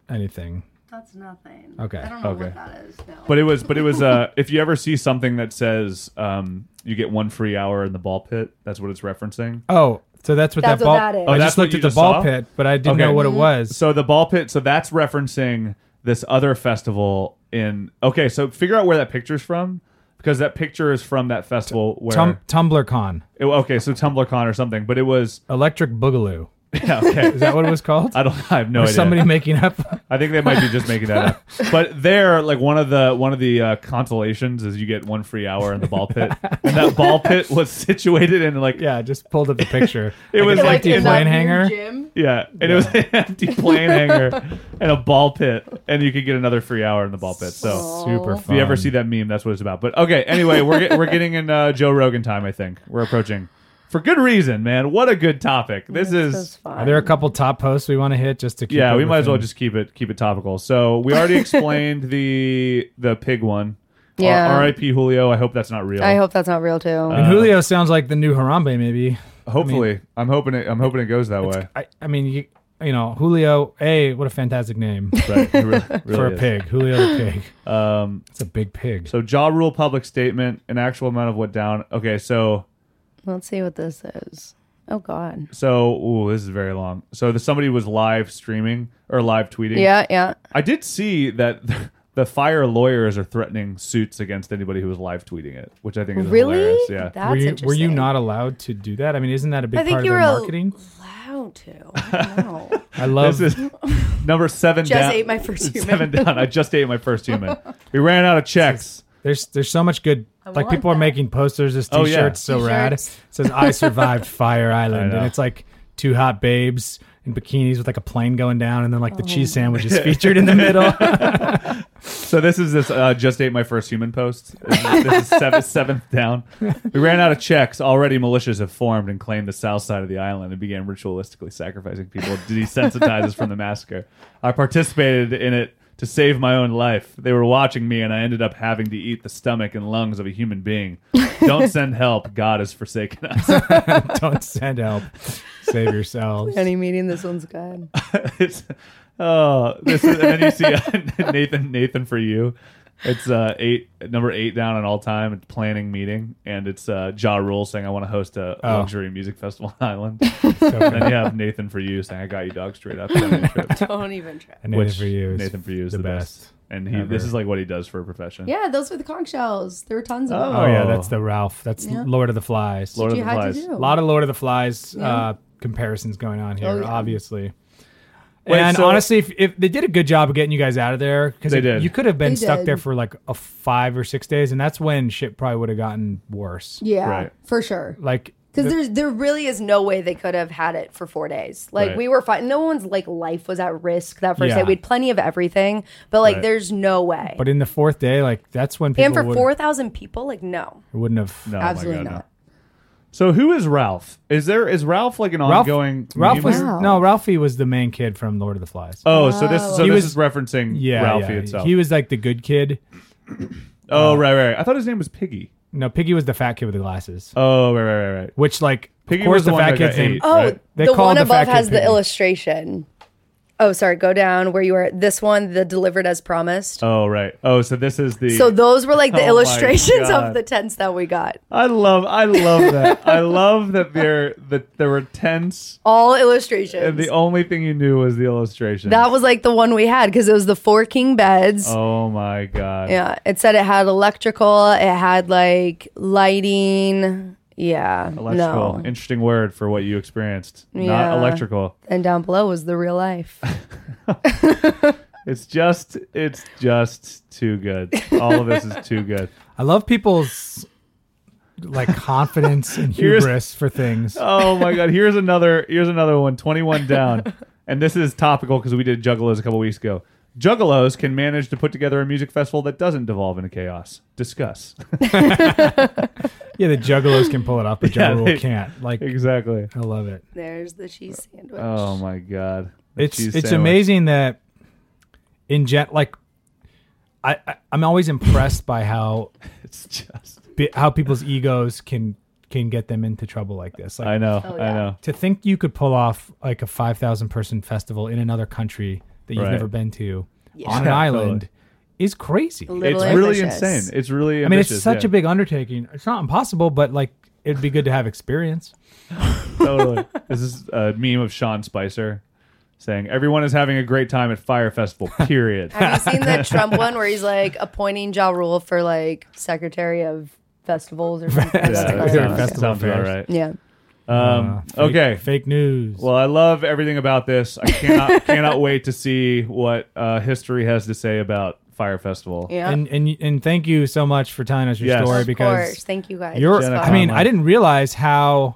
S5: anything.
S4: That's nothing.
S5: Okay, I don't
S4: know
S3: okay. what
S4: that is. No.
S3: But it was, but it was. Uh, (laughs) if you ever see something that says um, you get one free hour in the ball pit, that's what it's referencing.
S5: Oh, so that's what
S4: That's
S5: that
S4: what
S5: ball.
S4: that is. Mm-hmm. Oh,
S5: I
S3: that's
S5: just
S3: what
S5: looked
S3: you
S5: at the
S3: just
S5: ball
S3: saw?
S5: pit, but I didn't
S3: Okay.
S5: know what it was.
S3: So the ball pit, so that's referencing this other festival in. Okay, so figure out where that picture's from because that picture is from that festival where.
S5: Tum- TumblrCon,
S3: it- okay, so TumblrCon or something, but it was (laughs)
S5: Electric Boogaloo.
S3: Yeah, okay.
S5: Is that what it
S4: (laughs)
S5: was called?
S3: I don't. I have no
S5: Or
S3: idea.
S5: somebody
S3: (laughs)
S5: making up.
S3: I think they might be just making that
S5: (laughs)
S3: up. But there, like one of the one of the uh, consolations is you get one free hour in the ball pit, and that ball pit was situated in like
S5: Yeah, I just pulled up the picture.
S3: (laughs) It was
S5: an
S3: like
S5: empty
S3: in
S5: plane
S3: that
S5: hanger.
S6: Gym.
S3: yeah, and it was an (laughs) empty plane hanger and a ball pit, and you could get another free hour in the ball pit. So.
S5: Super
S3: If you ever see that meme, that's what it's about. But okay, anyway, we're get, we're getting in uh, Joe Rogan time. I think we're approaching for good reason, man. What a good topic! This is
S5: Are there a couple top posts we want to hit just to keep?
S3: yeah
S5: it
S3: we might as well
S5: within-
S3: just keep it keep it topical so we (laughs) already explained the the pig (laughs) one Uh, R-
S4: Yeah.
S3: rip julio i hope that's not real
S4: I hope that's not real too.
S3: uh,
S5: And Julio sounds like the new Harambe, maybe.
S3: hopefully I am hoping it i'm hoping it goes that (laughs) way
S5: I, I mean, you, you know, Julio. Hey, what a fantastic name
S3: right. It really- really
S5: for a
S3: is.
S5: pig. Julio the pig.
S3: (laughs)
S5: Um, it's a big pig.
S3: so jaw rule public statement an actual amount of what down okay so
S4: Let's see what this is. Oh God.
S3: so ooh, this is very long so the, somebody was live streaming or live tweeting
S4: Yeah, yeah.
S3: i did see that (laughs) the fire lawyers are threatening suits against anybody who was live tweeting it which i think is
S4: Really?
S3: hilarious yeah
S4: That's
S5: were you
S4: interesting.
S5: were you not allowed to do that? I mean, isn't that a big
S4: I think
S5: part
S4: you
S5: of
S4: were
S5: their marketing?
S4: allowed to. I don't
S5: (laughs)
S4: know.
S5: I love.
S3: This is (laughs) number seven
S4: Just
S3: down.
S4: ate my first human.
S3: (laughs) Seven down. I just ate my first
S4: (laughs)
S3: human. We ran out of checks.
S5: There's there's so much good. Like
S6: want
S5: people are
S6: that.
S5: making posters. This
S3: Oh,
S5: T-shirt's
S3: yeah.
S5: so rad. It
S4: T-shirts.
S5: says "I
S4: (laughs)
S5: survived Fire Island,"
S3: I
S5: and
S3: know.
S5: it's like two hot babes in bikinis with like a plane going down, and then
S4: Oh.
S5: like the cheese
S3: (laughs)
S5: sandwich is featured in the middle. (laughs)
S3: So this is this uh, just ate my first human post. This is, this is seventh, seventh down. We ran out of checks. Already militias have formed and claimed the south side of the island and began ritualistically sacrificing people to desensitize us from the massacre. I participated in it to save my own life. They were watching me and I ended up having to eat the stomach and lungs of a human being. Don't send help. God has forsaken us.
S5: Don't send help.
S3: (laughs)
S5: Save yourselves.
S4: Any meeting, this one's
S5: (laughs)
S4: good.
S3: it's oh this is, and then you see (laughs) uh, Nathan Nathan for you. It's uh eight number eight down on all time. It's planning meeting and it's uh Ja Rule saying I want to host a
S5: Oh.
S3: luxury music festival on Island. and then you have Nathan for you saying I got you dog straight up.
S5: (laughs)
S4: Don't even try.
S5: And Nathan for you. is
S3: Nathan for you is the, best. And he,
S5: ever.
S3: this is like what he does for a profession.
S4: Yeah, those were the conch shells. There were tons of
S5: Oh,
S4: them.
S5: yeah,
S3: Oh.
S5: that's the Ralph. That's
S4: Yeah.
S5: Lord of the Flies.
S3: Lord
S4: What you
S3: of the
S4: had to
S3: Flies.
S4: do.
S5: a lot of Lord of the Flies
S4: Yeah.
S5: uh, comparisons going on here,
S4: Oh, yeah.
S5: obviously.
S3: Wait,
S5: and
S3: so-
S5: honestly, if, if they did a good job of getting you guys out of there, because
S3: They did.
S5: you could have been
S4: They
S5: stuck
S4: did.
S5: there for like a five or six days, and that's when shit probably would have gotten worse.
S4: Yeah,
S3: Right.
S4: for sure.
S5: Like,
S4: Because there's there really is no way they could have had it for four days. Like
S3: Right.
S4: we were fine. No one's like life was at risk that first
S5: Yeah.
S4: day. We had plenty of everything, but like
S3: Right.
S4: there's no way.
S5: but in the fourth day, like that's when people
S4: and for
S5: would,
S4: four thousand people, like no,
S5: wouldn't have.
S3: No, Oh my
S4: absolutely
S3: God, no.
S4: not.
S3: So who is Ralph? Is there is Ralph like an
S5: Ralph,
S3: ongoing?
S5: Ralph was
S4: Wow.
S5: no Ralphie was the main kid from Lord of the Flies.
S3: Oh, so this so
S5: He
S3: this
S5: was-
S3: is referencing
S5: yeah,
S3: Ralphie
S5: yeah.
S3: itself.
S5: He was like the good kid. Uh,
S3: oh, right, right, right. I thought his name was Piggy.
S5: No, Piggy was the fat kid with the glasses.
S3: Oh, right, right, right, right.
S5: Which like,
S3: Piggy
S5: of course,
S3: was the
S5: the
S3: one
S5: fat
S3: that got
S5: kid's name.
S3: ate.
S4: Oh,
S3: Right.
S5: They
S4: the
S5: call
S4: one
S5: it the fat
S4: above
S5: kid
S4: has the
S5: picnic.
S4: illustration. Oh, sorry. Go down where you were. This one, the delivered as promised.
S3: Oh right. Oh, so this is the.
S4: so those were like the
S3: (laughs) Oh my
S4: illustrations
S3: God.
S4: of the tents that we got.
S3: I love. I love
S4: (laughs)
S3: that. I love that there that there were tents,
S4: All illustrations.
S3: and the only thing you knew was the illustration.
S4: that was like the one we had because it was the four king beds.
S3: Oh my god.
S4: Yeah, it said it had electrical, it had like lighting. Yeah,
S3: Electrical.
S4: no.
S3: Interesting word for what you experienced. Not
S4: Yeah.
S3: electrical.
S4: And down below was the
S3: (laughs)
S4: real life.
S3: It's just. It's just too good. All of this is too good.
S5: I love people's
S3: (laughs)
S5: like confidence and
S3: Here's-
S5: hubris
S3: (laughs)
S5: for things.
S3: Oh my god. Here's another. Here's another one. Twenty-one
S5: (laughs)
S3: down, and this is topical because we did Juggalos a couple weeks ago. Juggalos can manage to put together a music festival that doesn't devolve into chaos. Discuss. (laughs)
S5: Yeah, the juggalos can pull it off, but
S3: Yeah,
S5: Juggle
S3: they-
S5: can't. Like,
S3: exactly.
S5: I love it.
S4: There's the cheese sandwich.
S3: Oh my god. The
S5: It's
S3: cheese
S5: it's
S3: sandwich.
S5: amazing that in gen like I, I I'm always impressed by how
S3: It's just (laughs)
S5: bi- how people's egos can can get them into trouble like this. Like
S3: I know.
S4: Oh,
S3: I
S4: yeah.
S3: know.
S5: to think you could pull off like a 5,000 person festival in another country that you've
S3: Right.
S5: never been to on an
S3: Yeah,
S5: island
S3: totally.
S5: is crazy.
S4: Little
S3: it's really
S4: ambitious.
S3: insane. It's really
S5: I mean,
S3: ambitious.
S5: it's such
S3: yeah,
S5: a big undertaking. It's not impossible, but like it'd be good to have experience. (laughs)
S3: totally. This is a meme of Sean Spicer saying everyone is having a great time at Fire Festival.
S4: (laughs)
S3: Period.
S4: Have you
S3: (laughs)
S4: seen the Trump one where he's like appointing Ja Rule for like secretary of festivals or something?
S3: (laughs) yeah,
S4: That's
S3: that
S4: like-
S3: sounds,
S5: Festival
S3: sounds about
S5: affairs.
S3: right.
S4: yeah.
S3: Um,
S5: Uh, Fake-
S3: okay.
S5: Fake news.
S3: Well, I love everything about this. I
S4: (laughs)
S3: cannot cannot wait to see what uh, history has to say about Fire Festival.
S4: Yeah.
S5: and and and thank you so much for telling us your
S3: Yes.
S5: story
S3: Of
S4: of
S5: because
S4: course. Thank you guys.
S5: you're.
S3: Jenna
S5: I mean,
S3: Conlon.
S5: I didn't realize how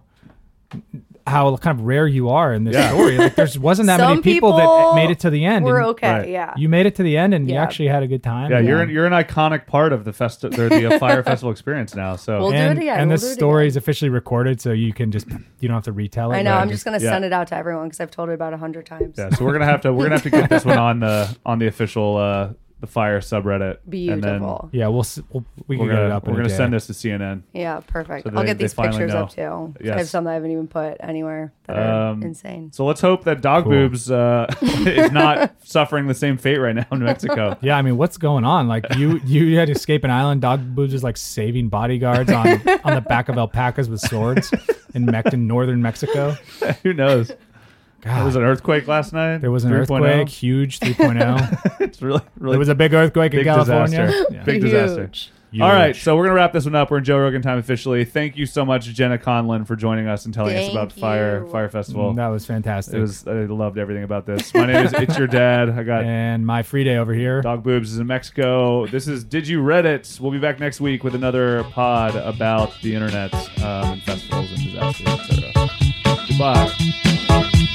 S5: how kind of rare you are in this
S3: Yeah.
S5: story. Like, there wasn't that many
S4: Some
S5: people,
S4: people
S5: that made it to the end.
S4: We're
S5: and
S4: okay.
S3: Right.
S4: Yeah.
S5: You made it to the end, and you
S4: Yeah.
S5: actually had a good time.
S3: Yeah, you're an, you're an iconic part of the fest or the uh,
S4: (laughs)
S3: Fire Festival experience now. So
S4: Well, We'll do it
S5: and,
S4: again.
S5: And
S4: We'll
S5: the
S4: do it
S5: story is officially recorded, so you can just you don't have to retell it.
S4: I know.
S5: Right.
S4: I'm just gonna
S3: Yeah.
S4: send it out to everyone because I've told it about a hundred times.
S3: yeah, so we're gonna have to we're gonna have to get this one on the on the official uh, the Fire subreddit. And then
S4: Beautiful.
S5: yeah. We'll, s- we'll we can
S3: we're
S5: get it
S3: gonna
S5: up.
S3: we're gonna send this to CNN.
S4: Yeah, perfect.
S3: So
S4: I'll
S3: they-
S4: get
S3: they
S4: these
S3: finally
S4: pictures up
S3: know.
S4: too.
S3: Yes.
S4: I have some that I haven't even put anywhere that are
S3: Um,
S4: insane.
S3: So let's hope that Dog
S5: Cool.
S3: Boobs uh, (laughs) is
S4: (laughs)
S3: not suffering the same fate right now in
S5: (laughs)
S3: Mexico.
S5: Yeah, I mean, what's going on? Like
S3: (laughs)
S5: you, you had to escape an island. Dog Boobs is like saving bodyguards on on the back of alpacas with swords in Mex- in northern Mexico.
S3: Who knows? There was
S5: God,
S3: an earthquake last night.
S5: there was
S3: (laughs)
S5: an
S3: 3.0.
S5: earthquake, huge 3.0.
S3: It's really really
S5: There was a big earthquake in
S3: big
S5: California.
S3: disaster.
S5: (laughs) Yeah.
S3: Big disaster.
S4: Huge.
S3: All right,
S5: Huge.
S3: so we're gonna wrap this one up. We're in Joe Rogan time officially. Thank you so much, Jenna Conlon, for joining us and telling us
S4: Thank
S3: about Fire
S4: you.
S3: Fire Festival.
S5: that was fantastic.
S3: It was I loved everything about this. My name is It's Your Dad. I
S5: (laughs)
S3: got
S5: and my free day over here.
S3: Dog Boobs is in Mexico. This is Did You Reddit? We'll be back next week with another pod about the internet um, and festivals and disasters, etc. Goodbye.